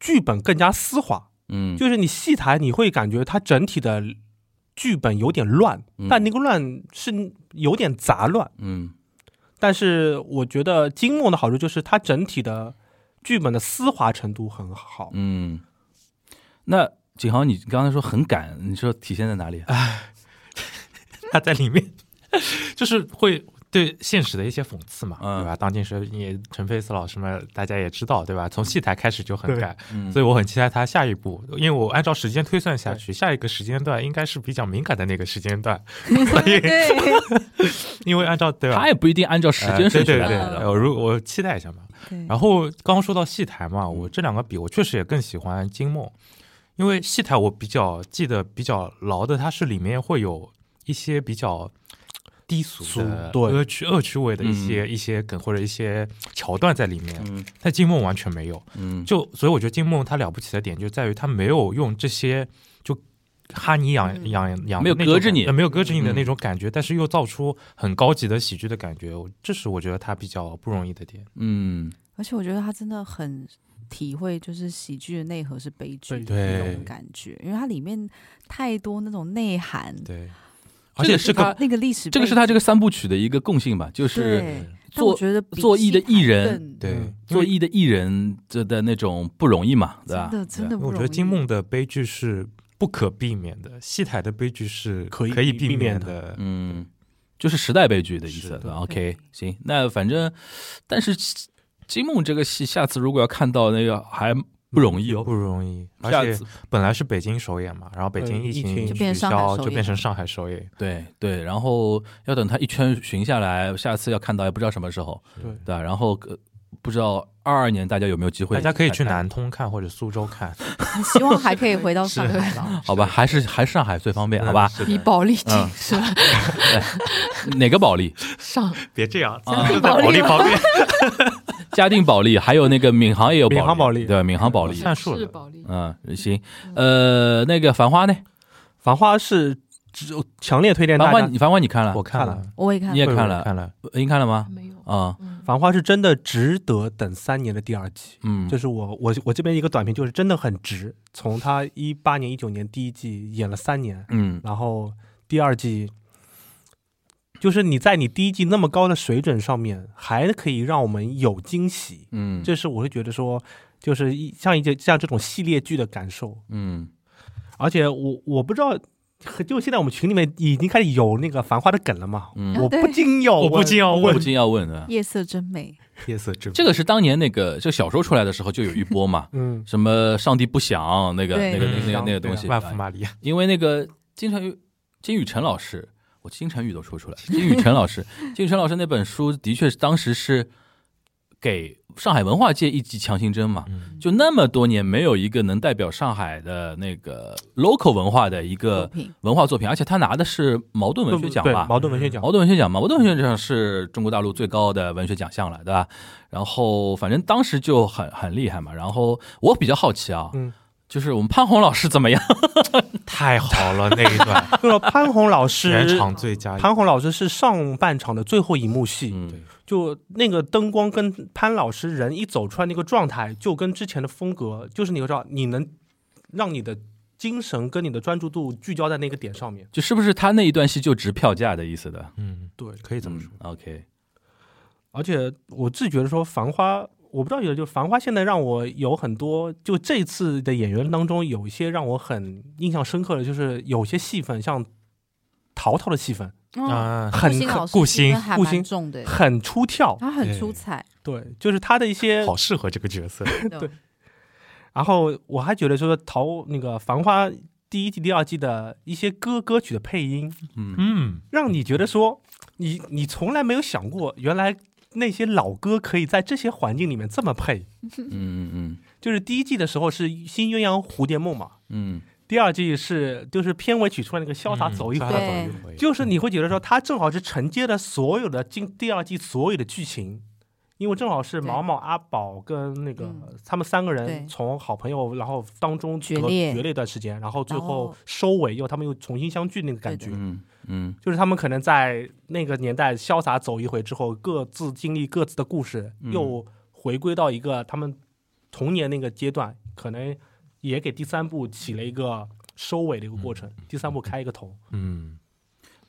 S6: 剧本更加丝滑，
S2: 嗯，
S6: 就是你戏台你会感觉它整体的剧本有点乱，
S2: 嗯
S6: 但那个乱是有点杂乱。
S2: 嗯
S6: 但是我觉得金梦的好处就是它整体的剧本的丝滑程度很好。
S2: 嗯，那景豪，你刚才说很赶，你说体现在哪里？
S3: 哎他在里面， [LAUGHS] 就是会对现实的一些讽刺嘛，
S2: 嗯
S3: 对吧？当今时也陈佩斯老师们大家也知道，对吧？从戏台开始就很
S6: 对
S3: 赶，
S2: 嗯
S3: 所以我很期待他下一步，因为我按照时间推算下去，下一个时间段应该是比较敏感的那个时间段，
S4: 对
S3: 因为按照对吧？
S2: 他也不一定按照时间
S3: 呃对
S2: 顺序
S3: 对
S2: 来
S3: 对，
S2: 排的。
S3: 呃如我期待一下嘛。
S2: 嗯
S4: 对，
S3: 然后刚刚说到戏台嘛，我这两个比，我确实也更喜欢金梦，因为戏台我比较记得比较牢的，它是里面会有一些比较低俗的
S6: 俗对
S3: 恶趣恶趣味的一些、一些梗或者一些桥段在里面，
S2: 嗯
S3: 但金梦完全没有。
S2: 嗯，
S3: 就所以我觉得金梦它了不起的点就在于它没有用这些就哈你痒
S4: 嗯
S3: 痒痒，
S2: 没有隔着你
S3: 呃没有隔着你的
S2: 嗯
S3: 那种感觉，但是又造出很高级的喜剧的感觉，我这是我觉得它比较不容易的点。
S2: 嗯
S4: 而且我觉得他真的很体会，就是喜剧的内核是悲剧
S6: 对
S4: 的那
S3: 对
S4: 种感觉，因为它里面太多那种内涵，
S3: 对，
S2: 这个是他
S4: 那个历史背景，
S2: 这个是他这个三部曲的一个共性吧，就是
S4: 对，但我
S2: 做
S4: 觉得比
S2: 做艺的艺人
S4: 戏台
S3: 对，
S6: 嗯
S3: 因
S2: 做
S3: 为
S2: 艺的艺人这的那种不容易嘛，对吧
S4: 更真？的真的
S3: 因为
S4: 不
S3: 我
S4: 容易，
S3: 觉得金梦的悲剧是不可避免的，戏台的悲剧是
S6: 可以
S3: 可以
S6: 避
S3: 避免
S6: 免
S3: 的。
S2: 嗯，就是时代悲剧的意
S3: 是
S2: 思。
S3: 的
S2: 对吧 OK，行，那反正，但是金梦这个戏，下次如果要看到那个还不容易哦
S3: 不。容易，而
S2: 下
S3: 且
S2: 次
S3: 本来是北京首演嘛，然后北京
S6: 嗯疫
S3: 情
S6: 情
S4: 就变
S3: 取
S4: 上海
S3: 消，
S4: 首
S3: 就变
S4: 演
S3: 成上海首演。
S2: 对对，然后要等他一圈巡下来，下次要看到也不知道什么时候，
S6: 对
S2: 对吧？然后、呃、不知道二二年大家有没有机会，
S3: 大家可以去，南通看或者苏州看，
S4: [LAUGHS] 希望还可以回到上海吧。
S2: 好吧？还是还是上海最方便，好吧？
S3: [LAUGHS] 是的
S5: 以保利精
S2: 嗯
S5: 神
S2: 哪个保利？
S5: 上，
S3: 别这样，
S2: 啊
S3: 就在保利旁边。
S2: 嘉定保利，还有那个闵行也有
S6: 闵行保利
S2: 对吧？闵行
S5: [LAUGHS]
S2: 保利。
S3: 算数
S5: 嗯是
S3: 了
S5: 保利，
S2: 嗯，行，呃，那个繁花呢？
S6: 繁花是只强烈推荐
S2: 繁
S6: 大
S2: 花，
S6: 家，
S2: 你繁花你看了？
S3: 我看了，
S4: 我也看
S2: 你也
S4: 了，
S2: 看了
S3: 我看了，
S2: 您看了吗？
S5: 没有，
S2: 啊，
S5: 嗯，
S6: 繁花是真的值得等三年的第二季。
S2: 嗯，
S6: 就是我我我这边一个短评，就是真的很值。从他一八年、一九年第一季演了三年，
S2: 嗯
S6: 然后第二季，就是你在你第一季那么高的水准上面，还可以让我们有惊喜，
S2: 嗯，
S6: 这是我会觉得说，就是一像一些像这种系列剧的感受。
S2: 嗯
S6: 而且我我不知道。就现在我们群里面已经开始有那个繁花的梗了嘛？
S2: 嗯
S6: 我不禁有，，
S3: 我不禁要
S2: 我
S3: 问
S2: 不禁要问啊，
S4: 夜色真美，
S3: 夜色之
S2: 这个是当年那个这个小说出来的时候就有一波嘛
S6: 嗯，
S2: 什么上帝不响那个
S4: 对
S2: 那个那个那个
S6: 嗯
S2: 那个东西，啊
S3: 万福玛利亚，
S2: 因为那个金晨宇金宇辰老师，我金晨宇都说出来，金宇辰老师，金宇辰老师那本书的确是当时是给上海文化界一剂强心针嘛，
S3: 嗯
S2: 就那么多年没有一个能代表上海的那个 local 文化的一
S4: 作
S2: 个
S4: 品
S2: 文化作品，而且他拿的是茅盾文学奖
S6: 对
S2: 吧？嗯
S6: 矛盾文学奖，
S2: 茅盾文学奖嘛，茅盾文学奖是中国大陆最高的文学奖项了，对吧？然后反正当时就很很厉害嘛。然后我比较好奇啊，
S6: 嗯
S2: 就是我们潘虹老师怎么样？
S3: 太好了那一段，
S6: [LAUGHS] 就是说潘虹老师
S3: 全场最佳。
S6: 潘虹老师是上半场的最后一幕戏，
S2: 哎嗯
S3: 对
S6: 就那个灯光跟潘老师人一走出来那个状态，就跟之前的风格，就是你知道，你能让你的精神跟你的专注度聚焦在那个点上面。
S2: 就是不是他那一段戏就值票价的意思的？
S3: 嗯，
S6: 对，
S3: 可以这么说。
S2: 嗯？OK，
S6: 而且我自己觉得说《繁花》，我不知道有就《繁花》现在让我有很多，就这次的演员当中有一些让我很印象深刻的，就是有些戏份，像陶陶的戏份
S4: 嗯，
S3: 啊，
S6: 很
S4: 顾欣老师
S3: 顾欣
S4: 戏份还
S6: 顾欣
S4: 蛮重的，
S6: 很出跳，
S4: 他很出
S2: [LAUGHS]
S4: 彩，
S6: 对，就是他的一些
S3: 好适合这个角色。
S4: 对，
S6: 然后我还觉得说陶那个《繁花》第一季、第二季的一些歌歌曲的配音，
S2: 嗯
S3: 嗯，
S6: 让你觉得说你你从来没有想过，原来那些老歌可以在这些环境里面这么配。
S2: 嗯嗯嗯
S6: 就是第一季的时候是《新鸳鸯蝴蝶梦》嘛，
S2: 嗯，
S6: 第第二季是就是片尾曲出来那个潇洒走一
S3: 潇
S6: 回
S3: 洒，嗯走一回，
S6: 就是你会觉得说它正好是承接了所有的进第二季所有的剧情，因为正好是
S4: 对
S6: 毛毛、阿宝跟那个
S4: 嗯
S6: 他们三个
S4: 对
S6: 人从好朋友，然后当中
S4: 决
S6: 隔
S4: 裂
S6: 决裂一段时间，然后最
S4: 然
S6: 后
S4: 后
S6: 收尾又他们又重新相聚那个感
S4: 对
S6: 觉
S4: 的。
S2: 嗯嗯
S6: 就是他们可能在那个年代潇洒走一回之后，各自经历各自的故事，
S2: 嗯
S6: 又回归到一个他们童年那个阶段，可能也给第三部起了一个收尾的一个过程。第三部开一个头，
S3: 嗯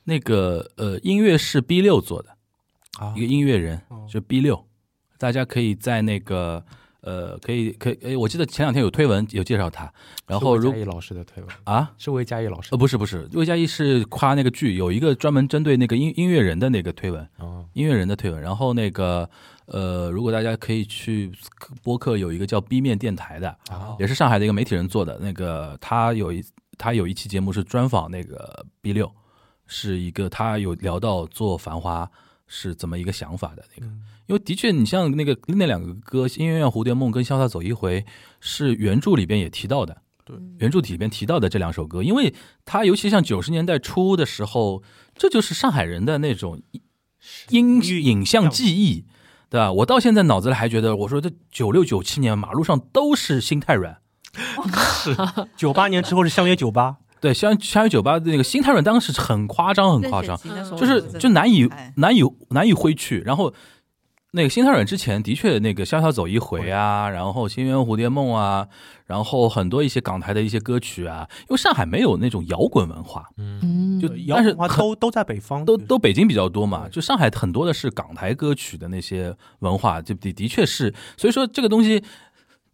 S2: 那个呃，音乐是 B 六做的，
S3: 啊
S2: 一个音乐人
S6: 哦
S2: 就 B 六，大家可以在那个呃，可以可以，诶我记得前两天有推文有介绍他，然后
S3: 是
S2: 如
S3: 魏佳艺老师的推文
S2: 啊。
S3: 是魏佳艺老师
S2: 呃，不是不是，魏佳艺是夸那个剧，有一个专门针对那个音音乐人的那个推文，
S3: 啊
S2: 音乐人的推文。然后那个呃，如果大家可以去播客，有一个叫 B 面电台的，
S3: 啊
S2: 也是上海的一个媒体人做的。那个他有一他有一期节目是专访那个 B 六，是一个他有聊到做《繁花》是怎么一个想法的那个。因为的确，你像那个那两个歌《音乐院蝴蝶梦》跟《潇洒走一回》，是原著里边也提到的。
S6: 对
S2: 原著里边提到的这两首歌，因为它尤其像九十年代初的时候，这就是上海人的那种音
S6: 寓
S2: 影像记忆，对吧？我到现在脑子里还觉得，我说这九六九七年马路上都是心太软，
S6: 九八年之后是相约九八，
S2: 对，香香约酒吧的那个心太软，当时很夸张，很夸张，
S5: 嗯
S2: 就是
S5: 真的
S2: 就难以
S4: 哎
S2: 难以难以挥去。然后那个心太软之前的确那个潇潇走一回啊，然后新源蝴蝶梦啊，然后很多一些港台的一些歌曲啊，因为上海没有那种摇滚文化，
S3: 嗯
S5: 嗯，
S2: 就
S6: 摇
S2: 但是
S6: 滚文化
S2: 很
S6: 都都在北方，
S2: 都
S6: 就是
S2: 都北京比较多嘛，
S6: 对
S2: 就上海很多的是港台歌曲的那些文化，就的的确是，所以说这个东西，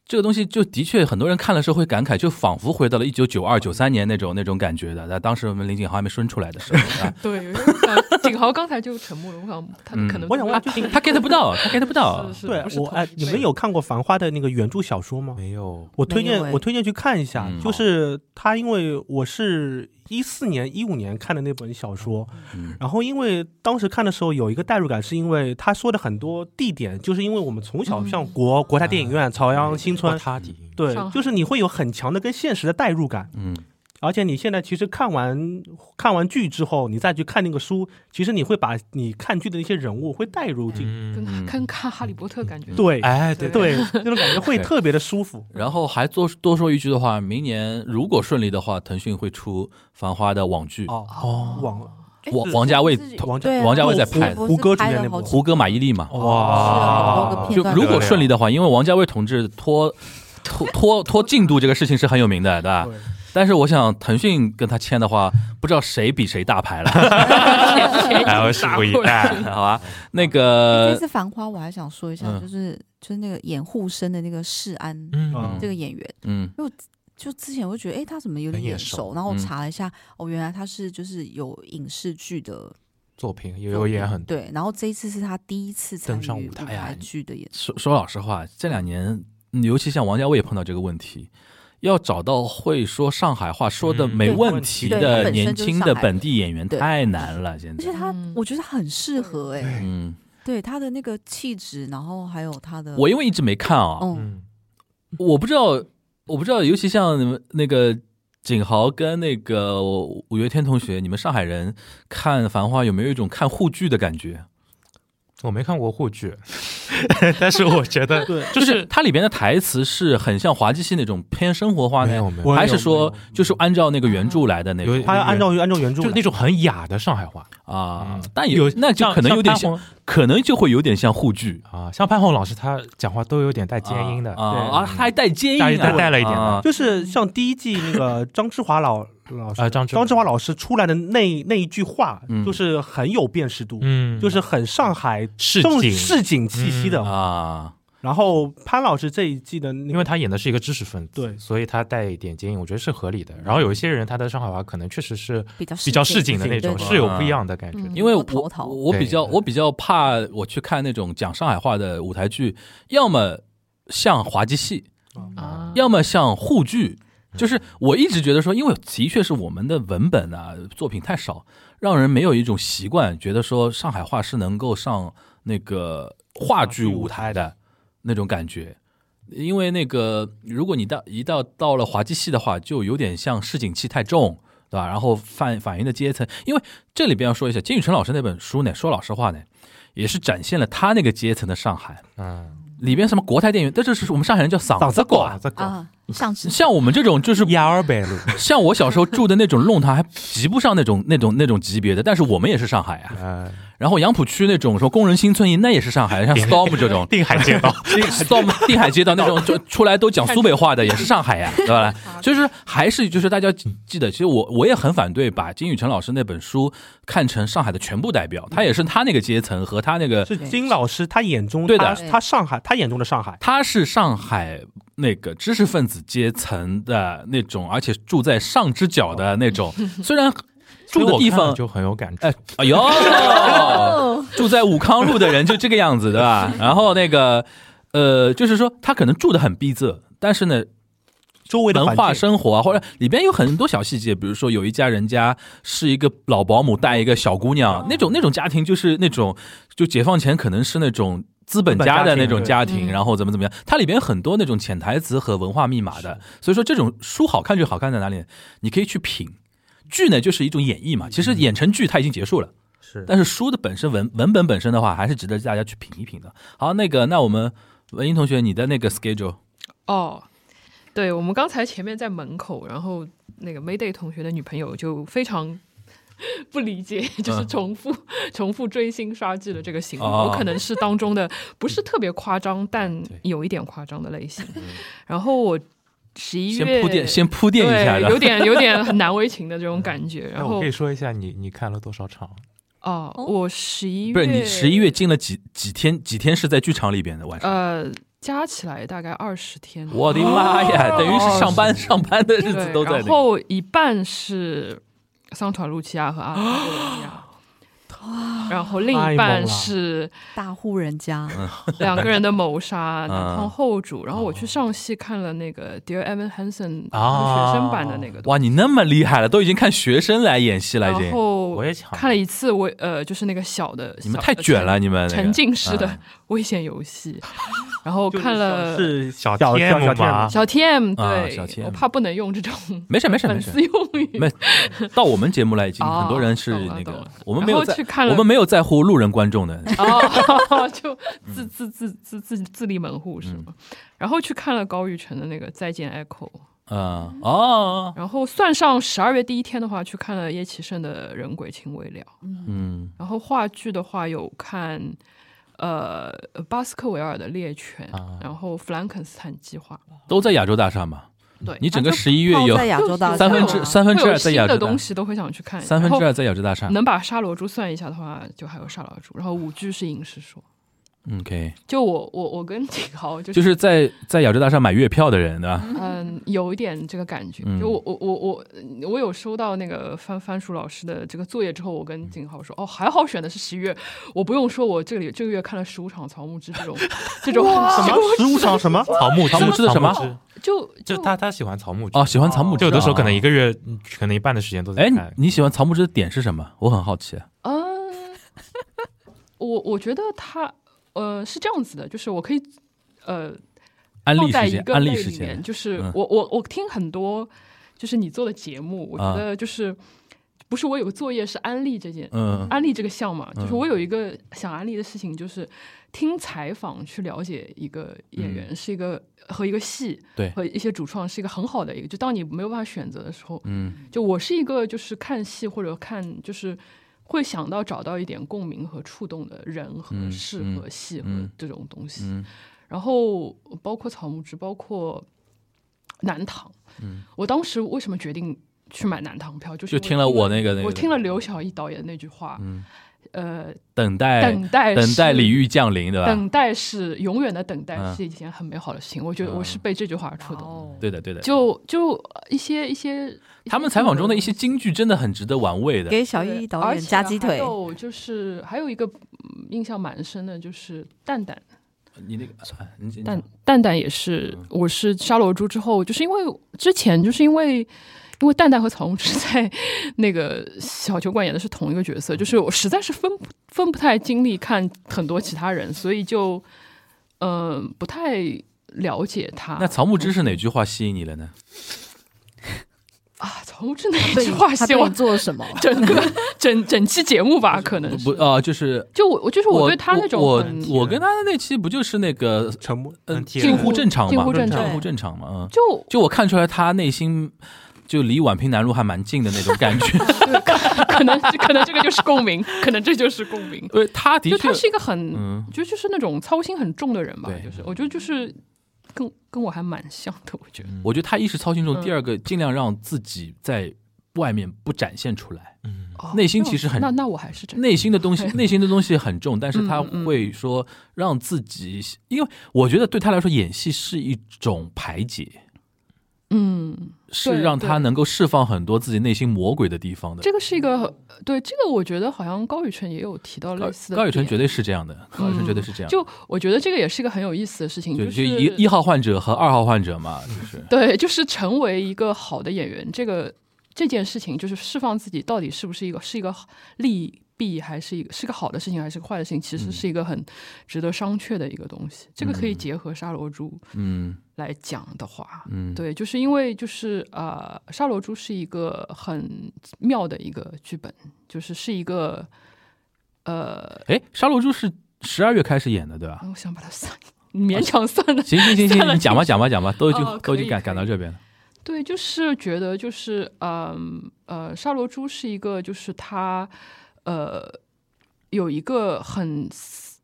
S2: 这个东西就的确很多人看了时候会感慨，就仿佛回到了一九九二九三年那种那种感觉的。那当时我们林景豪还没生出来的时候，啊
S5: [LAUGHS] 对。呃景豪刚才就沉默了，我
S2: [LAUGHS]
S5: 想他
S2: 嗯
S5: 可能
S6: 我想问就是
S5: 听
S2: 他 get 不到，他 get 不到。
S5: [LAUGHS] 是是
S6: 对
S5: 不是
S6: 我
S5: 同
S6: 哎
S5: 时，
S6: 你
S5: 辈
S6: 们有看过《繁花》的那个原著小说吗？
S3: 没有
S6: 我推
S4: 没有
S6: 荐
S4: 哎
S6: 我推荐去看一下
S2: 嗯，
S6: 就是他，因为我是一四年一五年看的那本小说，
S2: 嗯
S6: 然后因为当时看的时候有一个代入感，是因为他说的很多地点，就是因为我们从小
S5: 嗯
S6: 像国国泰电影院、朝阳新村，
S3: 他底
S6: 对
S5: 上，海
S6: 就是你会有很强的跟现实的代入感。
S2: 嗯，
S6: 而且你现在其实看完看完剧之后，你再去看那个书，其实你会把你看剧的那些人物会带入进，
S3: 嗯
S5: 跟
S2: 嗯
S5: 跟看哈利波特感觉
S6: 对
S3: 哎
S5: 对
S6: 对，那种感觉会
S2: 对
S6: 特别的舒服。
S2: 然后还多多说一句的话，明年如果顺利的话，腾讯会出《繁花》的网剧，
S6: 哦，
S3: 哦
S6: 王
S2: 王王家卫
S4: 自己
S2: 同
S6: 王
S4: 对啊
S2: 王家卫在
S4: 胡
S2: 拍
S4: 胡
S6: 胡歌
S4: 拍
S6: 主
S4: 了
S6: 演那
S4: 好
S6: 部
S4: 几
S2: 胡歌、马伊琍嘛。
S6: 哦
S2: 啊
S4: 哇是的很多个片
S2: 就
S4: 段
S2: 如果顺利的话，因为王家卫同志拖拖拖拖进度这个事情是很有名的，对吧？
S6: 对
S2: 但是我想腾讯跟他签的话，不知道谁比谁大牌了， [LAUGHS]
S3: 哎，我拭目以待。
S2: 好吧？
S6: 嗯
S2: 那
S4: 哎这
S2: 个
S4: 次《繁花》我还想说一下，
S2: 呃嗯
S4: 就是就是那个演护生的那个世安
S3: 嗯
S4: 这个演员，
S2: 嗯
S4: 就之前我就觉得，哎，他怎么有点
S3: 很眼
S4: 眼
S3: 熟
S4: 熟？然后我
S2: 嗯
S4: 查了一下，哦，原来他是就是有影视剧的
S3: 作品也有
S4: 作
S3: 演
S4: 品
S3: 很多，
S4: 对，然后这一次是他第一次参
S3: 登上
S4: 与
S3: 舞
S4: 舞
S3: 台啊
S4: 台
S2: 呀
S4: 剧的演出，
S2: 说说老实话，这两年嗯尤其像王家卫碰到这个问题。要找到会说上海话、说的
S3: 嗯
S2: 没
S4: 对
S2: 问题
S4: 对他
S2: 的
S4: 本身
S2: 年
S4: 就是
S2: 轻的
S4: 上海
S2: 本地演员
S4: 对
S2: 太难了，现
S4: 而
S2: 在
S4: 且。他
S5: 嗯
S4: 我觉得他很适合哎、
S2: 嗯，
S4: 对他的那个气质，然后还有他的
S2: 我因为一直没看啊，
S4: 嗯
S3: 嗯，
S2: 我不知道，我不知道，尤其像你们那个景豪跟那个五月天同学，你们上海人看《繁花》有没有一种看沪剧的感觉？
S3: 我没看过沪剧， [LAUGHS] 但是我觉
S2: [LAUGHS]
S3: 得
S6: 对，
S2: 就是它里边的台词是很像滑稽戏那种偏生活化
S3: 没
S2: 那种，
S3: 有没
S6: 我
S3: 有，
S6: 没有
S2: 还是说
S6: 没有
S2: 就是按照那个原
S4: 嗯
S2: 著来的那种
S3: 有
S6: 他要按照按照原著
S3: 就是
S6: 来，
S3: 那种很哑的上海话，
S2: 啊
S3: 嗯？
S2: 但也那就
S3: 像
S2: 可能有点
S3: 像
S2: 像，可能就会有点像沪剧
S3: 潘虹啊，像潘虹老师他讲话都有点带尖音的嗯
S2: 啊啊，
S6: 对
S2: 啊还带尖音
S3: 带带
S2: 啊，
S3: 带了一点的
S2: 啊
S6: 就是像第一季那个张志华老老师，
S3: 呃张志
S6: 张志华老师出来的那那一句话
S2: 嗯，
S6: 就是很有辨识度，
S3: 嗯，
S6: 就是很上海
S3: 市
S6: 正
S3: 井，嗯
S6: 市井气息的。
S2: 啊，
S6: 然后潘老师这一季的那
S3: 因
S6: 个
S3: 为他演的是一个知识分子，
S6: 对
S3: 所以他带一点尖音，我觉得是合理的。然后有一些人他的上海话可能确实是
S4: 比较
S3: 比较市
S4: 市
S3: 井的那种，
S4: 对
S3: 是有不一样的感觉的
S4: 嗯
S2: 因为
S4: 多
S2: 我
S4: 淘淘
S2: 我比较
S3: 对
S2: 我比较怕我去看那种讲上海话的舞台剧，要么像滑稽戏，
S5: 啊，
S2: 要么像沪剧。
S3: 嗯
S2: 就是我一直觉得说，因为的确是我们的文本啊作品太少，让人没有一种习惯，觉得说上海话是能够上那个话剧舞台的那种感觉。因为那个，如果你到一到到了滑稽戏的话，就有点像市井气太重，对吧？然后反反映的阶层，因为这里边要说一下，金宇澄老师那本书呢，说老实话呢，也是展现了他那个阶层的上海。
S3: 嗯，
S2: 里边什么国泰电影，但这是我们上海人叫嗓子狗啊。
S3: 子狗，
S4: 啊，
S2: [LAUGHS]
S4: 上次
S2: 像我们这种就是
S6: ，E
S3: 压尔北
S2: [LAUGHS]
S3: 路，
S2: 像我小时候住的那种弄堂，还及不上那种那种那种级别的，但是我们也是上海啊。
S3: 嗯，
S2: 然后杨浦区那种什么工人新村营，那也是上海，像 Storm 这种，
S3: 定海街道，
S2: [LAUGHS] Storm 定海街道那种，就出来都讲苏北话的，也是上海呀、对 [LAUGHS] 吧？就是还是就是大家记得，其实我我也很反对把金宇澄老师那本书看成上海的全部代表，他也是他那个阶层和他那个
S6: [LAUGHS] 是金老师他眼中
S2: 对的
S6: 他他上海他眼中的上海，
S2: 他是上海那个知识分子阶层的那种，而且住在上只脚的那种， [LAUGHS] 虽然住的
S3: 所以我看
S2: 地方
S3: 了。就很有感触。
S2: 哎，哦 [LAUGHS] 哎呦， [LAUGHS] 住在武康路的人就这个样子，对吧？然后那个，呃，就是说他可能住的很逼仄，但是呢，
S6: 周围的
S2: 文
S6: 环
S2: 化
S6: 境
S2: 生活啊，或者里边有很多小细节，比如说有一家人家是一个老保姆带一个小姑
S5: 哦
S2: 娘，那种那种家庭就是那种就解放前可能是那种。资本家的那种家庭，
S5: 嗯
S2: 然后怎么怎么样，它里边很多那种潜台词和文化密码的，所以说这种书好看就好看在哪里呢？你可以去品，剧呢就是一种演绎嘛，其实演成剧它已经结束了，
S6: 是
S2: 但是书的本身文文本本身的话，还是值得大家去品一品的。好，那个那我们文英同学，你的那个 schedule
S5: 哦，对，我们刚才前面在门口，然后那个 Mayday 同学的女朋友就非常不理解，就是
S2: 嗯
S5: 重复、重复追星刷剧的这个行为，
S2: 哦
S5: 我可能是当中
S2: [LAUGHS]
S5: 的不是特别夸张，但有一点夸张的类型。然后我十一
S2: 嗯先
S5: 月
S2: 铺垫先铺垫一下
S5: 对，有
S2: 的， [LAUGHS] 嗯
S5: 点有点很难为情的这种感觉。
S3: 哎，
S5: 然
S3: 我
S5: 后
S3: 可以说一下你你看了多少场？
S5: 哦，
S4: 哦
S5: 我十一月
S2: 不是你十一月进了几几天几天是在剧场里边的晚上？
S5: 呃加起来大概二十天，
S2: 我的妈呀，等于是上班上班的日
S5: 哦对，
S2: 子都在
S5: 然
S2: 那。
S5: 后一半是桑塔露琪亚和阿尔巴罗
S2: [GASPS]
S5: 尼亚。然后另
S6: 太
S5: 一
S6: 猛
S5: 半
S6: 了
S5: 是
S4: 大户人家，
S5: 两个人的谋杀，南
S2: 嗯
S5: 方后主。然后我去上戏看了那个 Dear Evan Hansen
S3: 啊
S5: 学生版的那个东西，
S2: 哇，你那么厉害了，都已经看学生来演戏了，已
S5: 然
S2: 经。
S5: 后
S3: 我也想
S5: 看了一次，我呃就是那个小的，
S2: 你们
S5: 小的
S2: 太卷了，
S5: 沉，
S2: 你们那个
S5: 沉浸式的
S2: 嗯
S5: 危险游戏。然后
S6: 就是
S5: 看了
S6: 是
S5: 呃
S3: 小
S6: 小
S3: 天
S6: 小
S3: 幕
S6: 天
S3: 嘛
S6: 幕，
S5: 小 TM，
S2: 啊
S5: 对
S2: 小 TM
S5: 我怕不能用这种
S2: 没事没事没
S5: 粉
S2: 事，
S5: 丝用语。
S2: 没到我们节目来已经
S5: 哦
S2: 很多人是
S5: 懂了
S2: 那
S5: 懂
S2: 个
S5: 了，
S2: 我们没有
S5: 然后
S2: 在
S5: 去看了
S2: 我们没有在乎路人观众的，
S5: 哦，就自自自自自自立门户是吗？然后去看了高玉成的那个《再见 Echo》，
S2: 嗯哦，
S5: 然后算上十二月第一天的话，去看了叶启胜的《人鬼情未了》，
S2: 嗯。
S5: 然后话剧的话有看。呃，巴斯克维尔的《猎犬》
S3: 啊
S5: 然后《弗兰肯斯坦计划
S2: 都在亚洲大厦嘛。》，
S5: 对，
S2: 你整个
S4: 啊就
S2: 十一月
S4: 泡
S2: 有
S4: 在亚洲
S2: [LAUGHS]
S4: 大
S2: 三分
S4: 厦
S2: 之
S4: 啊
S2: 三分之
S5: 会有
S2: 二在
S5: 新
S2: 亚洲
S5: 的
S2: 大
S5: 东，西都会想去看，
S2: 三分之
S5: 然
S2: 二
S5: 后
S2: 在亚洲大厦。
S5: 能把《沙罗珠》算一下的话，就还有《沙罗珠》，然后五句是影视说，
S2: 嗯 OK，
S5: 就我我我跟景豪就
S2: 就
S5: 是
S2: 是在在亚洲大厦买月票的人，对吧？
S5: 嗯，有一点这个感觉。
S2: 嗯
S5: 就我我我我我有收到那个番番薯老师的这个作业之后，我跟景豪说，哦，还好选的是十一月，我不用说，我这里这个月看了十五场草木之这种这种
S6: 什么十五场什么？
S3: 草木
S2: 草木
S3: 知
S2: 知的什么
S5: 哦就
S3: 就他他喜欢草木知
S2: 哦，喜欢草木
S3: 就
S2: 之，
S3: 有的时候可能一
S2: 个。
S3: 个月，嗯可能一半的时间都在
S2: 哎，你
S3: 看。
S2: 你喜欢草木之的点是什么？我很好奇。
S5: 嗯，我我觉得他呃是这样子的，就是我可以呃
S2: 安
S5: 放
S2: 利
S5: 在
S2: 事
S5: 一
S2: 件，
S5: 个
S2: 安
S5: 类
S2: 利事
S5: 里面，
S2: 件。
S5: 就是
S2: 嗯
S5: 我我我听很多就是你做的节目，我
S2: 啊
S5: 觉得就是。不是我有个作业是安利这件，
S2: 嗯
S5: 安利这个项嘛，就是
S2: 嗯
S5: 我有一个想安利的事情，就是听采访去了解一个演员、是一个和一个戏，
S2: 嗯对
S5: 和一些主创是一个很好的一个，就当你没有办法选择的时候，
S2: 嗯
S5: 就我是一个就是看戏或者看就是会想到找到一点共鸣和触动的人和
S2: 嗯
S5: 事
S2: 嗯
S5: 和戏和
S2: 嗯
S5: 这种东西，
S2: 嗯
S5: 然后包括草木之，包括南唐，
S2: 嗯，
S5: 我当时为什么决定去买南唐票，就是
S2: 就
S5: 因为
S2: 听了我那个那个，
S5: 我听了刘晓毅导演的那句话，
S2: 嗯
S5: 呃，
S2: 等待
S5: 等待
S2: 等待
S5: 是
S2: 李煜降临，对吧？
S5: 等待是永远的等待
S2: 嗯
S5: 是一件很美好的事情。我觉得
S2: 嗯哦
S5: 我是被这句话触动的。
S2: 对的对的。
S5: 就就呃一些一些
S2: 他们采访中的一些金句真的很值得玩味的。
S4: 给小
S5: 对
S4: 艺导
S5: 而
S4: 演
S5: 且
S4: 夹鸡
S5: 还
S4: 腿，
S5: 有就是还有一个嗯印象蛮深的，就是蛋蛋
S2: 你那个，啊你你
S5: 蛋蛋蛋也是，
S2: 嗯
S5: 我是沙罗珠之后，就是因为之前就是因为。因为蛋蛋和草木之在那个小酒馆演的是同一个角色，就是我实在是分不分不太精力看很多其他人，所以就嗯、呃不太了解他。
S2: 那草木知是哪句话吸引你了呢？
S5: 啊，草木知哪
S4: 对
S5: 句话
S4: 他
S5: 希
S4: 对
S5: 望
S4: 你做了什
S2: [LAUGHS]
S4: 么？
S5: 整个 [LAUGHS] 整整期节目吧，可能
S2: 不
S5: 是。
S2: 啊、就是
S5: 就我，我就是我对他那种
S2: 我
S5: 很嗯
S2: 我我跟他的那期不就是那个
S6: 沉默，
S2: 嗯
S3: 很铁
S2: 近乎正常嘛，
S5: 近乎正
S4: 常
S2: 近乎正常嘛，嗯，
S5: 就
S2: 就我看出来他内心 [LAUGHS] 就离宛平南路还蛮近的那种感
S5: [LAUGHS]
S2: 觉，
S5: 可能可能这个就是共鸣，可能这就是共鸣。
S2: 因为他 [LAUGHS] 的
S5: 就
S2: 确
S5: 他，是一个很，
S2: 嗯，
S5: 就就是那种操心很重的人吧
S2: 对，嗯
S5: 就是我觉得就是跟跟我还蛮像的，我觉得。
S2: 我觉得他一是操心重，
S5: 嗯
S2: 第二个尽量让自己在外面不展现出来，
S3: 嗯
S5: 哦
S2: 内心其实很
S5: 那那我还是真
S2: 内心的东
S5: [LAUGHS]
S2: 西，内心的东西很重，但是
S5: 嗯
S2: 他
S5: 嗯
S2: 会说让自己，因为我觉得对他来说，演戏是一种排解，
S5: 嗯，
S2: 是
S5: 对
S2: 让他
S5: 对
S2: 能够释放很多自己内心魔鬼的地方的。
S5: 这个是一个对这个，我觉得好像高宇辰也有提到
S2: 嗯高
S5: 类似的
S2: 高宇辰
S5: 点
S2: 绝对是这样的，高宇辰绝对是这样。
S5: 就我觉得这个也是一个很有意思的事情，
S2: 对，
S5: 嗯是
S2: 就一一号患者和二号患者嘛，就是
S5: 对，就是成为一个好的演员，这个这件事情就是释放自己到底是不是一个是一个利弊，还是一个是个好的事情，还是个坏的事情，其实
S2: 嗯
S5: 是一个很值得商榷的一个东西。这个可以结合沙罗珠
S2: 嗯
S5: 来讲的话，
S2: 嗯，
S5: 对，就是因为就是呃，沙罗珠是一个很妙的一个剧本，就是是一个呃，
S2: 哎，沙罗珠是十二月开始演的，对吧？
S5: 我想把它算勉强算了 [LAUGHS]
S2: 行行行行，你讲吧讲吧讲吧，都已经
S5: 哦
S2: 都已
S5: 可
S2: 经
S5: 以
S2: 赶
S5: 可以
S2: 赶到这边了。
S5: 对，就是觉得就是嗯呃，沙罗珠是一个，就是他呃有一个很死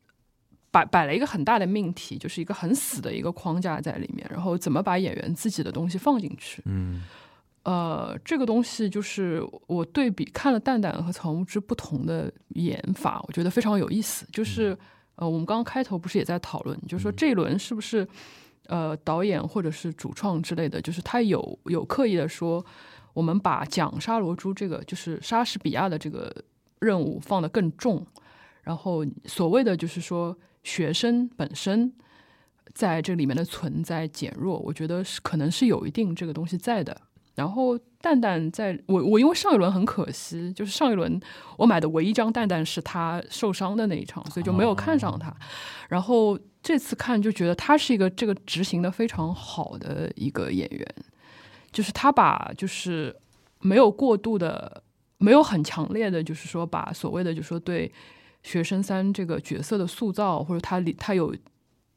S5: 摆摆了一个很大的命题，就是一个很死的一个框架在里面，然后怎么把演员自己的东西放进去。
S2: 嗯
S5: 呃，这个东西就是我对比看了蛋蛋和草木之不同的演法，我觉得非常有意思。就是、呃，我们刚刚开头不是也在讨论，就是说这一轮是不是呃导演或者是主创之类的，就是他有有刻意的说，我们把讲沙罗珠这个就是莎士比亚的这个任务放得更重，然后所谓的就是说学生本身。在这里面的存在减弱，我觉得是可能是有一定这个东西在的，然后蛋蛋在我我因为上一轮很可惜，就是上一轮我买的唯一一张蛋蛋是他受伤的那一场，所以就没有看上他。然后这次看就觉得他是一个这个执行的非常好的一个演员，就是他把就是没有过度的，没有很强烈的，就是说把所谓的就是说对学生三这个角色的塑造，或者他里他有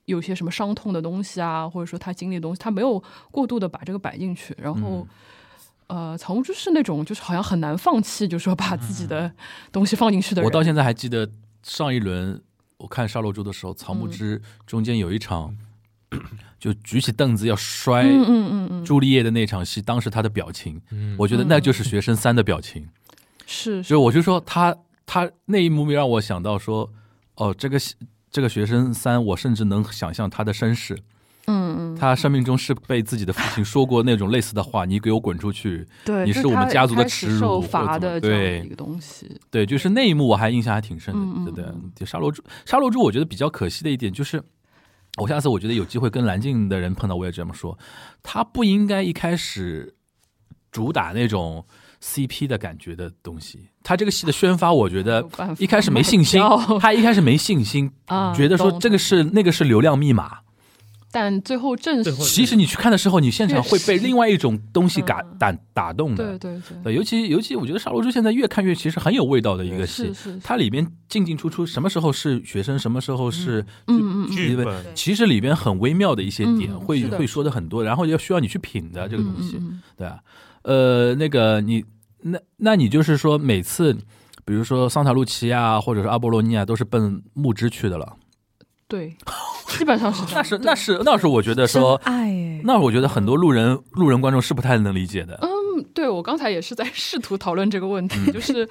S5: 有些什么伤痛的东西啊，或者说他经历的东西，他没有过度的把这个摆进去。然后，呃，草木之是那种就是好像很难放弃，就是说把自己的东西放进去的人。
S2: 我到现在还记得上一轮我看沙罗珠的时候，
S5: 嗯
S2: 草木之中间有一场就举起凳子要摔
S5: 嗯嗯嗯嗯，
S2: 朱丽叶的那场戏，当时他的表情，
S3: 嗯
S2: 我觉得那就是学生三的表情。
S5: 是
S2: 所以我就说他他那一幕让我想到说，哦，这个这个学生三，我甚至能想象他的身世。
S5: 嗯嗯，
S2: 他生命中是被自己的父亲说过那种类似的话：“你给我滚出去
S5: 对，
S2: 你
S5: 就是
S2: 我们
S5: 他
S2: 家族的
S5: 开始
S2: 耻辱
S5: 受
S2: 或者
S5: 罚
S2: 怎么
S5: 的这样的
S2: 对
S5: 一个东西。！”
S2: 对，就是那一幕，我还印象还挺深
S5: 嗯
S2: 的。
S5: 嗯
S2: 对对
S5: 嗯，
S2: 就沙罗珠，沙罗珠，我觉得比较可惜的一点就是，我下次我觉得有机会跟蓝静的人碰到，我也这么说，他不应该一开始主打那种 CP 的感觉的东西。他这个戏的宣发，我觉得
S5: 有办法
S2: 一开始没
S5: [LAUGHS]
S2: 信心
S5: 抹掉，
S2: 他一开始没信心，
S5: [LAUGHS] 啊，
S2: 觉得说
S5: 懂
S2: 这个是那个是流量密码。
S5: 但最后证
S6: 最后
S5: 实，
S2: 其实你去看的时候，你现场会被
S5: 确实
S2: 另外一种东西打
S5: 嗯
S2: 打打动
S5: 对
S2: 的。
S5: 对对，
S2: 对，尤其尤其我觉得《沙罗珠》现在越看越其实很有味道的一个戏
S5: 是，是，
S2: 它里边进进出出，什么时候是学生，什么时候是
S5: 嗯嗯嗯，
S6: 剧本
S2: 其实里边很微妙的一些点
S5: 嗯
S2: 会
S5: 是的
S2: 会说的很多，然后要需要你去品的这个东西
S5: 嗯，嗯
S2: 对啊，呃，那个你那那你就是说每次，比如说桑塔露琪啊，或者是阿波罗尼亚，都是奔木之去的了，
S5: 对，基本上是这
S2: 那
S5: 样
S2: 是
S5: 嗯对
S2: 那是那是我觉得说
S4: 真爱欸耶，
S2: 那我觉得很多路人路人观众是不太能理解的。
S5: 嗯，对我刚才也是在 [LAUGHS] 试图讨论这个问
S2: 嗯
S5: 题， [LAUGHS] 就是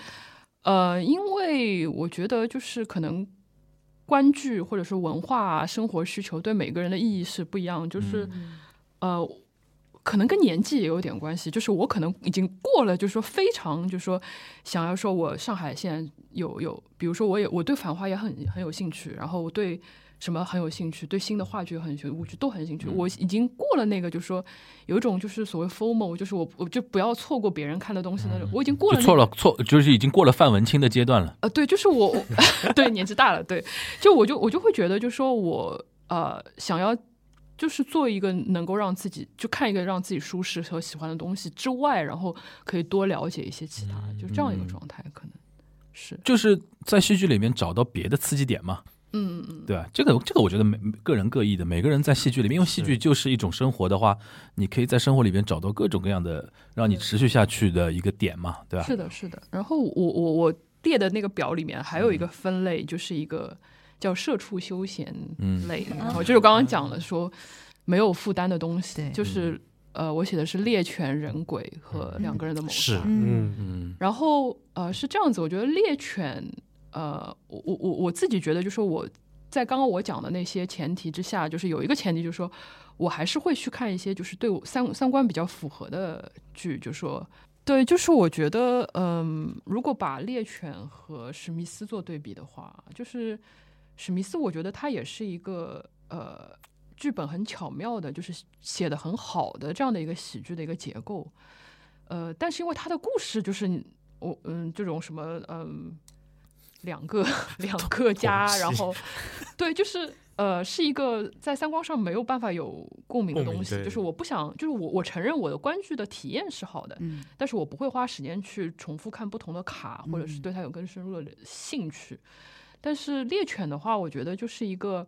S5: 呃，因为我觉得就是可能观剧或者是文化啊、生活需求对每个人的意义是不一样，
S2: 嗯
S5: 就是、
S4: 嗯
S5: 呃。可能跟年纪也有点关系，就是我可能已经过了，就是说非常，就是说想要说，我上海现在有有，比如说我也我对繁花也很很有兴趣，然后我对什么很有兴趣，对新的话剧很有兴趣，舞剧都很有兴
S2: 嗯
S5: 趣。我已经过了那个，就是说有一种就是所谓 FOMO，就是我我就不要错过别人看的东西那种，我已经过了、
S2: 嗯就
S5: 那个、
S2: 错了错，就是已经过了范文清的阶段了。
S5: 呃，对，就是我， [LAUGHS] 我对年纪大了，对，就我就我就会觉得，就是说我呃想要就是做一个能够让自己就看一个让自己舒适和喜欢的东西之外，然后可以多了解一些其他，就这样一个
S2: 嗯
S5: 状态，可能是，
S2: 就是在戏剧里面找到别的刺激点嘛，
S5: 嗯嗯嗯，
S2: 对吧？这个这个我觉得每个人各异的，每个人在戏剧里面，因为戏剧就是一种生活的话，你可以在生活里边找到各种各样的让你持续下去的一个点嘛，对吧？
S5: 是的，是的。然后我我我列的那个表里面还有一个分类，就是一个叫社畜休闲
S2: 嗯
S5: 类的，然后就是我刚刚讲了说没有负担的东西，
S4: 对
S5: 就是
S2: 嗯
S5: 呃，我写的是猎犬、人鬼和两个人的谋
S3: 是
S5: 杀。
S4: 嗯，
S6: 嗯，
S2: 嗯
S5: 然后呃是这样子，我觉得猎犬，呃，我我我我自己觉得就是我在刚刚我讲的那些前提之下，就是有一个前提，就是说我还是会去看一些就是对我三三观比较符合的剧，就说。对，就是我觉得，嗯，如果把猎犬和史密斯做对比的话，就是史密斯，我觉得他也是一个呃，剧本很巧妙的，就是写的很好的这样的一个喜剧的一个结构。呃，但是因为他的故事就是你我嗯这种什么嗯
S3: [LAUGHS]
S5: 两个两个家，然后对，就是呃是一个在三观上没有办法有共鸣的
S3: 共鸣
S5: 东西，
S3: 对
S5: 就是我不想，就是我我承认我的观剧的体验是好的，
S4: 嗯
S5: 但是我不会花时间去重复看不同的卡，或者是
S4: 嗯
S5: 对它有更深入的兴趣。但是猎犬的话，我觉得就是一个，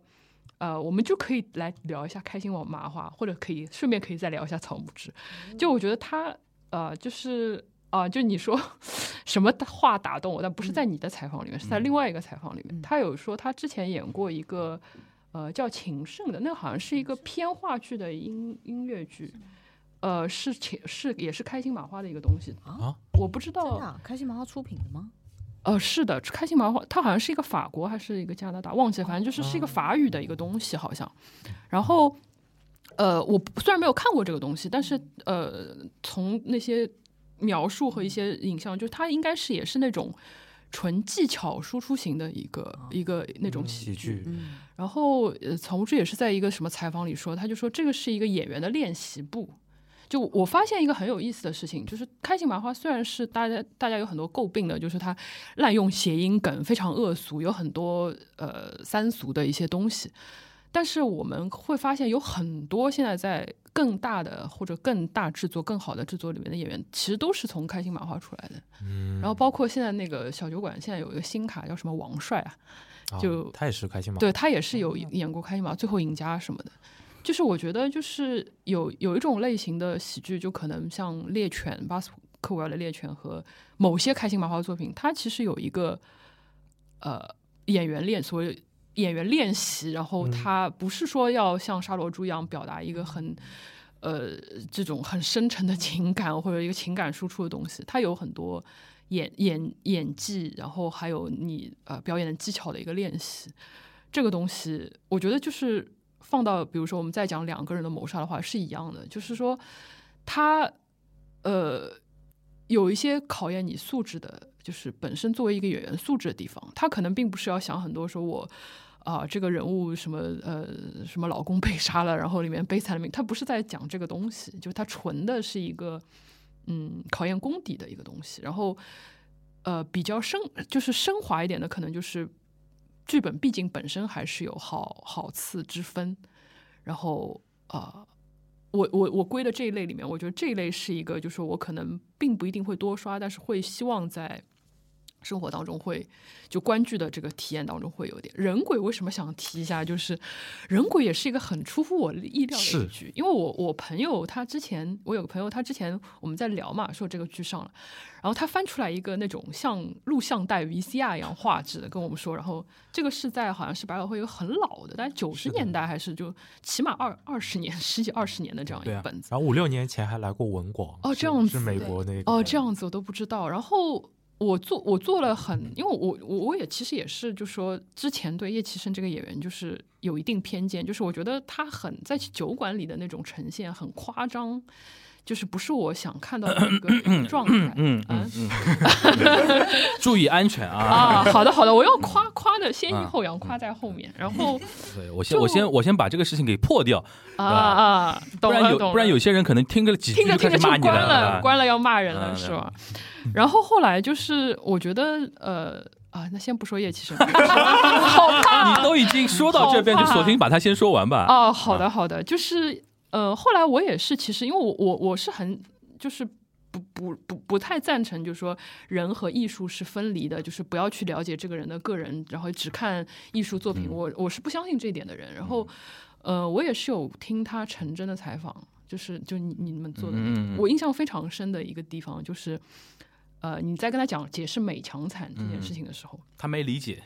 S5: 呃，我们就可以来聊一下开心网麻花，或者可以顺便可以再聊一下草木之。就我觉得它，呃，就是啊、就你说 [LAUGHS] 什么话打动我，但不是在你的采访里面，是在另外一个采访里面，
S4: 嗯
S5: 他有说他之前演过一个。呃，叫《情圣》的，那好像是一个偏话剧的音音乐剧，呃，是情是也是开心麻花的一个东西，
S2: 啊，
S5: 我不知
S4: 真的
S5: 道，
S4: 啊开心麻花出品的吗？
S5: 呃，是的，开心麻花，它好像是一个法国还是一个加拿大，忘记了，反正就是是一个法语的一个东西，好像。然后，呃，我不虽然没有看过这个东西，但是呃，从那些描述和一些影像，就是它应该是也是那种纯技巧输出型的一个一个那种哦喜剧。
S4: 嗯
S5: 然后，呃，草木之也是在一个什么采访里说，他就说这个是一个演员的练习部。就我发现一个很有意思的事情，就是开心麻花虽然是大家大家有很多诟病的，就是它滥用谐音梗，非常恶俗，有很多呃三俗的一些东西，但是我们会发现有很多现在在更大的或者更大制作、更好的制作里面的演员，其实都是从开心麻花出来的。嗯，然后包括现在那个小酒馆，现在有一个新卡叫什么王帅啊，
S3: 啊
S5: 就
S3: 他也是开心麻花
S5: 对他也是有演过《开心麻花最后赢家》什么的。就是我觉得，就是有有一种类型的喜剧，就可能像《猎犬》巴斯克维尔的《猎犬》和某些开心麻花作品，它其实有一个呃演员练所谓演员练习，然后他不是说要像沙罗珠一样表达一个很。呃，这种很深沉的情感或者一个情感输出的东西，它有很多演演演技，然后还有你呃表演的技巧的一个练习。这个东西，我觉得就是放到比如说我们再讲两个人的谋杀的话是一样的，就是说他呃有一些考验你素质的，就是本身作为一个演员素质的地方，他可能并不是要想很多说我。啊，这个人物什么呃，什么老公被杀了，然后里面悲惨的命，他不是在讲这个东西，就是他纯的是一个嗯考验功底的一个东西。然后呃，比较升就是升华一点的，可能就是剧本毕竟本身还是有好好次之分。然后啊、呃我我我归的这一类里面，我觉得这一类是一个，就是我可能并不一定会多刷，但是会希望在。生活当中会就观剧的这个体验当中会有点人鬼为什么想提一下？就是人鬼也是一个很出乎我意料的
S3: 是
S5: 一剧，因为我我朋友他之前我有个朋友他之前我们在聊嘛，说这个剧上了，然后他翻出来一个那种像录像带 VCR 一样画质的跟我们说，然后这个是在好像是百老汇一个很老的，但九十年代还是就起码二二十年十几二十年的这样一
S2: 对啊
S5: 个本子。
S3: 然后五六年前还来过文广
S5: 哦
S3: 是
S5: 这样
S3: 是
S5: 子
S3: 美国那个
S5: 哦，这样子我都不知道。然后我做我做了很，因为我我我也其实也是，就说之前对叶奇生这个演员就是有一定偏见，就是我觉得他很在酒馆里的那种呈现很夸张，就是不是我想看到的
S2: [COUGHS]
S5: 一个状态。
S2: 嗯嗯嗯，注意安全啊！
S5: 啊，好的好的，我要夸夸的先抑后扬，夸在后面，然
S2: 嗯
S5: 后
S2: 对我先我先我先把这个事情给破掉，
S5: 啊啊，
S2: 不
S5: 懂
S2: 然
S5: 了
S2: 有
S5: 懂了，
S2: 不然有些人可能听个几句
S5: 听着
S2: 就
S5: 听
S2: 开
S5: 着
S2: 始
S5: 就
S2: 骂你
S5: 关
S2: 了，啊
S5: 关了要骂人
S2: 嗯
S5: 了是
S2: 对
S5: 吧？然后后来就是我觉得呃啊，那先不说叶启生，
S2: 你都已经说到这边，就索性把它先说完吧。
S5: 啊哦，好的好的，就是呃，后来我也是，其实因为我我我是很就是。不不不不太赞成，就是说人和艺术是分离的，就是不要去了解这个人的个人，然后只看艺术作品。
S2: 嗯
S5: 我我是不相信这一点的人。然后，呃，我也是有听他陈真的采访，就是就你你们做的那个
S2: 嗯嗯嗯
S5: 我印象非常深的一个地方就是，呃，你在跟他讲解释美强惨这
S2: 嗯
S5: 件事情的时候，
S2: 他没理解，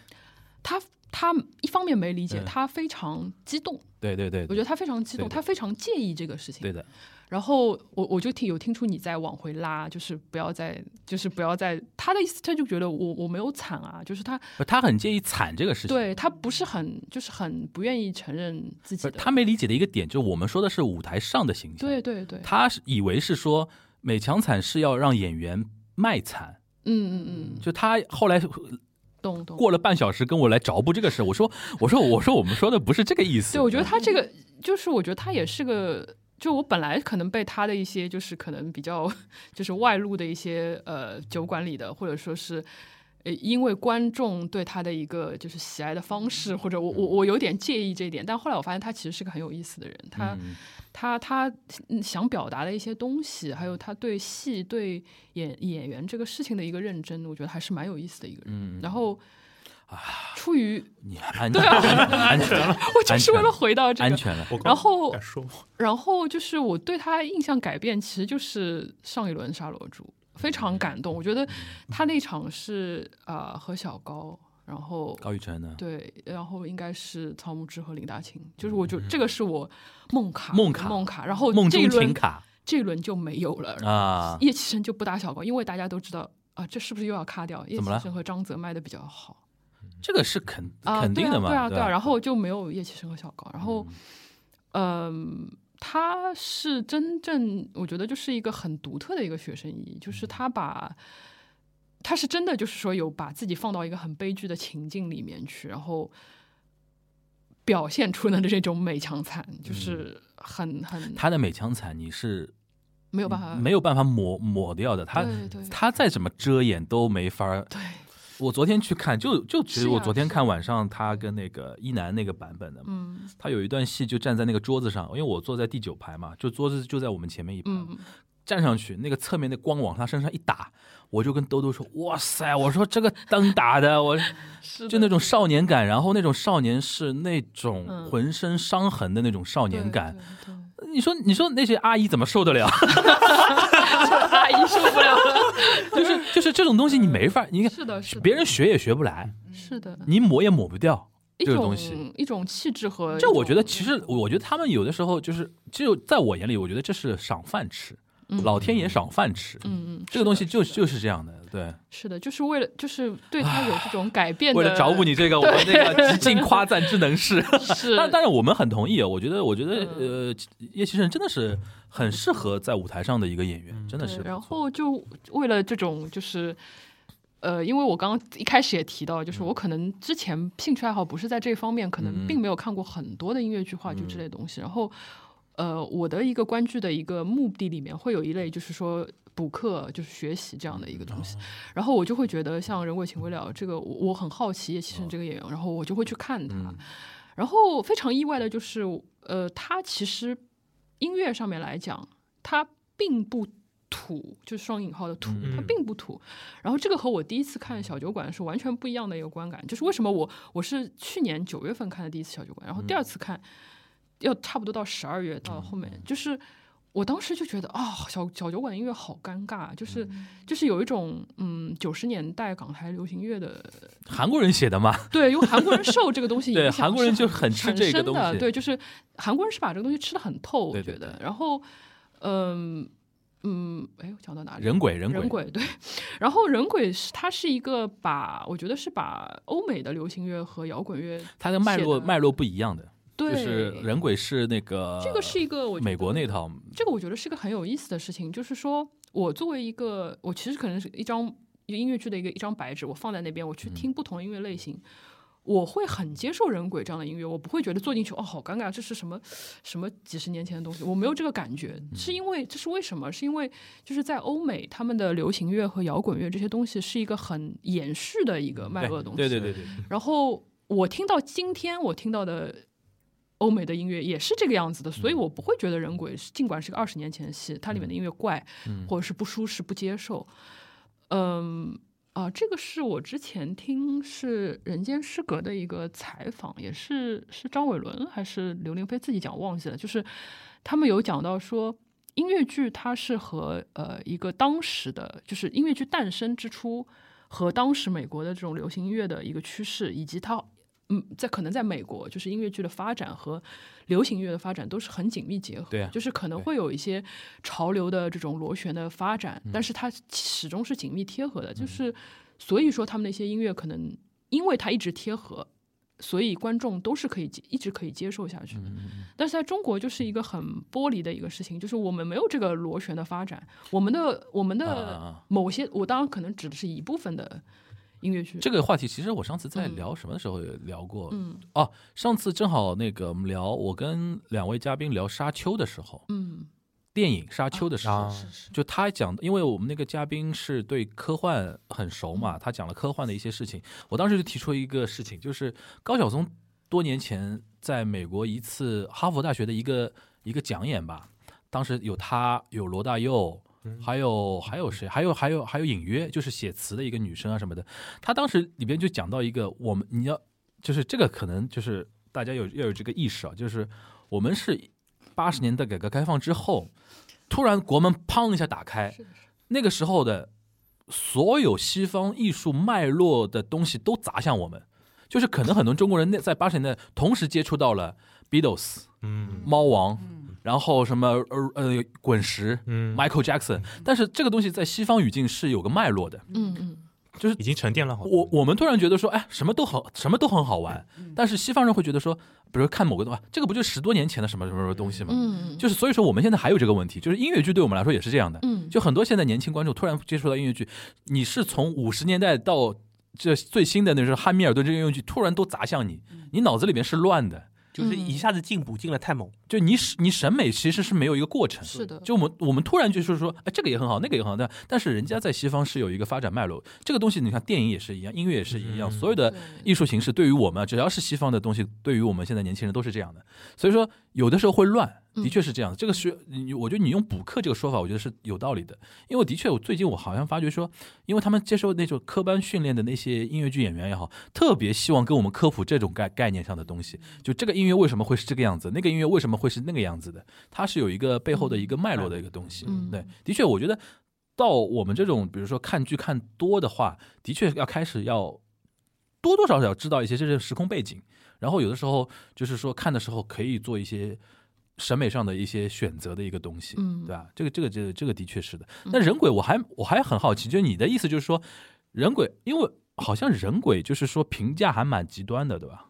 S5: 他他一方面没理解，
S2: 嗯
S5: 他非常激动，
S2: 对对对，
S5: 我觉得他非常激动，
S2: 对对
S5: 他非常介意这个事情。
S2: 对的，
S5: 然后我我就听有听出你在往回拉，就是不要再，就是不要再。他的意思，他就觉得我我没有惨啊，就是他
S2: 不他很介意惨这个事情。
S5: 对他不是很，就是很不愿意承认自己
S2: 不是
S5: 的。
S2: 他没理解的一个点，就是我们说的是舞台上的形象，
S5: 对对对，
S2: 他是以为是说美强惨是要让演员卖惨，
S5: 嗯嗯嗯，
S2: 就他后来
S5: 懂懂。
S2: 过了半小时跟我来着补这个事，我说 [LAUGHS] 我说我说我们说的不是这个意思。
S5: 对，我觉得他这
S2: 嗯
S5: 个就是，我觉得他也是个，就我本来可能被他的一些就是可能比较就是外露的一些呃酒馆里的，或者说是。呃，因为观众对他的一个就是喜爱的方式，或
S2: 嗯
S5: 者我我我有点介意这一点，但后来我发现他其实是个很有意思的人，他、
S2: 嗯
S5: 他他嗯想表达的一些东西，还有他对戏对演演员这个事情的一个认真，我觉得还是蛮有意思的一个人。
S2: 嗯，
S5: 然后出于 [LAUGHS]
S2: 你安全安全了，
S5: 啊我就是为了回到这个
S2: 安全了。
S6: 我
S5: 然后
S6: 敢
S2: [LAUGHS]
S6: 说
S5: 然后就是我对他印象改变，其实就是上一轮沙罗珠，非常感动。我觉得他那场是呃和小高，然后
S2: 高宇辰呢？
S5: 对，然后应该是草木之和林达清，就是我就这个是我梦卡
S2: 嗯梦卡
S5: 梦卡，然后
S2: 梦
S5: 这一
S2: 中
S5: 轮
S2: 情卡
S5: 这一轮就没有了。
S2: 啊，
S5: 叶启生就不打小高，因为大家都知道啊，这是不是又要卡掉？叶
S2: 怎么
S5: 启
S2: 了
S5: 生和张泽卖的比较好。
S2: 这个是肯
S5: 啊，
S2: 肯
S5: 对
S2: 定
S5: 啊
S2: 的嘛，
S5: 对啊，对
S2: 吧
S5: 啊，然后就没有叶启生和小高，然
S2: 嗯
S5: 后，嗯、他是真正我觉得就是一个很独特的一个学生意义，就是
S2: 嗯
S5: 他把。他是真的，就是说有把自己放到一个很悲剧的情境里面去，然后表现出了这种美强惨，就是很很
S2: 嗯他的美强惨你是
S5: 没有办法，
S2: 没有办法抹抹掉的，他
S5: 对对
S2: 他再怎么遮掩都没法儿。
S5: 对，
S2: 我昨天去看，就就其
S5: 是
S2: 实
S5: 呀
S2: 我昨天
S5: 是呀啊
S2: 看晚上他跟那个一楠那个版本的嘛，
S5: 嗯
S2: 他有一段戏就站在那个桌子上，因为我坐在第九排嘛，就桌子就在我们前面一排，
S5: 嗯，
S2: 站上去那个侧面的光往他身上一打，我就跟兜兜说：“哇塞！”我说这个灯打的，我
S5: [LAUGHS] 是的
S2: 就那种少年感，然后那种少年是那
S5: 嗯
S2: 种浑身伤痕的那种少年感。，
S5: 对
S2: [LAUGHS] 你说你说那些阿姨怎么受得了？ [LAUGHS]
S5: 对阿姨受不了了，
S2: 就是就是这种东西你没法，你看
S5: 是的，是的
S2: 别人学也学不来，
S5: 是的，
S2: 你抹也抹不掉。
S5: 一
S2: 嗯这个
S5: 种
S2: 东西
S5: 一种气质和一
S2: 这我觉得
S5: 种
S2: 其实，我觉得他们有的时候就是，就在我眼里，我觉得这是赏饭吃，
S5: 嗯
S2: 老天爷赏饭吃。
S5: 嗯嗯，
S2: 这个东西
S5: 是的
S2: 就是
S5: 的
S2: 就是这样的，对。
S5: 是的，就是为了就是对他有这种改变的，
S2: 为了找补你这个，我们那个极尽夸赞之能事。
S5: [LAUGHS] 是，
S2: 但但是我们很同意，啊我觉得我觉得
S5: 嗯
S2: 呃，叶启胜真的是很适合在舞台上的一个演员，真的
S5: 对
S2: 是不错。
S5: 然后就为了这种就是。呃，因为我刚刚一开始也提到，就是我可能之前兴趣爱好不是在这方面，
S2: 嗯
S5: 可能并没有看过很多的音乐剧、话剧之类的东西。然后，呃，我的一个观剧的一个目的里面会有一类就是说补课，就是学习这样的一个东西。
S2: 哦
S5: 然后我就会觉得像《人鬼情未了》这个，我我很好奇叶启胜这个演员，然后我就会去看他。
S2: 哦嗯
S5: 然后非常意外的就是，呃，他其实音乐上面来讲，他并不土，就是双引号的土，
S2: 嗯
S5: 他并不土。然后这个和我第一次看小酒馆是完全不一样的一个观感，就是为什么我我是去年九月份看的第一次小酒馆，然后第二次看、要差不多到十二月到后面，就是我当时就觉得啊、小小酒馆音乐好尴尬，啊就是、就是有一种嗯九十年代港台流行乐的
S2: 韩国人写的嘛，
S5: 对，因为韩国人受这
S2: [LAUGHS]
S5: 个东西影
S2: 对
S5: 响，
S2: 韩国人就很吃这个东西
S5: 很深的对，就是韩国人是把这个东西吃的很透，
S2: 对
S5: 我
S2: 对
S5: 觉得
S2: 对。
S5: 然后，嗯嗯，哎，我讲到哪里？
S2: 人鬼人
S5: 人
S2: 鬼，
S5: 鬼对，然后人鬼是它是一个把我觉得是把欧美的流行乐和摇滚乐
S2: 它的脉络
S5: 写的
S2: 脉络不一样的，
S5: 对
S2: 就是人鬼是那个
S5: 这个是一个我觉
S2: 美国
S5: 得
S2: 那套，
S5: 这个我觉得是个很有意思的事情，就是说我作为一个，我
S2: 嗯
S5: 其实可能是一张一个音乐剧的一个一张白纸，我放在那边，我去听不同的音乐类型。我会很接受人鬼这样的音乐，我不会觉得坐进去哦好尴尬，这是什么什么几十年前的东西，我没有这个感觉。
S2: 嗯
S5: 是因为这是为什么？是因为就是在欧美，他们的流行乐和摇滚乐这些东西是一个很延续的一个脉络的东西。
S2: 嗯哎对对对对，
S5: 然后我听到今天我听到的欧美的音乐也是这个样子的，所以我不会觉得人鬼是尽管是个二十年前的戏，它里面的音乐怪、或者是不舒适、不接受。嗯啊，这个是我之前听是《人间失格》的一个采访，也是是张伟伦还是刘玲飞自己讲，忘记了。就是他们有讲到说。音乐剧它是和呃一个当时的，就是音乐剧诞生之初，和当时美国的这种流行音乐的一个趋势，以及它嗯，在可能在美国，就是音乐剧的发展和流行音乐的发展都是很紧密结合，
S2: 对啊
S5: 就是可能
S2: 对
S5: 会有一些潮流的这种螺旋的发展，
S2: 嗯
S5: 但是它始终是紧密贴合的，就是所以说他们那些音乐可能因为它一直贴合。所以观众都是可以接一直可以接受下去的，
S2: 嗯
S5: 但是在中国就是一个很剥离的一个事情，就是我们没有这个螺旋的发展，我们的我们
S2: 啊啊
S5: 的
S2: 啊
S5: 某些，我当然可能指的是一部分的音乐剧，
S2: 这个话题其实我上次在
S5: 嗯
S2: 聊什么的时候也聊过，
S5: 嗯
S2: 哦，上次正好那个我们聊，我跟两位嘉宾聊《沙丘》的时候，
S5: 嗯
S2: 电影《沙丘》的时候，
S3: 啊
S5: 是是
S2: 就他讲，因为我们那个嘉宾是对科幻很熟嘛，他讲了科幻的一些事情。我当时就提出一个事情，就是高晓松多年前在美国一次哈佛大学的一个一个讲演吧，当时有他，有罗大佑，还有还有谁，还有还有还有隐约，就是写词的一个女生啊什么的。他当时里边就讲到一个，我们你要就是这个可能就是大家有要有这个意识啊，就是我们是八十年代改革开放之后。突然国门砰一下打开，
S5: 是的是
S2: 那个时候的所有西方艺术脉络的东西都砸向我们，就是可能很多中国人那在八十年代同时接触到了 Beatles、
S3: 嗯
S2: 猫王，然后什么呃呃滚石、
S3: 嗯，
S2: Michael Jackson，但是这个东西在西方语境是有个脉络的。
S5: 嗯嗯，
S3: 已经沉淀了好多。
S2: 我我们突然觉得说，哎，什么都好，什么都很好玩，
S5: 嗯
S2: 但是西方人会觉得说，比如看某个东西，这个不就十多年前的什么什么什么东西吗？
S5: 嗯
S2: 就是所以说我们现在还有这个问题，就是音乐剧对我们来说也是这样的。
S5: 嗯
S2: 就很多现在年轻观众突然接触到音乐剧，你是从五十年代到这最新的那时候汉密尔顿这个音乐剧，突然都砸向你，
S5: 嗯
S2: 你脑子里面是乱的，
S6: 就是
S2: 嗯
S6: 一下子进补进了太猛，
S2: 就你审你审美其实是没有一个过程。
S5: 是的
S2: 就我们我们突然就是说，哎，这个也很好，那个也很好，但但是人家在西方是有一个发展脉络，这个东西你看电影也是一样，音乐也是一
S3: 嗯
S2: 样，呃所有的艺术形式对于我们，只要是西方的东西，对于我们现在年轻人都是这样的。所以说，有的时候会乱，
S5: 嗯
S2: 的确是这样。这个是，你我觉得你用补课这个说法，我觉得是有道理的。因为的确，我最近我好像发觉说，因为他们接受那种科班训练的那些音乐剧演员也好，特别希望跟我们科普这种概概念上的东西，就这个音乐为什么会是这个样子，那个音乐为什么会是那个样子的，它是有一个背后的一个脉络的一个东西。
S5: 嗯
S2: 对，的确，我觉得到我们这种，比如说看剧看多的话，的确要开始要多多少少知道一些这些时空背景，然后有的时候就是说看的时候可以做一些审美上的一些选择的一个东西，
S5: 嗯
S2: 对吧？这个这个这个这个的确是的。那人鬼我还我还很好奇，就是你的意思就是说人鬼，因为好像人鬼就是说评价还蛮极端的，对吧？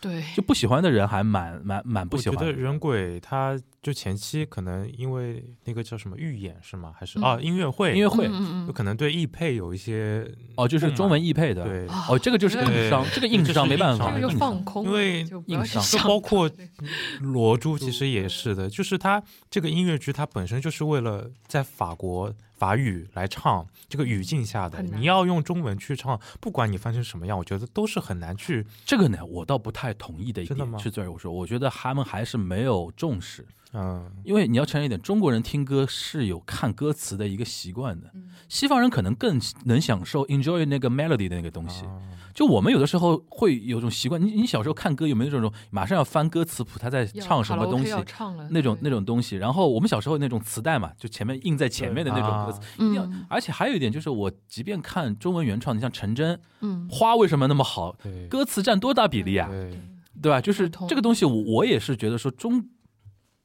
S5: 对，
S2: 就不喜欢的人还蛮蛮蛮不
S3: 我
S2: 喜
S3: 觉
S2: 欢
S3: 得
S2: 的。
S3: 人鬼他就前期可能因为那个叫什么预演是吗？还是
S5: 嗯
S3: 啊音乐会？
S2: 音乐会
S5: 嗯
S3: 有可能对译配有一些
S2: 哦，就是中文译配的，
S3: 对，
S5: 啊
S2: 哦，这个就是
S5: 对
S2: 硬伤，这个硬
S3: 这是
S2: 伤没
S3: 硬
S2: 办
S3: 伤
S2: 法，
S5: 这个
S2: 硬
S5: 就
S2: 伤
S5: 放空了，
S3: 因为
S5: 就不要
S2: 硬
S5: 去
S2: 伤
S5: 想
S3: 包括嗯
S5: 对
S3: 罗珠其实也是的，就是它这个音乐剧，它本身就是为了在法国法语来唱这个语境下的，
S5: 很难
S3: 你要用中文去唱，不管你翻成什么样，我觉得都是很难去。
S2: 这个呢，我倒不太同意的一
S3: 真的吗
S2: 点是在于我说，我觉得他们还是没有重视，
S3: 嗯，
S2: 因为你要承认一点，中国人听歌是有看歌词的一个习惯的，
S5: 嗯
S2: 西方人可能更能享受 enjoy 那个 melody 的那个东西。
S3: 哦啊
S2: 就我们有的时候会有种习惯，你你小时候看歌有没有这种马上要翻歌词谱，他在
S5: 要
S2: 唱什么东
S5: karaoke
S2: 西？
S5: 要唱了
S2: 那种那
S5: 种
S2: 种东西，然后我们小时候那种磁带嘛，就前面印在前面的那种歌词，一定要
S5: 嗯。
S2: 而且还有一点就是，我即便看中文原创，你像陈真，
S5: 嗯
S2: 花为什么那么好？
S3: 对，
S2: 歌词占多大比例啊？
S3: 对，
S2: 对吧？就是
S5: 不同
S2: 这个东西我，我也是觉得说中，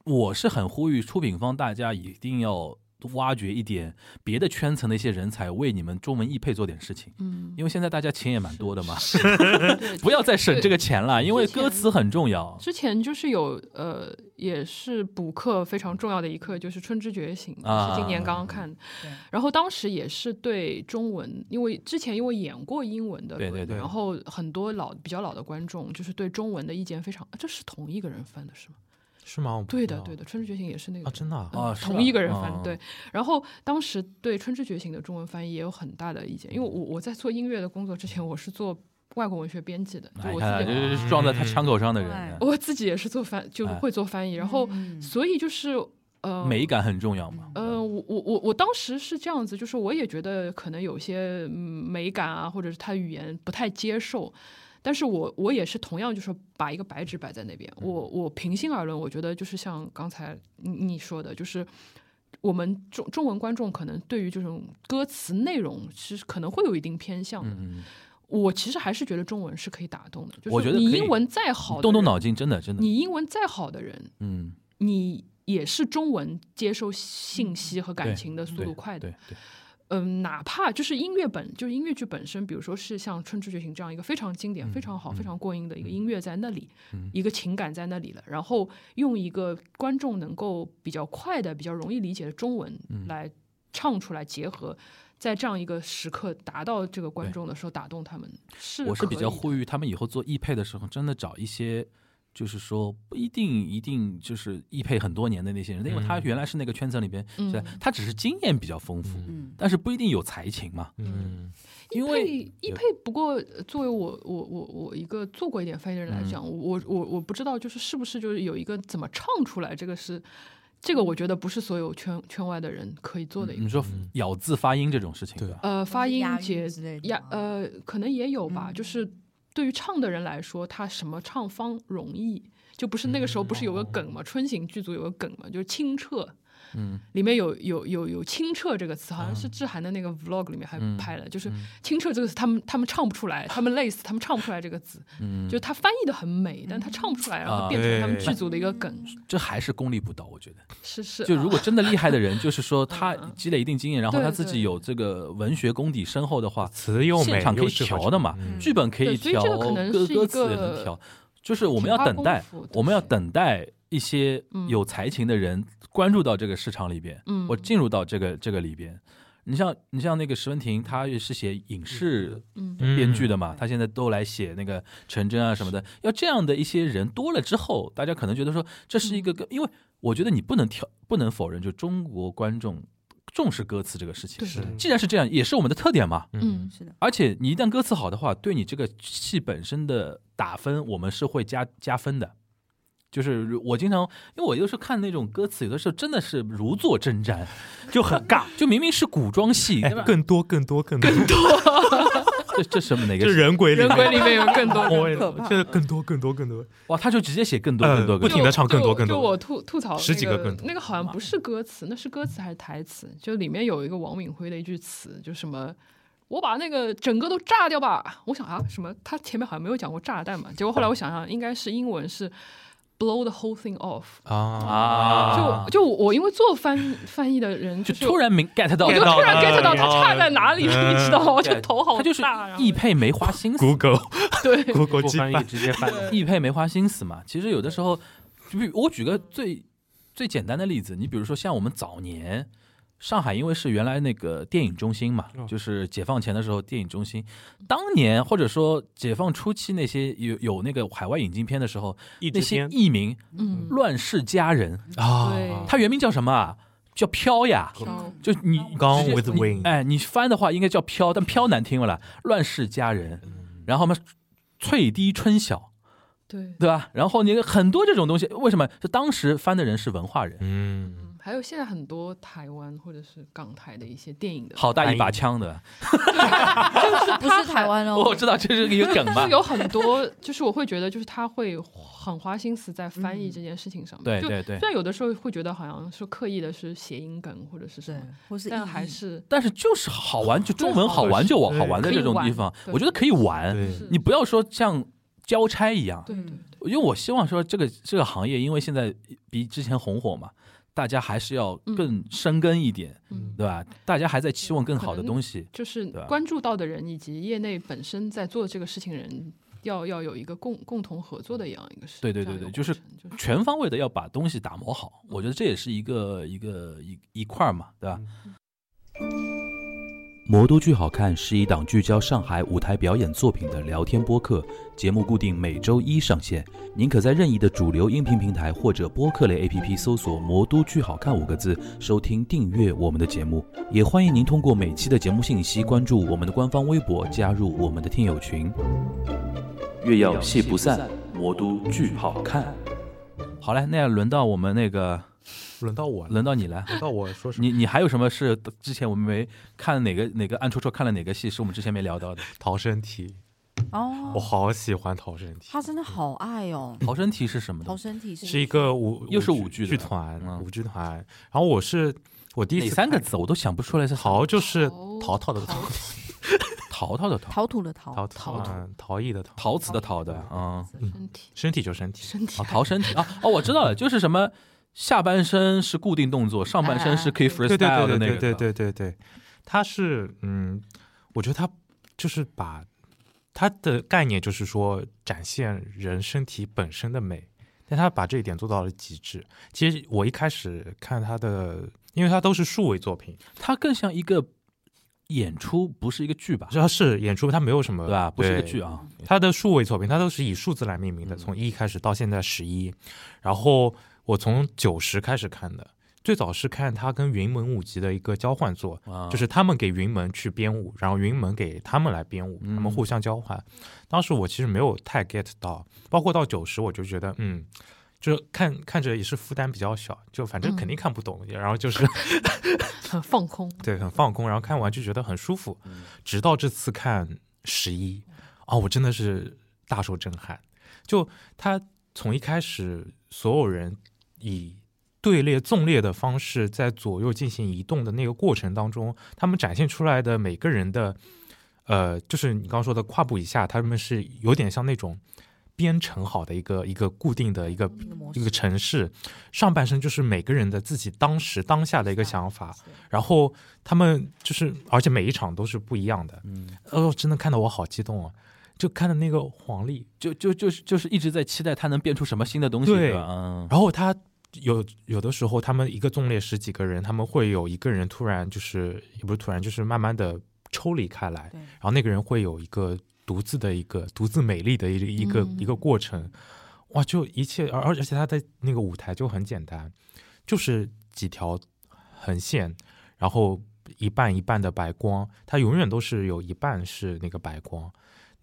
S2: 我是很呼吁出品方大家一定要挖掘一点别的圈层的一些人才，为你们中文译配做点事情。
S5: 嗯，
S2: 因为现在大家钱也蛮多的嘛，
S5: 对
S2: [LAUGHS] 不要再省这个钱了，因为
S5: 之前
S2: 歌词很重要。哎
S5: 之前就是有呃，也是补课非常重要的一课，就是《春之觉醒》，
S2: 啊
S5: 是今年刚刚看的
S4: 对。
S5: 然后当时也是对中文，因为之前因为演过英文的，
S2: 对对对
S5: 然后很多老比较老的观众就是对中文的意见非常，啊、这是同一个人翻的是吗？
S3: 是吗？我不
S5: 对
S3: 知
S5: 的
S3: 道
S2: 哦
S5: 对的，《春之觉醒》也是那个
S3: 啊，
S5: 人
S3: 真的啊
S2: 嗯
S5: 啊，
S2: 哦是吧
S5: 同一个人翻、
S2: 嗯
S5: 对。然后当时对《春之觉醒》的中文翻译也有很大的意见，因为我我在做音乐的工作之前，我是做外国文学编辑的，就
S2: 哎
S5: 我
S2: 看来
S5: 自
S2: 这
S5: 己
S2: 就是撞在他枪口上的人啊
S4: 嗯，
S5: 我自己也是做翻，就是
S2: 哎
S5: 会做翻译，然后
S4: 嗯
S5: 所以就是呃，
S2: 美感很重要嘛。嗯
S5: 呃，我我我我当时是这样子，就是我也觉得可能有些嗯美感啊，或者是他语言不太接受，但是我我也是同样就是把一个白纸摆在那边，
S2: 嗯
S5: 我我平心而论，我觉得就是像刚才你你说的，就是。我们中中文观众可能对于这种歌词内容是可能会有一定偏向的，
S2: 嗯，
S5: 我其实还是觉得中文是可以打动的。就是
S2: 我觉得
S5: 你
S2: 可以
S5: 英文再
S2: 嗯
S5: 好的
S2: 动动
S5: 人
S2: 脑筋，真的真的。
S5: 你英文再好的人，
S2: 嗯，
S5: 你也是中文接收信息和
S2: 对
S5: 感情的速
S2: 对
S5: 度快的
S2: 对。对，
S5: 嗯，哪怕就是音乐本，就是音乐剧本身，比如说是像《春之觉醒》这样一个非常经
S2: 嗯
S5: 典、非常好、非常过硬的一个音乐在那里，一个情感在那里了，然后用一个观众能够比较快的、比较容易理解的中文
S2: 嗯
S5: 来唱出来，结合。在这样一个时刻达到这个观众的时候，打动他们是
S2: 我是比较
S5: 忽
S2: 呼吁他们以后做易配的时候，真的找一些。就是说，不一定一定就是易配很多年的那些人，因为他原来是那个圈层里边，
S5: 嗯
S2: 是吧他只是经验比较丰富，
S4: 嗯
S2: 但是不一定有才情嘛。
S3: 嗯
S2: 因为
S5: 易配，不过呃作为我我我我一个做过一点翻译的人来
S2: 嗯
S5: 讲，我我我不知道就是是不是就是有一个怎么唱出来，这个是这个我觉得不是所有圈圈外的人可以做的一个。
S2: 嗯你说咬字发音这种事情，
S3: 对
S2: 吧？
S5: 呃，发音
S4: 押韵
S5: 节
S4: 之类的
S5: 呀
S4: 吗
S5: 呃，可能也有吧。
S4: 嗯
S5: 就是对于唱的人来说，他什么唱方容易，就不是那个时候不是有个梗嘛？春行剧组有个梗嘛，就是清澈。
S2: 嗯，
S5: 里面有有有有清澈这个词，好像是志涵的那个 vlog 里面还
S2: 嗯
S5: 拍了，就是清澈这个词，他们他们唱不出来，他们累死，他们唱不出来这个字，
S2: 嗯
S5: 就是他翻译的很美，但他唱不出来，然后变成他们剧组的一个梗，
S2: 这还是功力不到，我觉得。
S5: 是是，
S2: 就如果真的厉害的人，就是说他
S5: 啊嗯嗯
S2: 积累一定经验，然后他
S5: 对
S2: 自己
S5: 对
S2: 有这个文学功底深厚的话，
S3: 词又
S2: 现
S3: 美
S2: 场可
S3: 又
S2: 以
S3: 适合
S2: 调的嘛，
S3: 嗯
S2: 剧本可
S5: 对所以
S2: 调，
S5: 这个可能
S2: 歌
S5: 是一
S2: 歌词也能
S5: 个
S2: 调，就是我们要等待
S5: 挺花功夫，的
S2: 我们要
S5: 对
S2: 等待一些
S5: 嗯
S2: 有才情的人关注到这个市场里边，
S5: 嗯
S2: 我进入到这个这个里边。你像你像那个石文婷，她也是写影视
S5: 嗯
S3: 嗯
S2: 编剧的嘛，她现在都来写那个陈真啊什么的。要这样的一些人多了之后，大家可能觉得说这是一
S5: 嗯
S2: 个跟，因为我觉得你不能挑，不能否认，就中国观众重视歌词这个事情
S5: 对。
S3: 是
S2: 既然是这样，也是我们的特点嘛。
S5: 嗯
S4: 是的，
S2: 而且你一旦歌词好的话，对你这个戏本身的打分，我们是会加加分的。就是如我经常，因为我有时候看那种歌词，有的时候真的是如坐针毡， [LAUGHS]
S6: 就很尬。
S2: 就明明是古装
S5: [LAUGHS]
S2: 戏，
S3: 哎
S2: 对吧，
S3: 更多更多更多，
S2: 这这什么哪
S3: 这
S2: 个？
S3: 人鬼里
S5: 人鬼
S3: 面，
S5: 里面有更多
S3: [LAUGHS] 我
S5: 人
S3: 也
S4: 可怕
S3: 这更多更多更多，
S2: 哇，他就直接写更多
S3: 呃
S5: 嗯
S2: 更多
S3: 不
S2: 更
S3: 停
S2: 多。
S3: 地唱更多
S5: 就
S3: 更多
S5: 就我吐吐槽
S3: 十几
S5: 那
S3: 个更多
S5: 那个好像不是歌词，那是歌词还是台词？就里面有一个王敏辉的一句词，就什么。我把那个整个都炸掉吧！我想啊，什么？他前面好像没有讲过炸弹嘛。结果后来我想想，应该是英文是 blow the whole thing off。
S2: 啊
S5: 就就我因为做翻翻译的人，
S2: 就是突然明 get 到
S5: 我
S2: 了，
S5: 就
S3: 到
S5: 突然
S3: 了
S5: get 到
S3: 然后嗯
S5: 他差在哪里了，你知道吗？我就
S2: 对
S5: 头好啊
S2: 他就是
S5: 大，啊然后
S2: 易配没花心思，
S3: Google
S5: 对
S3: Google
S6: 不
S3: 击
S6: 翻
S3: 败
S6: 译直
S2: [LAUGHS]
S6: 接翻，
S2: 易配没花心思嘛。其实有的时候，就比我举个最最简单的例子，你比如说像我们早年上海，因为是原来那个电影中心嘛，
S3: 哦
S6: 嗯
S2: 就是解放前的时候电影中心，当年或者说解放初期那些有有那个海外引进片的时候，
S6: 一
S2: 那
S6: 直
S2: 些
S6: 偏
S2: 艺名
S5: 嗯
S2: 《乱世佳人》，
S3: 啊，
S2: 它原名叫什么啊？叫飘呀。
S5: 飘
S2: 就你
S3: Gone
S2: 直接
S3: with
S2: 你
S3: Wind
S2: 哎，你翻的话应该叫飘，但飘难听了啦，乱世佳人，
S3: 嗯
S2: 然后嘛，翠堤春晓，
S5: 对，
S2: 对吧？然后你很多这种东西，为什么？就当时翻的人是文化人，
S3: 嗯，
S5: 还有现在很多台湾或者是港台的一些电影的
S2: 好大一把枪的，
S3: 啊
S5: 就是
S4: 不是台湾
S2: 我
S4: 哦，
S2: 知道这是一个梗
S5: [LAUGHS]
S2: 吧
S5: 就？有很多，就是我会觉得，就是他会很花心思在翻译这件事情上
S2: 嗯
S5: 面。
S2: 对
S5: 就
S2: 对对
S5: 虽然有的时候会觉得好像是刻意的是谐音梗或者是什
S4: 对
S5: 么，，
S4: 或是
S5: 但
S4: 意
S5: 还
S4: 义
S5: 是
S2: 但是就是好玩，就中文
S5: 对好
S2: 好
S5: 玩
S2: 玩就我
S3: 对
S2: 好玩的这种地方
S5: 可以，玩
S2: 我觉得可以玩。
S3: 对
S5: 是
S2: 你不要说像交差一样，
S5: 对对对
S2: 因为我希望说这个这个行业，因为现在比之前红火嘛，大家还是要
S5: 嗯
S2: 更深耕一点，
S5: 嗯，
S2: 对吧？大家还在期望更好的
S5: 可能
S2: 东西，
S5: 就是
S2: 对吧
S5: 关注到的人以及业内本身在做这个事情的人，要要有一个共共同合作的一样一个事。
S2: 对对
S5: 这样
S2: 对
S5: 一
S2: 对
S5: 个
S2: 就是
S5: 过程就是
S2: 全方位的要把东西打磨好。我觉得这也是一个一个一一块儿嘛，对吧？
S5: 嗯
S2: 魔都剧好看是一档聚焦上海舞台表演作品的聊天播客，节目固定每周一上线。您可在任意的主流音频平台或者播客类 APP 搜索“魔都剧好看”五个字，收听订阅我们的节目。也欢迎您通过每期的节目信息关注我们的官方微博，加入我们的听友群。月要戏不散，魔都剧好看。好嘞，那轮到我们那个，
S3: 轮到我了，
S2: 轮到你来。
S3: 轮到我说什么？
S2: 你你还有什么是之前我们没看哪个哪个暗戳戳看了哪个戏是我们之前没聊
S3: [LAUGHS]
S2: 到的？
S3: 逃生题，我
S4: 哦，
S3: 好喜欢逃生题，
S4: 他真的好爱哦。
S2: 逃生题是什么
S4: 逃
S2: 的？
S4: 生体是
S3: 是一个舞，
S2: 又是舞
S3: 舞
S2: 剧的
S3: 剧团
S2: 嗯，
S3: 舞剧团。然后我是我第一
S2: 哪
S3: 次
S2: 三个
S3: 看
S2: 字我都想不出来是
S3: 逃就是淘
S5: 淘
S3: 淘的淘，
S2: 淘淘的淘，
S4: 陶土的
S3: 淘
S4: 陶，
S3: 淘逃逸的逃，
S2: 陶瓷的陶的啊
S5: 身体
S3: 身体就身体，
S5: 身体
S2: 啊，逃生题啊哦，我知道了，就是什么下半身是固定动作，上半身是可以
S3: 哎对对
S2: freestyle
S3: 对
S2: 的那
S3: 对
S2: 个。啊
S3: 对对对对，他是嗯，我觉得他就是把他的概念就是说展现人身体本身的美，但他把这一点做到了极致。其实我一开始看他的，因为他都是数位作品，
S2: 它更像一个演出，不是一个剧吧？
S3: 只要是演出，他没有什么
S2: 对吧？不是一个
S3: 对
S2: 剧啊。
S3: 他的数位作品，他都是以数字来命名的，
S2: 嗯
S3: 从一开始到现在十一，然后我从九十开始看的，最早是看他跟云门舞集的一个交换作，
S2: 啊
S3: 就是他们给云门去编舞，然后云门给他们来编舞，
S2: 嗯
S3: 他们互相交换。当时我其实没有太 get 到，包括到九十，我就觉得嗯。就是看看着也是负担比较小，就反正
S5: 嗯
S3: 肯定看不懂，然后就是
S5: 很 [LAUGHS] 放空。
S3: 对，很放空，然后看完就觉得很舒服。直到这次看十一，啊，我真的是大受震撼。就他从一开始，所有人以队列、纵列的方式在左右进行移动的那个过程当中，他们展现出来的每个人的，呃，就是你刚刚说的跨步以下，他们是有点像那种编程好的一个一个固定的一个
S4: 嗯一个模
S3: 一
S4: 式
S3: 个城市，上半身就是每个人的自己当时当下的一个想法，然后他们就是，而且每一场都是不一样的。
S2: 嗯，
S3: 哦，真的看得我好激动啊！就看的那个黄历，
S2: 就就就是就是一直在期待它能变出什么新的东西，
S3: 对
S2: 吧？嗯，
S3: 然后他有有的时候他们一个纵列十几个人，他们会有一个人突然就是也不是突然，就是慢慢的抽离开来，
S4: 对
S3: 然后那个人会有一个独自的一个独自美丽的一个一个、
S5: 嗯
S3: 一个过程。哇，就一切，而而且他的那个舞台就很简单，就是几条横线，然后一半一半的白光，它永远都是有一半是那个白光。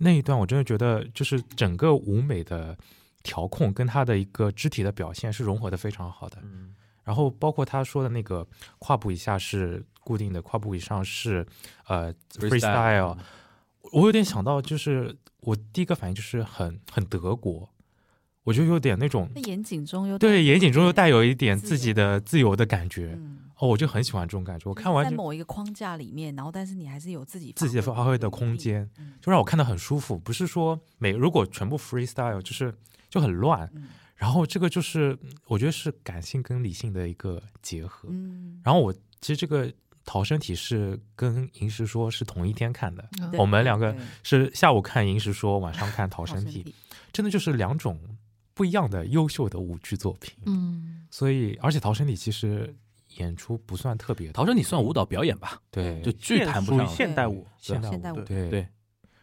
S3: 那一段我真的觉得，就是整个舞美的调控跟他的一个肢体的表现是融合的非常好的。然后包括他说的那个跨步以下是固定的，跨步以上是呃 freestyle，我有点想到，就是我第一个反应就是很很德国，我就有点那种
S4: 那严谨中有
S3: 对
S4: 点
S3: 严谨中又带有一点
S4: 自由
S3: 自己的自由的感觉。
S4: 嗯，
S3: 哦，我就很喜欢这种感觉。我
S4: 我
S3: 看完
S4: 在
S3: 就
S4: 某一个框架里面，然后但是你还是有自己
S3: 自己发挥的空间
S4: 嗯，
S3: 就让我看得很舒服。不是说每如果全部 freestyle 就是就很乱， [LAUGHS]
S4: 嗯
S3: 然后这个就是我觉得是感性跟理性的一个结合。
S4: 嗯，
S3: 然后我其实这个逃生体是跟银石说是同一天看的，
S5: 嗯
S4: 对
S3: 我们两个
S4: 对
S3: 是下午看银石说，晚上看逃
S4: 逃
S3: 生
S4: 生
S3: 体，，真的就是两种不一样的优秀的舞剧作品。
S5: 嗯，
S3: 所以，而且逃生体其实演出不算特别
S2: 陶
S3: 多，
S2: 生，你算舞蹈表演吧，
S3: 对，
S2: 就剧谈不
S6: 属于
S2: 上了。
S6: 现代舞，
S3: 现
S4: 现代舞
S3: 对
S2: 对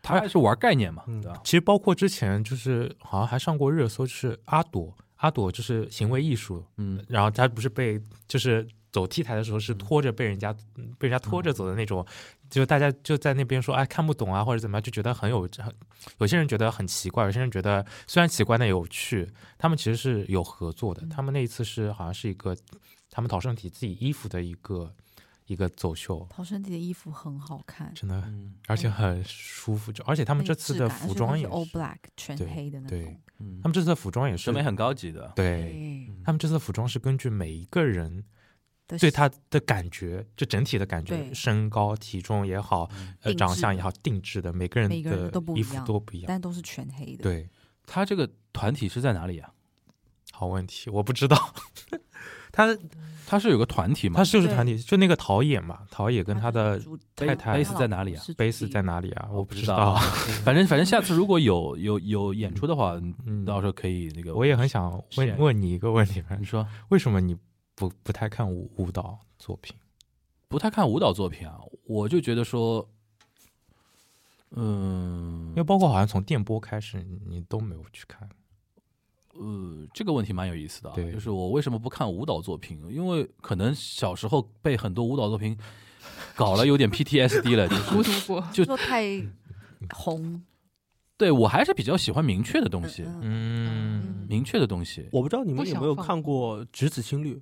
S2: 他还是玩概念嘛，
S6: 嗯
S2: 对吧？
S3: 其实包括之前就是好像还上过热搜，就是阿朵，阿朵就是行为艺术，
S2: 嗯，
S3: 然后她不是被就是走 T 台的时候是拖着被人家、嗯被人家拖
S2: 嗯
S3: 着走的那种，就大家就在那边说哎看不懂啊或者怎么样，就觉得很有很有些人觉得很奇怪，有些人觉得虽然奇怪但有趣，他们其实是有合作
S2: 嗯
S3: 的，他们那一次是好像是一个他们讨生体自己衣服的一个一个走秀，
S4: 逃生体的衣服很好看，
S3: 真的
S2: 嗯
S3: 而且很舒服，就而且他
S4: 他
S3: 们这次的服装也
S4: all
S3: 是。
S4: black 全
S3: 对
S4: 黑的那
S3: 对
S4: 种，哎
S2: 嗯
S3: 他们这次的服装也是
S2: 审美很高级的，
S3: 对，他们这次的服装是根据每一个人
S4: 对
S3: 对他的感觉，就整体的感觉，
S4: 对嗯
S3: 身高、体重也好，呃，
S4: 定制
S3: 长相也好，定制的，每个人
S4: 每个人
S3: 的
S4: 都不一
S3: 衣服
S4: 样
S3: 都不一样。
S4: 但都是全黑的，
S3: 对，
S2: 他这个团体是在哪里啊？
S3: 好问题，我不知道。 [LAUGHS] 他
S2: 他是有个团体嘛
S3: 他？就是团体，就那个陶冶嘛，陶冶跟他的
S4: 啊主
S3: 太太
S2: 贝斯在哪里啊？
S3: base 在哪里啊？我
S2: 不
S3: 不
S2: 知
S3: 知
S2: 道
S3: 道。 [LAUGHS]
S2: 反正反正下次如果有有有演出的话，
S3: 嗯，
S2: 到时候可嗯以那个。
S3: 我也很想
S2: 是
S3: 问问你一个问题，
S2: 你说
S3: 为什么你不不太看舞舞蹈作品？
S2: 不太看舞蹈作品啊，我就觉得说，嗯
S3: 因为，包括好像从电波开始，你你都没有去看。
S2: 呃，这个问题蛮有意思的、啊，
S3: 对
S2: 就是我为什么不看舞蹈作品？因为可能小时候被很多舞蹈作品搞了有点 PTSD 了，就
S5: 孤
S2: 是
S5: 独过。
S2: 就
S4: 就太
S2: 嗯
S4: 红，
S2: 对我还是比较喜欢明确的嗯东西，
S4: 嗯，
S3: 嗯
S2: 明确的东西。
S6: 我不知道你们
S5: 不
S6: 有
S5: 想
S6: 没有
S5: 放
S6: 看过《直子青绿》，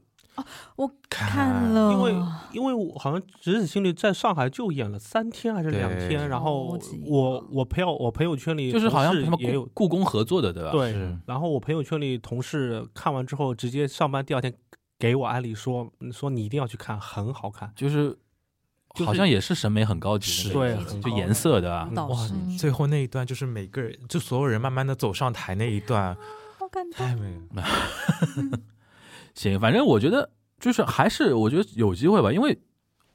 S4: 我看了，
S6: 因为因为我好像《直子青绿》在上海就演了三天还是两
S3: 对
S6: 天，然
S5: 哦
S6: 后
S4: 超级
S6: 我
S4: 棒
S6: 我朋友我朋友圈里
S2: 就是好像
S6: 同事
S2: 什么
S6: 也有
S2: 故故宫合作的，对吧？
S6: 对
S3: 是
S6: 然后我朋友圈里同事看完之后，直接上班第二天给我安利说嗯说你一定要去看，很好看。
S2: 就是
S6: 就是
S2: 好像也是审美很高级
S3: 是
S2: 的那
S6: 对
S2: 种，
S6: 很
S2: 就
S6: 高
S2: 颜色的啊，
S4: 导
S3: 哇
S4: 师，
S5: 嗯
S3: 最后那一段就是每个人，就所有人慢慢的走上台那一段，
S4: 好感动
S3: 太，美了。
S2: 行，反正我觉得就是还是我觉得有机会吧，因为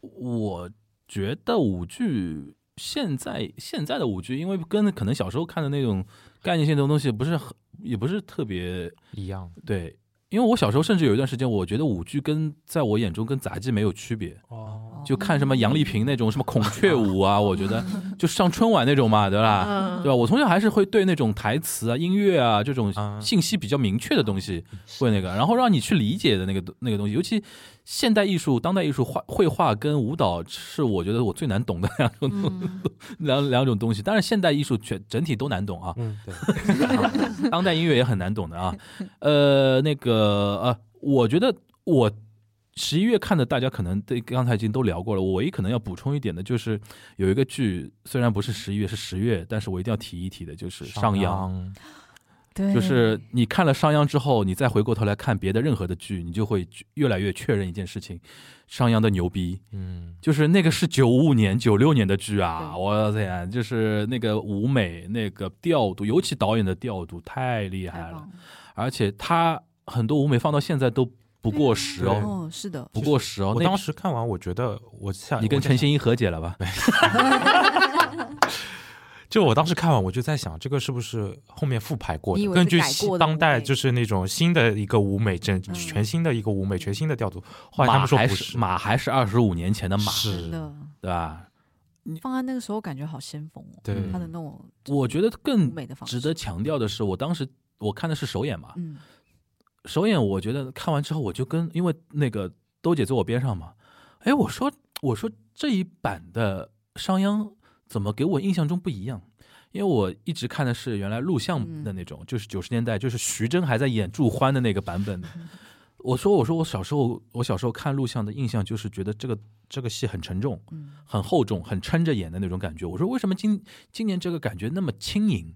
S2: 我觉得舞剧现在现在的舞剧，因为跟可能小时候看的那种概念性的东西不是很，也不是特别
S3: 一样
S2: 对。因为我小时候甚至有一段时间，我觉得舞剧跟在我眼中跟杂技没有区别，
S6: 哦，
S2: 就看什么杨丽萍那种什么孔雀舞啊，我觉得就上春晚那种嘛，对吧？
S5: 嗯
S2: 对，吧？我从小还是会对那种台词啊、音乐啊这种
S3: 啊
S2: 信息比较明确的东西会那个，然后让你去理解的那个东那个东西，尤其现代艺术、当代艺术画绘画跟舞蹈是我觉得我最难懂的两种、
S5: 嗯
S2: 两两种东西。当然，现代艺术全整体都难懂啊，
S6: 嗯，
S3: 对，
S2: [LAUGHS] 当代音乐也很难懂的啊。呃，那个呃，我觉得我十一月看的，大家可能对刚才已经都聊过了。我唯一可能要补充一点的就是，有一个剧虽然不是十一月，是十月，但是我一定要提一提的，就是《上扬》。
S3: 扬，
S5: 哎
S4: 对，
S2: 就是你看了《商鞅》之后，你再回过头来看别的任何的剧，你就会越来越确认一件事情：商鞅的牛逼，
S3: 嗯，
S2: 就是那个是九五年、九六年的剧啊！
S5: 对
S2: 我天，就是那个舞美、那个调度，尤其导演的调度太厉害
S5: 太
S2: 了
S5: 棒，了
S2: 而且他很多舞美放到现在都不过时
S3: 对
S5: 嗯
S2: 哦，
S4: 哦，是的，
S2: 不过时哦。
S3: 我
S2: 那
S3: 当时看完，我觉得我下
S2: 你跟
S3: 我在
S2: 陈欣怡和解了吧？
S3: 就我当时看完，我就在想，这个是不是后面复排过
S4: 你以
S3: 的？
S4: 为是
S3: 根据
S4: 改
S3: 西
S4: 过的
S3: 当代
S4: 舞美
S3: 就是那种新的一个舞美，整
S4: 嗯
S3: 全新的一个舞美，全新的调度。后来他
S2: 马
S3: 们说
S2: 还
S3: 不
S2: 是马还是二十五年前的马，
S3: 是
S4: 真的，
S2: 对吧？
S4: 放在那个时候感觉好先锋哦，
S3: 对
S4: 他的那种
S2: 我觉得
S4: 舞
S2: 更
S4: 美的方式，
S2: 值得强调的是，我当时我看的是首演嘛，
S4: 嗯，
S2: 首演我觉得看完之后，我就跟因为那个兜姐坐我边上嘛，哎，我说我说这一版的商鞅怎么给我印象中不一样？因为我一直看的是原来录像的那种，就是九十年代，就是徐峥还在演祝欢的那个版本。我说我说我小时候我小时候看录像的印象就是觉得这个这个戏很沉重，
S4: 嗯
S2: 很厚重，很撑着演的那种感觉。我说为什么今今年这个感觉那么轻盈、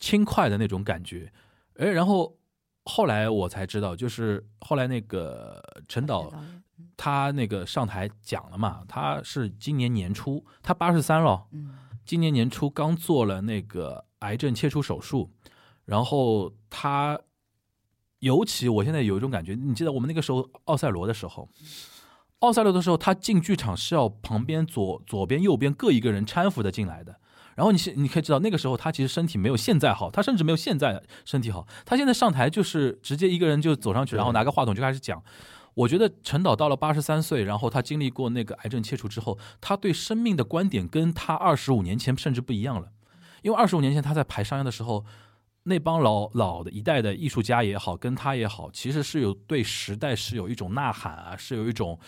S2: 轻快的那种感觉？哎，然后后来我才知道，就是后来那个陈导
S4: 导演嗯
S2: 他那个上台讲了嘛，他是今年年初，他八十三了，
S4: 嗯，
S2: 今年年初刚做了那个癌症切除手术，然后他，尤其我现在有一种感觉，你记得我们那个时候奥赛罗的时候，奥赛罗的时候，他进剧场是要旁边左左边右边各一个人搀扶的进来的。然后你现你可以知道，那个时候他其实身体没有现在好，他甚至没有现在身体好。他现在上台就是直接一个人就走上去，
S3: 对
S2: 然后拿个话筒就开始讲。我觉得陈导到了八十三岁，然后他经历过那个癌症切除之后，他对生命的观点跟他二十五年前甚至不一样了。因为二十五年前他在排商鞅的时候，那帮老老的一代的艺术家也好，跟他也好，其实是有对时代是有一种呐喊啊，是有一种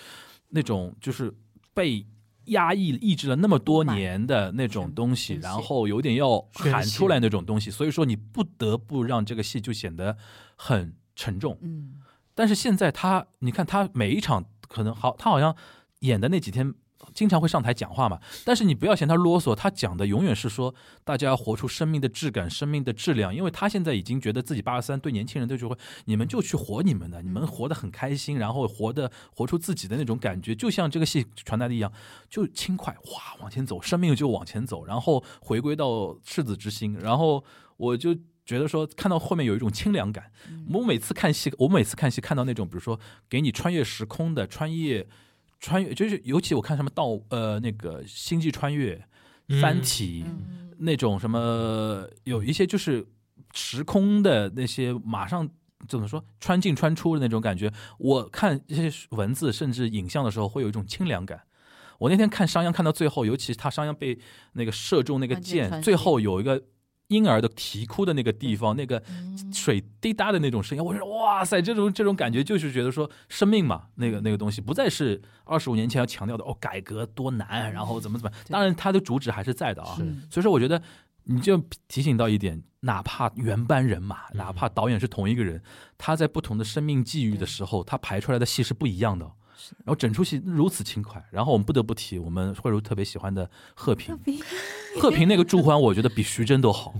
S2: 那种就是被压抑抑制了那么多年的那种东西，
S4: 宣泄
S2: 然后有点要喊
S3: 宣泄
S2: 出来那种东西，所以说你不得不让这个戏就显得很沉重。
S4: 嗯，
S2: 但是现在他，你看他每一场可能好，他好像演的那几天经常会上台讲话嘛。但是你不要嫌他啰嗦，他讲的永远是说大家要活出生命的质感、生命的质量，因为他现在已经觉得自己八十三，对年轻人对就会，你们就去活你们的，你们活得很开心，然后活得活出自己的那种感觉，就像这个戏传达的一样，就轻快，哇，往前走，生命就往前走，然后回归到赤子之心，然后我就觉得说看到后面有一种清凉感。
S4: 嗯
S2: 我每次看戏，我每次看戏看到那种，比如说给你穿越时空的穿越，穿越就是尤其我看什么盗呃那个星际穿越、
S3: 嗯
S2: 三体、
S4: 嗯
S2: 那种什么，有一些就是时空的那些马上。怎么说穿进穿出的那种感觉？我看这些文字甚至影像的时候，会有一种清凉感。我那天看商鞅看到最后，尤其是他商鞅被那个射中那个
S4: 万箭
S2: 箭，
S4: 穿
S2: 最
S4: 心
S2: 后有一个婴儿的啼哭的那个地方，那个
S5: 嗯
S2: 水滴答的那种声音，我说哇塞，这种这种感觉就是觉得说生命嘛，那个那个东西不再是二十五年前要强调的哦，改革多难，然后怎么怎么，
S4: 对
S2: 当然它的主旨还是在的啊。
S3: 是
S2: 所以说，我觉得你就提醒到一点，哪怕原班人马，
S3: 嗯
S2: 哪怕导演是同一个人，他在不同的生命际遇的时候，他排出来的戏是不一样的。
S4: 是
S2: 然后整出戏如此轻快，然后我们不得不提我们慧茹特别喜欢的贺平，贺平那个朱欢，我觉得比徐峥都好。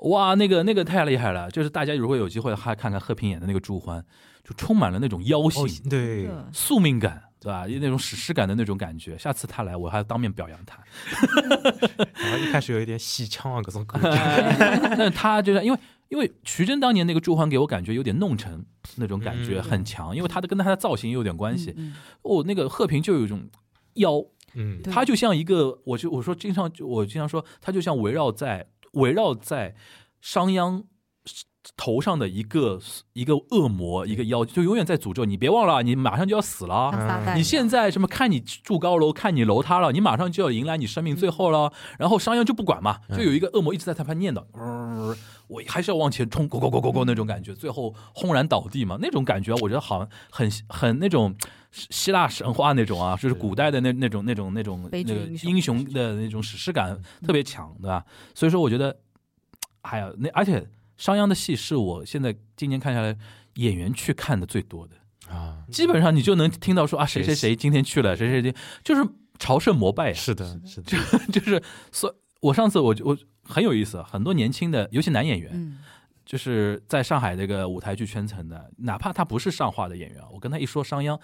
S2: [LAUGHS] 哇，那个那个太厉害了！就是大家如果有机会还看看贺平演的那个朱欢，就充满了那种
S3: 哦
S2: 妖性、
S3: 对，
S4: 嗯
S2: 宿命感，对吧？有那种史诗感的那种感觉。下次他来，我还要当面
S3: [LAUGHS]
S2: 表扬他。
S3: 然后一开始有一点戏腔啊，各种各种。
S2: 但是他就是因为因为徐峥当年那个朱欢给我感觉有点弄臣那种感觉
S3: 嗯
S2: 很强，因为他的跟他的造型也有点关系。
S4: 嗯
S2: 哦，那个贺平就有一种妖，
S3: 嗯
S4: 对
S2: 他就像一个，我就我说经常我经常说，他就像围绕在围绕在商鞅头上的一个一个恶魔，一个妖，就永远在诅咒你。别忘了啊，你马上就要死了啊。
S4: 像撒旦
S2: 你现在什么看你住高楼，看你楼塌了，你马上就要迎来你生命最后了。然后商鞅就不管嘛，就有一个恶魔一直在他旁边念叨，呃我还是要往前冲，go go go go go 那种感觉，最后轰然倒地嘛，那种感觉我觉得好像很很那种希希腊神话那种啊，就是古代的那那种那种那种那
S4: 悲剧
S2: 个
S4: 英雄
S2: 英雄的那种史诗感特别强，对吧？所以说我觉得，哎呀，那而且商鞅的戏是我现在今年看下来演员去看的最多的。
S3: 啊，
S2: 基本上你就能听到说啊，谁谁谁今天去了，谁谁谁，就是朝圣膜拜呀，啊
S3: 是的，是的，
S2: [LAUGHS] 就是所。我上次我我很有意思，很多年轻的，尤其男演员，
S4: 嗯
S2: 就是在上海这个舞台剧圈层的，哪怕他不是上话的演员，我跟他一说商鞅，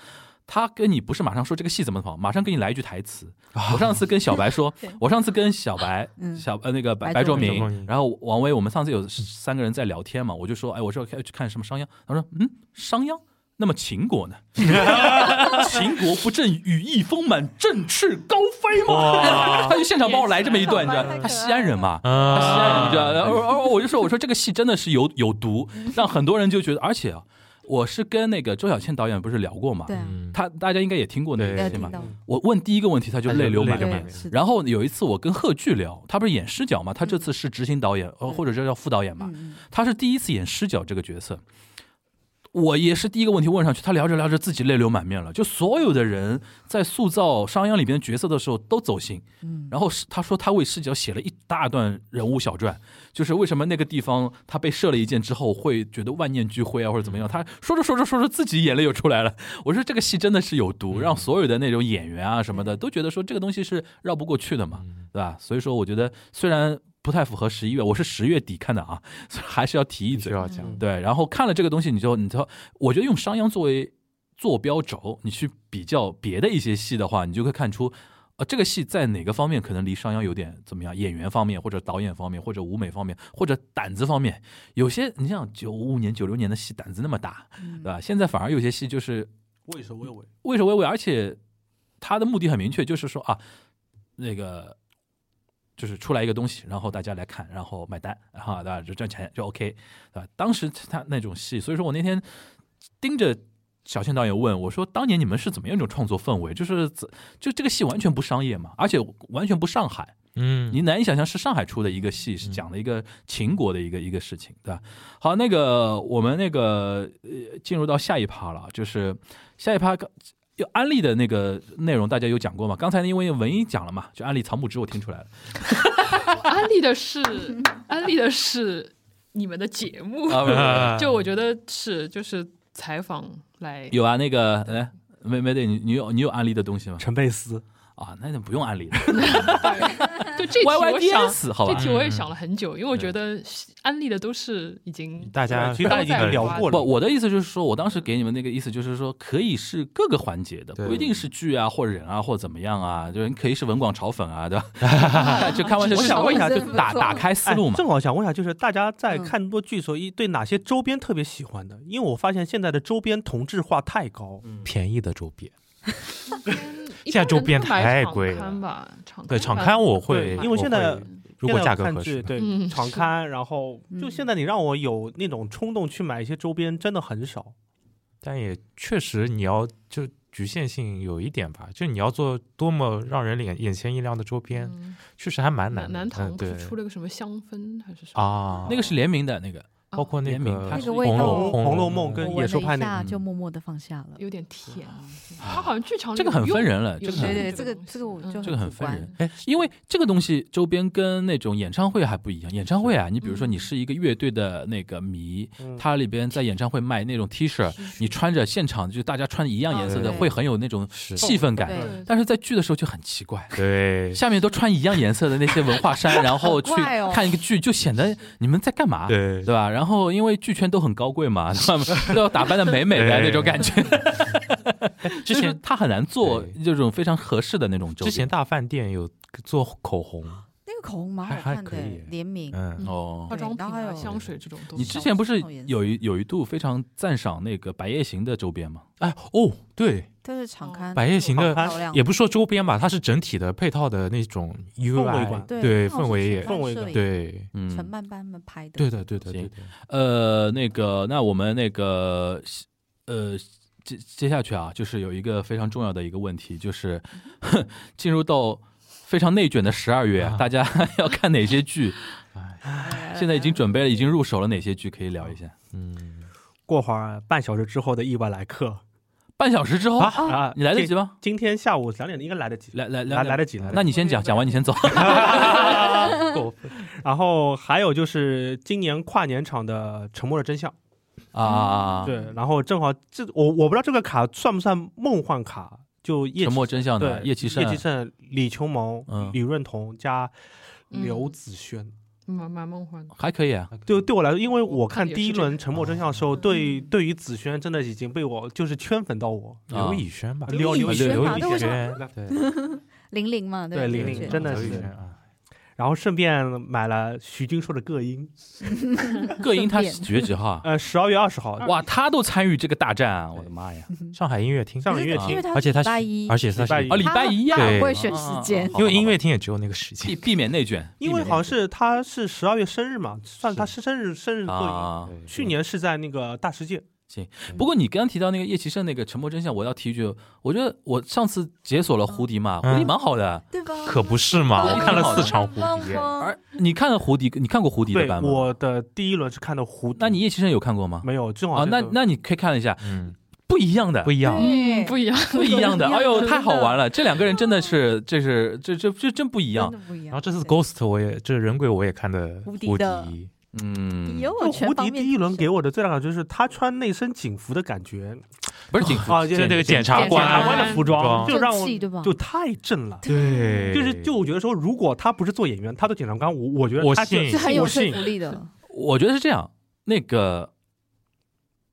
S2: 他跟你不是马上说这个戏怎么好，马上给你来一句
S3: [LAUGHS]
S2: 台词。
S3: 啊
S2: 我上次跟小白说，我上次跟小白
S4: 嗯
S2: 小呃那个白
S4: 白
S2: 卓
S4: 卓
S3: 明白卓
S2: 明
S3: 明，
S2: 然后王威，我们上次有三个人在聊天嘛，我就说，哎，我说要去看什么商鞅，他说，嗯，商鞅。那么秦国呢？
S3: [LAUGHS]
S2: 秦国不正羽翼丰满、振翅高飞吗？ [LAUGHS] 他就现场帮我来这么一段，你知道
S5: 太可爱，了
S2: 他西安人嘛，他西安人，
S3: 啊
S2: 你知道，然后然后我就说，我说这个戏真的是有有毒，让很多人就觉得，而且啊，我是跟那个周小倩导演不是聊过嘛，
S4: 对啊，
S3: 嗯
S2: 他大家应该也听过那
S3: 对
S2: 个
S4: 要
S2: 戏嘛
S4: 听，到
S2: 我问第一个问题，他就
S3: 他就
S2: 泪流满
S3: 泪流
S2: 面
S3: 满。
S4: 对是的
S2: 然后有一次我跟贺剧聊，他不是演狮角嘛，他这次是执行导演，呃，
S4: 嗯
S2: 或者这叫副导演嘛，
S4: 嗯
S2: 他是第一次演狮角这个角色。我也是第一个问题问上去，他聊着聊着自己泪流满面了。就所有的人在塑造商鞅里边角色的时候都走心，
S4: 嗯
S2: 然后是他说他为视角写了一大段人物小传，就是为什么那个地方他被射了一箭之后会觉得万念俱灰啊，或者怎么
S3: 嗯
S2: 样。他说着说着说着自己眼泪又出来了。我说这个戏真的是有毒，
S3: 嗯
S2: 让所有的那种演员啊什么的都觉得说这个东西是绕不过去的嘛，
S3: 嗯
S2: 对吧？所以说我觉得虽然不太符合十一月，我是十月底看的啊，所以还是要提一
S3: 必须
S2: 嘴。
S3: 要讲，
S2: 对，然后看了这个东西，你就你就，我觉得用商鞅作为坐标轴，你去比较别的一些戏的话，你就会看出，呃，这个戏在哪个方面可能离商鞅有点怎么样？演员方面，或者导演方面，或者舞美方面，或者胆子方面，有些你像九五年、九六年的戏胆子那么大，
S4: 嗯
S2: 对吧？现在反而有些戏就是
S6: 畏首畏尾，
S2: 畏首畏尾，而且他的目的很明确，就是说啊，那个就是出来一个东西，然后大家来看，然后买单，然后对吧？就赚钱就 OK，对吧？当时他那种戏，所以说我那天盯着。小倩导演问我说：“当年你们是怎么样一种创作氛围？就是怎就这个戏完全不商业嘛，而且完全不上海，
S3: 嗯，
S2: 你难以想象是上海出的一个戏，是讲的一个秦国的一个一个事情，对吧？好，那个我们那个呃，进入到下一趴了，就是下一趴刚有安利的那个内容，大家有讲过嘛？刚才因为文英讲了嘛，就安利草木植，我听出来了
S5: 安利的是安利的是你们的节目，
S2: [LAUGHS] 啊不是不是，
S3: 啊
S5: 就我觉得是就是采访来
S2: 有啊，那个哎，没没对，你你有你有安利的东西吗？
S6: 陈佩斯，
S2: 啊，那就不用安利了，
S5: 就这题
S2: Y
S5: 我
S2: Y D
S5: 想，
S2: S 好
S5: 这
S2: 吧？
S5: 题我也
S3: 嗯
S5: 想了很久，因为我觉得安利的都是已经
S3: 大家
S6: 其实大家已经聊过
S2: 不，
S6: 了，
S2: 我的意思就是说，我当时给你们那个意思就是说，可以是各个环节的，
S3: 对
S2: 不一定是剧啊，或者人啊，或者怎么样啊，就是你可以是文广炒粉啊，对
S6: [LAUGHS]
S2: 吧？就开玩笑，
S6: 我
S2: 就是
S6: 想问一下
S2: 就
S6: 就是
S2: 打打开思路
S6: 哎
S2: 嘛。
S6: 正好想问一下，就是大家在
S4: 嗯
S6: 看那么多剧的时候，一对哪些周边特别喜欢的？因为我发现现在的周边同质化太高，
S3: 便宜的周边，
S5: 一
S3: 现在
S5: 般
S3: 周
S5: 人
S3: 边
S5: 都买
S3: 太
S5: 场
S3: 贵了
S5: 刊吧，嗯场
S3: 对
S5: 刊
S3: 场
S5: 吧
S3: 刊我会，
S5: 对
S6: 因为现在
S3: 我会如果
S6: 现在
S3: 价
S6: 我
S3: 格
S6: 看
S3: 合
S6: 剧
S3: 适，
S6: 对
S5: 嗯
S6: 常
S5: 是
S6: 刊，然后就
S4: 嗯
S6: 现在你让我有那种冲动去买一些周边，真的很少。
S3: 但也确实你要就局限性有一点吧，就你要做多么让人眼眼前一亮的周边，
S5: 嗯
S3: 确实还蛮难
S5: 南
S3: 的。
S5: 南唐
S3: 嗯
S5: 不是
S3: 对
S5: 出了个什么香氛还是什么啊
S3: 啊，
S2: 那个是联名的那个，
S3: 包括那
S2: 联
S3: 个
S2: 名它
S4: 那
S2: 是
S4: 个
S2: 一
S4: 味
S3: 红
S4: 道
S3: 楼
S6: 红红楼梦
S3: 梦
S6: 跟
S4: 我
S6: 野
S4: 闻
S6: 兽
S4: 了
S6: 派
S4: 一
S6: 那个
S4: 下
S3: 嗯
S4: 就默默的放下了。
S5: 有点甜，啊它好像剧场里
S2: 这个很
S5: 有
S2: 分
S5: 用。
S2: 人了，这
S5: 有
S2: 个
S5: 些
S2: 很
S4: 对对，
S5: 这个
S4: 这个
S5: 东西
S4: 这个我
S5: 嗯
S4: 就
S2: 这个很
S4: 主
S2: 分
S4: 观
S2: 人。哎，因为这个东西周边跟那种演唱会还不一样。演唱会啊，你比如说你是一个乐队的那个迷，
S6: 嗯
S2: 它里边在演唱会卖那种 T 恤，你穿着现场就大家穿一样颜色的，
S4: 啊对
S2: 会很有那种
S3: 是
S2: 气氛
S4: 对
S2: 感。
S5: 对
S2: 但是在剧的时候就很奇怪，
S3: 对
S2: 下面都穿一样颜色的那些文化
S4: [LAUGHS]
S2: 衫，然后去
S4: 好怪哦
S2: 看一个剧，就显得你们在干嘛？
S3: 对
S2: [LAUGHS] 对吧？然后因为剧圈都很高贵嘛， [LAUGHS] 对吧？都要打扮的美美的
S3: 对
S2: 那种感
S3: [LAUGHS]
S2: 觉。
S3: 之
S2: 就是
S3: 前
S2: 他很难做
S3: 对
S2: 这种非常合适的那种周
S3: 之
S2: 边。
S3: 前大饭店有做口红，
S4: 那个口红蛮
S3: 还
S4: 好
S3: 还
S4: 看的
S3: 可以
S4: 欸，联名。
S3: 嗯
S5: 嗯，
S2: 哦
S5: 化，妆品
S4: 然后还
S5: 啊、
S4: 有
S5: 香水这种东西。
S2: 你之前不是
S4: 好颜色
S2: 有一有一度非常赞赏那个《白夜行》的周边吗？哎哦，
S3: 对，
S4: 但是场
S5: 哦
S4: 刊
S3: 百叶行的
S6: 好看
S4: 漂亮，
S3: 也不说周边吧，它是整体的配套的那种 UI，
S6: 感
S3: 对氛围也
S6: 感氛围感
S3: 对
S4: 陈
S2: 嗯，
S4: 曼班们拍的，
S3: 对的对的对
S2: 行
S3: 的，
S2: 呃，那个，那我们那个，呃，接接下去啊，就是有一个非常重要的一个问题，就是 [LAUGHS] 哼进入到非常内卷的十二月，
S3: 啊
S2: 大家
S6: [LAUGHS]
S2: 要看哪些
S4: [LAUGHS]
S2: 剧？
S4: 哎，
S2: 现在已经准备了，已经入手了哪些剧？可以聊一下。
S6: 啊
S3: 嗯，
S6: 过会儿半小时之后的意外来客
S2: 半小时之后，
S6: 啊
S2: 你来得及
S6: 今
S2: 吗？
S6: 今天下午两点应该来得及，
S2: 来来
S6: 来来得及，来得及
S2: 那你先讲，讲完你
S6: [LAUGHS]
S2: 先走。
S6: 够分。然后还有就是今年跨年场的《沉默的真相》，
S2: 啊，
S6: 嗯对，然后正好这我我不知道这个卡算不算梦幻卡，就叶
S2: 沉默真相
S6: 对
S2: 的叶奇胜
S6: 叶，奇胜、李秋萌、
S2: 嗯
S6: 李润彤加
S5: 嗯
S6: 刘子轩。
S5: 蛮蛮梦幻的。
S2: 还可以
S4: [LAUGHS]
S2: 啊。
S6: 对，对我来说，因为我
S5: 我看
S6: 看
S5: 也
S6: 第一
S5: 是这
S6: 轮《
S5: 个
S6: 沉默真相》的时候，对
S5: 嗯
S6: 对于子轩真的已经被我就是圈粉到我。
S2: 啊
S3: 刘以轩吧，
S6: 刘
S4: 刘
S6: 以
S4: 以轩
S6: 轩
S3: 刘
S4: 嘛
S5: 啊
S3: 以
S4: 都为什
S3: 轩
S4: 么
S3: 对
S4: 玲玲嘛，
S6: 对
S4: 吧
S6: 玲
S4: 对
S6: 玲
S4: 对
S6: 真的
S3: 刘以
S6: 是
S3: 轩啊，
S6: 然后顺便买了徐君硕的各音，
S2: 各英他
S4: 顺便
S2: 几月几号
S6: [LAUGHS]
S2: 啊？
S6: 呃，十二月二十号，
S2: 哇，他都参与这个大战啊！我的妈呀！
S3: 上海音乐厅，
S6: 上海音乐
S4: 因为
S6: 厅，
S4: 他
S3: 而且他
S4: 礼拜
S3: 是
S4: 一，
S3: 而且他是
S6: 礼
S2: 啊，礼拜一呀
S4: 他，
S3: 对
S4: 很会选时间，
S2: 啊
S3: 因为音乐厅也只有那个时
S2: 避
S3: 间，
S2: 避免内卷，
S6: 因
S2: 避
S6: 为
S2: 免内卷
S6: 好像是他是十二月生日嘛，算他是生日生日各音。
S2: 啊。
S3: 对
S6: 去年是在那个大世界，
S2: 不过你刚刚提到那个叶奇胜那个《沉默真相》，我要提一句，我觉得我上次解锁了胡迪嘛，
S3: 嗯
S2: 胡迪蛮好的。
S4: 对吧？
S3: 可不是嘛，
S2: 对
S3: 我看了
S2: 对
S3: 四场蝴蝶，
S4: 嗯
S2: 而你看了胡迪，你看过胡迪的
S6: 对
S2: 版本吗？
S6: 我的第一轮是看的胡迪，
S2: 那你叶奇胜有看过吗？
S6: 没有正好
S2: 啊，
S6: 这
S2: 那
S6: 个
S2: 那你可以看一下，
S3: 嗯，
S2: 不一样的，
S3: 不一样，
S5: 嗯，
S4: 对，
S5: 不一样，
S2: 不一样的，
S4: 不一样
S2: 哎呦，
S4: 真的
S2: 太好玩了！这两个人真的是，这是这这这真不一
S4: 一
S2: 样。
S4: 不一样。
S3: 然后这次
S4: 次
S3: Ghost 我也这人鬼我也看的
S4: 无
S3: 无
S4: 敌的
S3: 敌
S2: 嗯，
S4: 有
S6: 就
S4: 全
S6: 胡
S4: 方
S6: 迪
S4: 面
S6: 第一
S4: 精
S6: 轮
S4: 神
S6: 给我的最大感觉就是他穿那身警服的
S2: [LAUGHS]
S6: 感觉，
S2: 不是警服
S6: 啊，
S3: 就是那个检察
S6: 官
S5: 官
S6: 察官的服装，
S2: 啊
S3: 装
S6: 就让
S4: 正
S6: 我
S4: 气对吧
S6: 就太正了。
S3: 对，
S6: 就是就我觉得说，如果他不是做演员，他做检察官，我我觉得
S3: 我
S6: 他就
S3: 信
S6: 是
S4: 是很有
S6: 我
S4: 说
S6: 信
S4: 服力的，
S2: 我觉得是这样，那个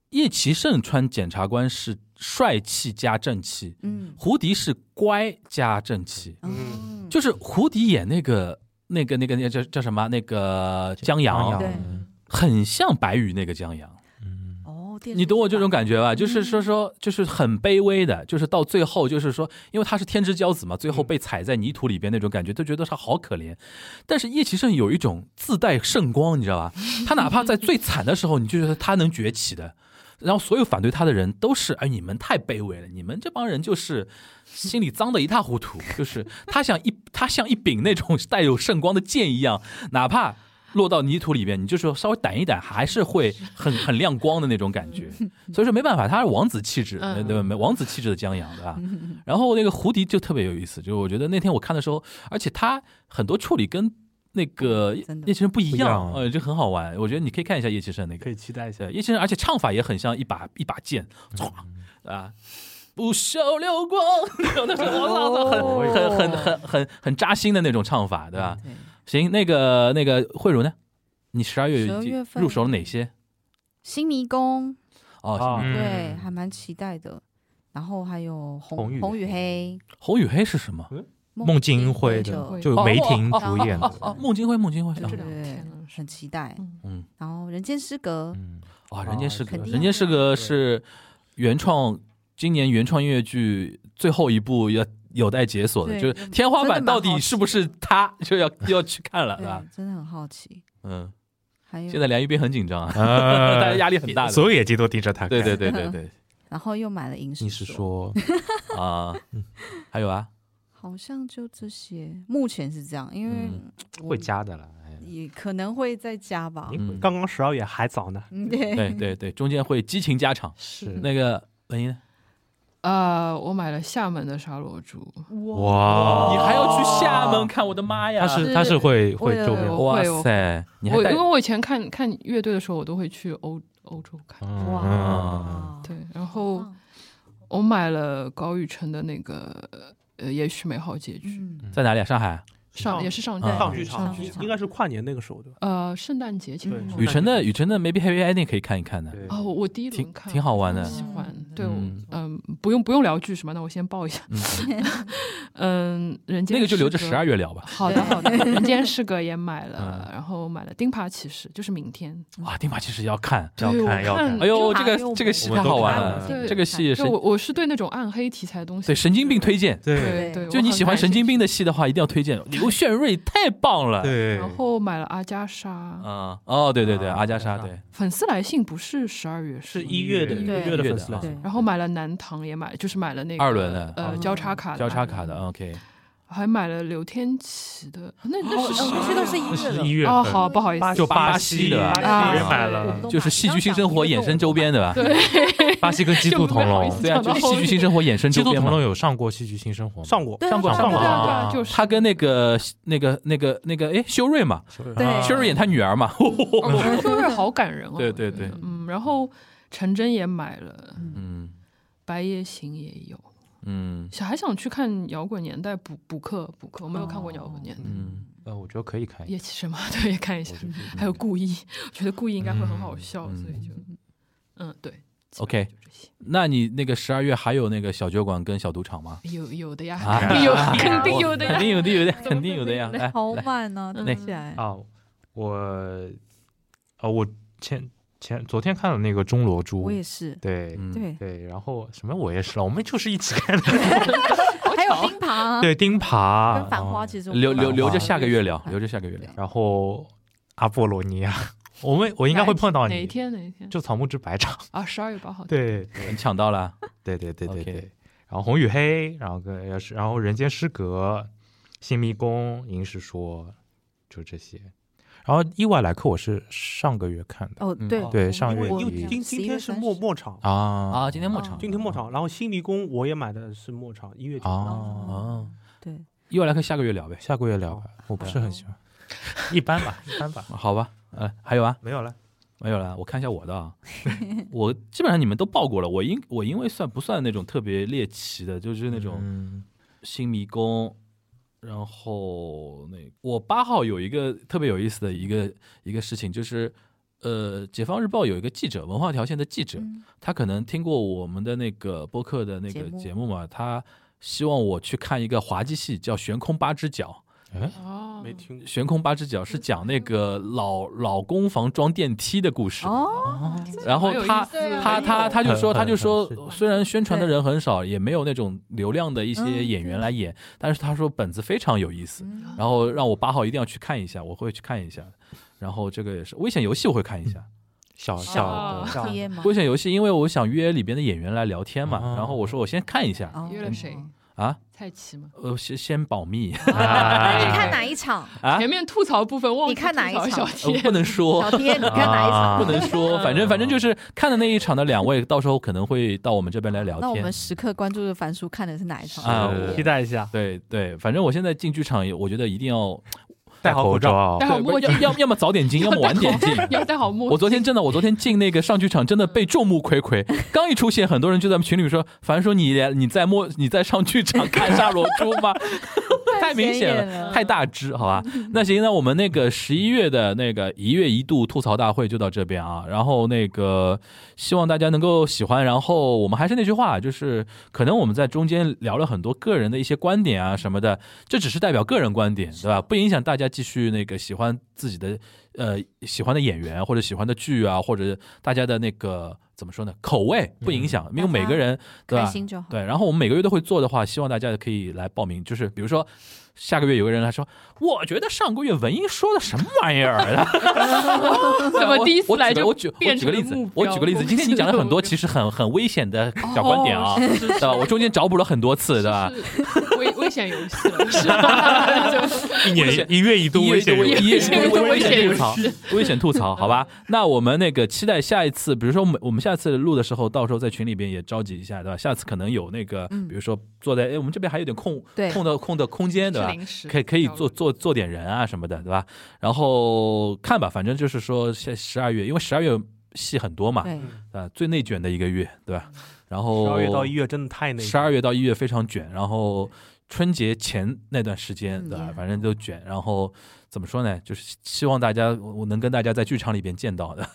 S2: 叶奇胜穿检察官是帅气加正气，
S4: 嗯
S2: 胡迪是乖加正气，
S6: 嗯
S4: 嗯，
S2: 就是胡迪演那个。那个、那个、那个叫叫什么？那个江
S3: 江
S2: 阳
S3: 阳
S4: 对
S2: 很像白宇那个江阳，
S3: 嗯
S4: 哦，电视
S2: 你懂我
S4: 剧
S2: 这种
S4: 版
S2: 感觉吧？就是说说，就是很卑微的，就是到最后，就是说，因为他是天之骄子嘛，最后被踩在泥土里边那种感觉，都觉得他好可怜。但是叶奇胜有一种自带圣光，你知道吧？他哪怕在最惨的时候，你就觉得他能崛起的。然后所有反对他的人都是，哎，你们太卑微了，你们这帮人就是心里脏的一塌糊涂。就是他像一他像一柄那种带有圣光的剑一样，哪怕落到泥土里边，你就说稍微掸一掸，还是会很很亮光的那种感觉。所以说没办法，他是王子气质，
S5: 嗯
S2: 呃对吧？没王子气质的江阳，对吧？然后那个胡迪就特别有意思，就是我觉得那天我看的时候，而且他很多处理跟那个
S4: 真的
S2: 叶奇胜不一
S3: 不一
S2: 样，
S3: 样
S2: 呃，就很好玩。我觉得你可以看一下叶奇胜那个
S6: 可。以期待一下
S2: 对，。叶先生，而且唱法也很像一把一把剑，唰啊，不朽流光， [LAUGHS] 那种我操，很很很很很很扎心的那种唱法，对吧？
S4: 对
S2: 行，那个那个慧茹呢？你十二月
S4: 12月份
S2: 入手了哪些？
S4: 新迷宫，
S2: 哦，
S6: 啊
S2: 行
S4: 对，
S3: 嗯
S4: 还蛮期待的。然后还有
S3: 红
S4: 红
S3: 与
S4: 与黑，
S2: 红与黑是什么？
S3: 孟京辉
S4: 的
S3: 的，
S5: 辉
S3: 就梅婷主演
S2: 哦
S4: 嗯
S3: 的，，
S2: 孟京辉，孟京辉，
S5: 就
S2: 啊
S5: 这
S4: 对
S5: 两天了是
S4: 很期待。
S2: 嗯，
S4: 然后人间失格，
S3: 嗯，
S2: 啊，人间失格，
S4: 肯定
S2: 人间失格
S6: 啊
S2: 是原创，今年原创音乐剧最后一部要有待解锁的，
S4: 对
S2: 就是天花板
S4: 真的蛮
S2: 到
S4: 好奇
S2: 底是不是他，就要要去看了，对
S4: 对
S2: 吧？，
S4: 真的很好奇。
S2: 嗯，
S4: 还有
S2: 现在梁一冰很紧张啊，大家
S3: [LAUGHS] 呃
S2: 压力很大的。嗯
S3: 所有眼睛都盯着他看。
S2: 对对，对对对
S4: 然后又买了银石，
S3: 你是说
S2: 啊，还有啊，
S4: 好像就这些，目前是这样，因为
S2: 嗯
S4: 我
S3: 会加的啦？哎
S4: 也可能会再加吧。
S2: 嗯
S6: 哎刚刚十二月还早呢，
S4: 嗯，对，
S2: 对对对，中间会激情加场。
S3: 是
S2: 那个文英呢，
S5: 呃，我买了厦门的沙螺珠，
S3: 哇，
S2: 你还要去厦门看？我的妈呀！
S3: 他是他是会会周边
S5: 我
S2: 哦哇
S5: 会我
S2: 塞，你还
S5: 我因
S2: 带
S5: 为我以前看看乐队的时候，我都会去欧欧洲看。
S2: 哇嗯
S4: 哇，
S5: 对，然
S4: 哦
S5: 后我买了高宇辰的那个呃，也许美好结局，
S4: 嗯，
S2: 在哪里啊？上海。
S5: 上
S6: 上
S5: 也是上
S2: 啊
S6: 上
S5: 上
S6: 剧
S4: 场
S6: 场
S4: 剧
S6: 应该是跨年那个时候对吧？
S5: 呃，圣诞节前
S6: 对
S5: 后
S2: 雨辰的雨辰的 Maybe Happy Ending 可以看一看的。
S3: 对
S5: 哦，我我第一轮
S2: 挺
S5: 看
S2: 挺好玩的
S5: 我喜欢。对，
S2: 嗯
S5: 嗯、嗯不用不用聊剧什么，那我先报一下。嗯，人间
S2: 那个就留着
S5: 失格
S2: 十二月聊吧。
S5: 好的，好的， [LAUGHS] 人间失格也买了，
S2: 嗯
S5: 然后买了《钉耙骑士》，就是明天。
S2: 哇，丁马其实要看。
S3: 要
S5: 对我
S3: 看要看
S5: 看，
S2: 哎呦，
S4: 丁
S2: 这个
S4: 马六
S2: 这个戏
S3: 我
S2: 太
S3: 们都
S2: 好玩
S3: 看
S2: 了，
S5: 了
S2: 这个戏
S5: 就是我我是对那种暗黑题材的东西，
S2: 对神经病推荐。
S5: 对对，
S2: 就
S5: 我
S2: 你
S5: 很
S2: 喜欢
S5: 感
S2: 神经
S5: 兴
S2: 病
S5: 趣。
S2: 的戏的话，一定要推荐刘炫瑞，太棒了。
S3: 对，
S5: 然后买了阿加莎，
S2: 啊，哦，对对对，
S6: 啊
S2: 阿加莎，
S6: 阿加莎
S2: 对，
S5: 粉丝来信不是十二月
S6: 是
S5: 吗
S6: 一月的，
S3: 对
S6: 一月的粉丝
S2: 对
S6: 来
S4: 啊对哦
S6: 信，，
S5: 然后买了南唐，也买，就是买了那个
S2: 二轮的
S5: 呃
S2: 哦
S5: 交叉卡的
S2: 交叉卡的，，OK。
S5: 还买了刘天琪的，那那是
S4: 哦这些都是
S3: 那是
S4: 一
S3: 一
S4: 月
S3: 月
S5: 哦
S3: 份
S5: 好不好意思
S3: 就
S2: 巴
S3: 巴
S2: 西
S3: 西
S2: 的
S3: 巴西
S5: 啊
S3: 也买了，
S2: 就是戏剧新生活衍生周边，对吧？
S5: 对，
S3: 巴西跟鸡兔同
S5: 就没好意
S3: 笼
S5: 思，
S2: 对啊，就
S5: 讲到
S2: 戏剧新生活衍生
S3: 鸡
S2: 周
S3: 兔
S2: 边
S3: 同
S2: 嘛
S3: 笼。有上过戏剧新生活吗？
S6: 上过
S4: 对
S2: 上过
S4: 啊
S2: 上过
S5: 对啊对
S3: 啊
S5: 啊，
S2: [LAUGHS]
S5: 就是
S2: 他跟那个那个那个那个，哎，修睿嘛，
S4: 对
S3: 啊
S2: 修睿演他女儿嘛。 [LAUGHS]
S5: 哦说瑞好感人哦，
S2: 对
S5: 我觉
S2: 对
S5: 得
S2: 对
S5: 嗯，然后陈真也买了，
S2: 嗯
S5: 白夜行也有，
S2: 嗯
S5: 小还想去看摇滚年代补补课补课，我没有看过摇滚年代，
S2: 嗯，
S3: 呃，我觉得可以看一下。
S5: 夜骑什么 [LAUGHS] 对也看一下，还有故意，我觉得故意应该会很好笑，
S2: 嗯
S5: 所以就嗯对
S2: OK
S5: 基本上就这些
S2: 那你那个十二月还有那个小酒馆跟小赌场
S5: [LAUGHS]
S2: 吗？
S5: 有有的呀，
S2: 啊
S5: 肯定有，肯定有的
S2: 肯
S5: 呀。
S2: 定有的，
S5: [LAUGHS]
S2: 有的，肯定有的呀。哎来，
S4: 好
S2: 来
S4: 慢呢，
S5: 嗯
S4: 听起来。
S3: 啊，我啊，我前前昨天看了那个《钟罗珠
S4: 我》，也是，
S3: 对
S2: 嗯
S4: 对，
S3: 对，然后什么我也是了，我们就是一起看的，
S5: 啊
S4: 还有钉耙，
S3: 对，钉耙，
S4: 跟繁花
S3: 嗯
S4: 其实我
S2: 啊哦留留
S3: 繁
S2: 留
S3: 花
S2: 着下个月聊，留着下个月聊。
S3: 然后阿波罗尼亚，我们我应该会碰到
S5: 哪一
S3: 你，
S5: 天哪一天
S3: 就草木之白
S5: [LAUGHS]
S3: 场，
S5: 啊？十二月八号。
S3: 对
S2: 你抢到了，
S3: 对对对对
S2: OK
S3: 对，然后红与黑，然后跟也是，然后人间失格、新迷宫、银石说，就这些。然后意外来客我是上个月看的
S4: 哦，
S2: 嗯
S4: 对
S2: 哦
S3: 对上
S6: 因
S3: 个
S6: 为
S3: 月
S6: 因为
S3: 底
S6: 今今天是末末场，
S3: 啊
S2: 啊，今天末场，
S6: 今天末场，然后新迷宫我也买的是末场，一月九号。
S3: 啊，
S2: 哦，
S4: 对，
S2: 一会儿来可以下个月聊呗，
S3: 下个月聊吧，我不是很
S2: 哦
S3: 喜欢，一般吧，一般
S2: [LAUGHS]
S3: 吧，
S2: 好吧？呃，还有啊，
S3: 没有了。
S2: 没有了，我看一下我的， [LAUGHS] 啊，我基本上你们都报过了，我因我因为算不算那种特别猎奇的，就是那种
S3: 嗯
S2: 新迷宫，然后那我八号有一个特别有意思的一个一个事情，就是呃，《解放日报》有一个记者，文化条线的记者，
S4: 嗯
S2: 他可能听过我们的那个播客的那
S4: 节
S2: 个
S4: 目
S2: 节目嘛，他希望我去看一个滑稽戏，叫《悬空八只脚》。
S5: 哦，
S6: 没听
S2: 《
S6: 过，
S2: 悬空八只脚》
S4: 嗯
S2: 是讲那个老老公房装电梯的故事。
S4: 哦，嗯
S2: 然后
S5: 蛮有
S2: 他
S5: 意思的呀
S2: 他
S4: 哎
S2: 他他就说
S3: 很
S2: 他就说
S3: 很很，
S2: 虽然宣传的人很少，也没有那种流量的一些
S4: 嗯
S2: 演员来演，但是他说本子非常有意思，
S4: 嗯
S2: 然后让我八号一定要去看一下，我会去看一下。然后这个也是危险游戏，我会看一下。
S4: 嗯
S3: 小
S5: 哦
S3: 小的
S4: 体验吗？
S2: 危险游戏，因为我想约里边的演员来聊天嘛，
S3: 哦
S2: 然后我说我先看一下
S4: 哦
S5: 约了谁？
S2: 啊，
S5: 蔡奇
S2: [LAUGHS]
S5: 吗？
S2: 呃，先先保
S4: [LAUGHS]
S2: 密
S4: 那
S3: 啊
S4: 你看哪一场？
S2: 啊
S5: 前，面吐槽部分忘记
S4: 你看哪一
S5: 吐槽
S4: 场
S5: 小
S2: 呃
S5: 天
S2: 不能说
S4: 小。天，你看哪一
S3: 啊
S4: 场？
S2: 不能说，反正反正就是看的那一场的两位，到时候可能会到我们这边来聊
S4: 那我
S2: 天
S4: 们。时刻关注着樊叔看的是哪一场
S2: 啊
S3: 是
S2: 我
S6: 期待一下。
S2: 对对，反正我现在进剧场也，我觉得一定要，戴好口罩，
S3: 罩
S2: [LAUGHS]
S5: 戴好墨
S2: 要
S5: 镜，
S2: 要要么早
S5: [LAUGHS]
S2: 点进，要么晚点进。
S5: 要戴好墨镜。
S2: 我昨天真的，我昨天进那个上剧场，真的被众目睽睽。刚一出现，很多人就在群里说：“凡说你连你在摸你在上剧场看《杀罗珠》吗？”太明显
S4: 显
S2: 了，太大只，好吧？ [LAUGHS] 那行，那我们那个十一月的那个一月一度吐槽大会就到这边啊。然后那个希望大家能够喜欢。然后我们还是那句话，就是可能我们在中间聊了很多个人的一些观点啊什么的，这只是代表个人观点，对吧？不影响大家继续那个喜欢自己的呃喜欢的演员或者喜欢的剧啊，或者大家的那个怎么说呢口味不影响，因为每个人对
S4: 开
S2: 吧？
S4: 心就好。
S2: 对，然后我们每个月都会做的话，希望大家可以来报名。就是比如说，下个月有个人来说，我觉得上个月文英说的什么玩意儿啊？
S5: [LAUGHS] 怎么第一次
S2: 我
S5: 来
S2: 举个我
S5: 就
S2: 举我
S5: 变
S2: 举
S5: 成
S2: 个
S5: 了
S2: 例子
S5: 目，
S2: 我
S5: 标
S2: 举个例子，今天你讲了很多其实很很危险的小观点啊，
S5: 哦
S2: 对吧？我中间找补了很多次，对吧？
S5: 是危危险游戏了，是吧？就
S3: 一年一月一度
S2: 一
S3: 危险
S2: 一
S3: 游戏，
S2: 一
S5: 一
S2: 危危
S5: 危
S2: 险
S5: 险
S2: 吐槽，危险吐槽，好吧？那我们那个期待下一次，比如说我们我们下次录的时候，到时候在群里边也召集一下，对吧？下次可能有那个，
S4: 嗯
S2: 比如说坐在哎，我们这边还有点空
S4: 对
S2: 空的空的空间，对
S5: 是
S2: 吧？
S5: 临时
S2: 可以可以
S5: 交
S2: 做
S5: 流
S2: 做做点人啊什么的，对吧？然后看吧，反正就是说，现十二月，因为十二月戏很多嘛，
S4: 对，
S2: 啊，最内卷的一个月，对吧？然后
S3: 哦
S6: 十二月到一月真的太那个，
S2: 十二月到一月非常卷，然后春节前那段时间，
S4: 嗯
S2: 对
S4: 也
S2: 吧
S4: 很？
S2: 反正都卷。然后怎么说呢？就是希望大家我我能跟大家在剧场里边见到
S4: [LAUGHS]
S2: 的，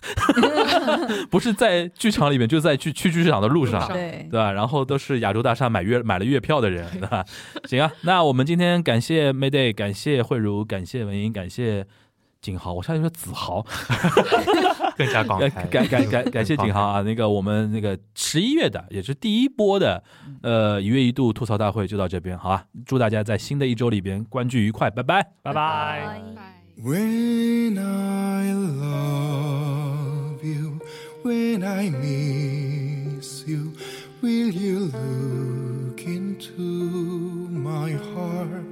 S2: 不是在剧场里边，就在去去剧场的路
S5: 路
S2: 上
S5: 上。
S4: 对
S2: 对，吧？然后都是亚洲大厦买月买了月票的人，对吧？行啊，那我们今天感谢 Mayday，感谢慧茹，感谢文英，感谢景豪，我差点说子豪，
S3: 更加港
S2: [LAUGHS] 感
S3: 台。
S2: 感
S3: [LAUGHS]
S2: 感感感谢景豪啊！那个我们那个十一月的也是第一波的，呃，一月一度吐槽大会就到这边，好吧？祝大家在新的一周里边观剧愉快，拜拜。
S6: 拜拜。
S5: 拜
S7: When I love you, when I miss you, will you look into my heart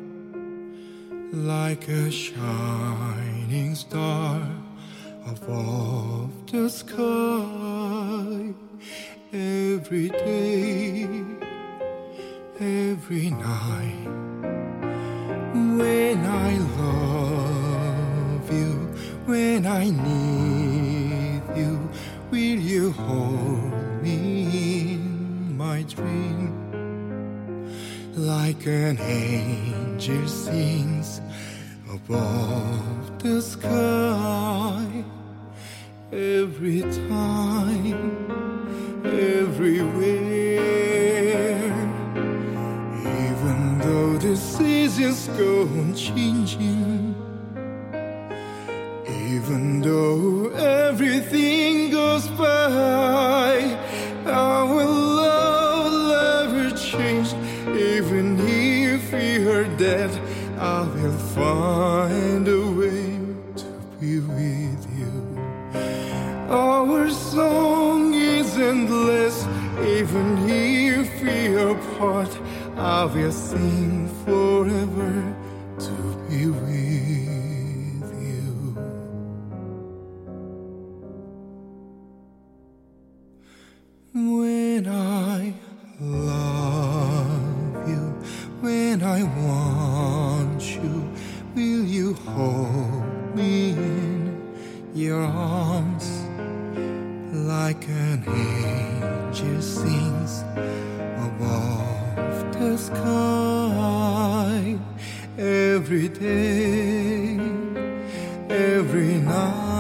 S7: like a shining star above the sky every day, every night? When I love you, when I need you, will you hold me in my dream? Like an angel sings above the sky, every time, everywhere. Even though the seasons go on changing, even though everything goes by, our love will never change. Even if we are dead, I will find a way to be with you. Our song is endless, even if we are apart. I will sing forever to be with you. When I love you, when I want you, will you hold me in your arms? like an angel sings above the sky every day, every night.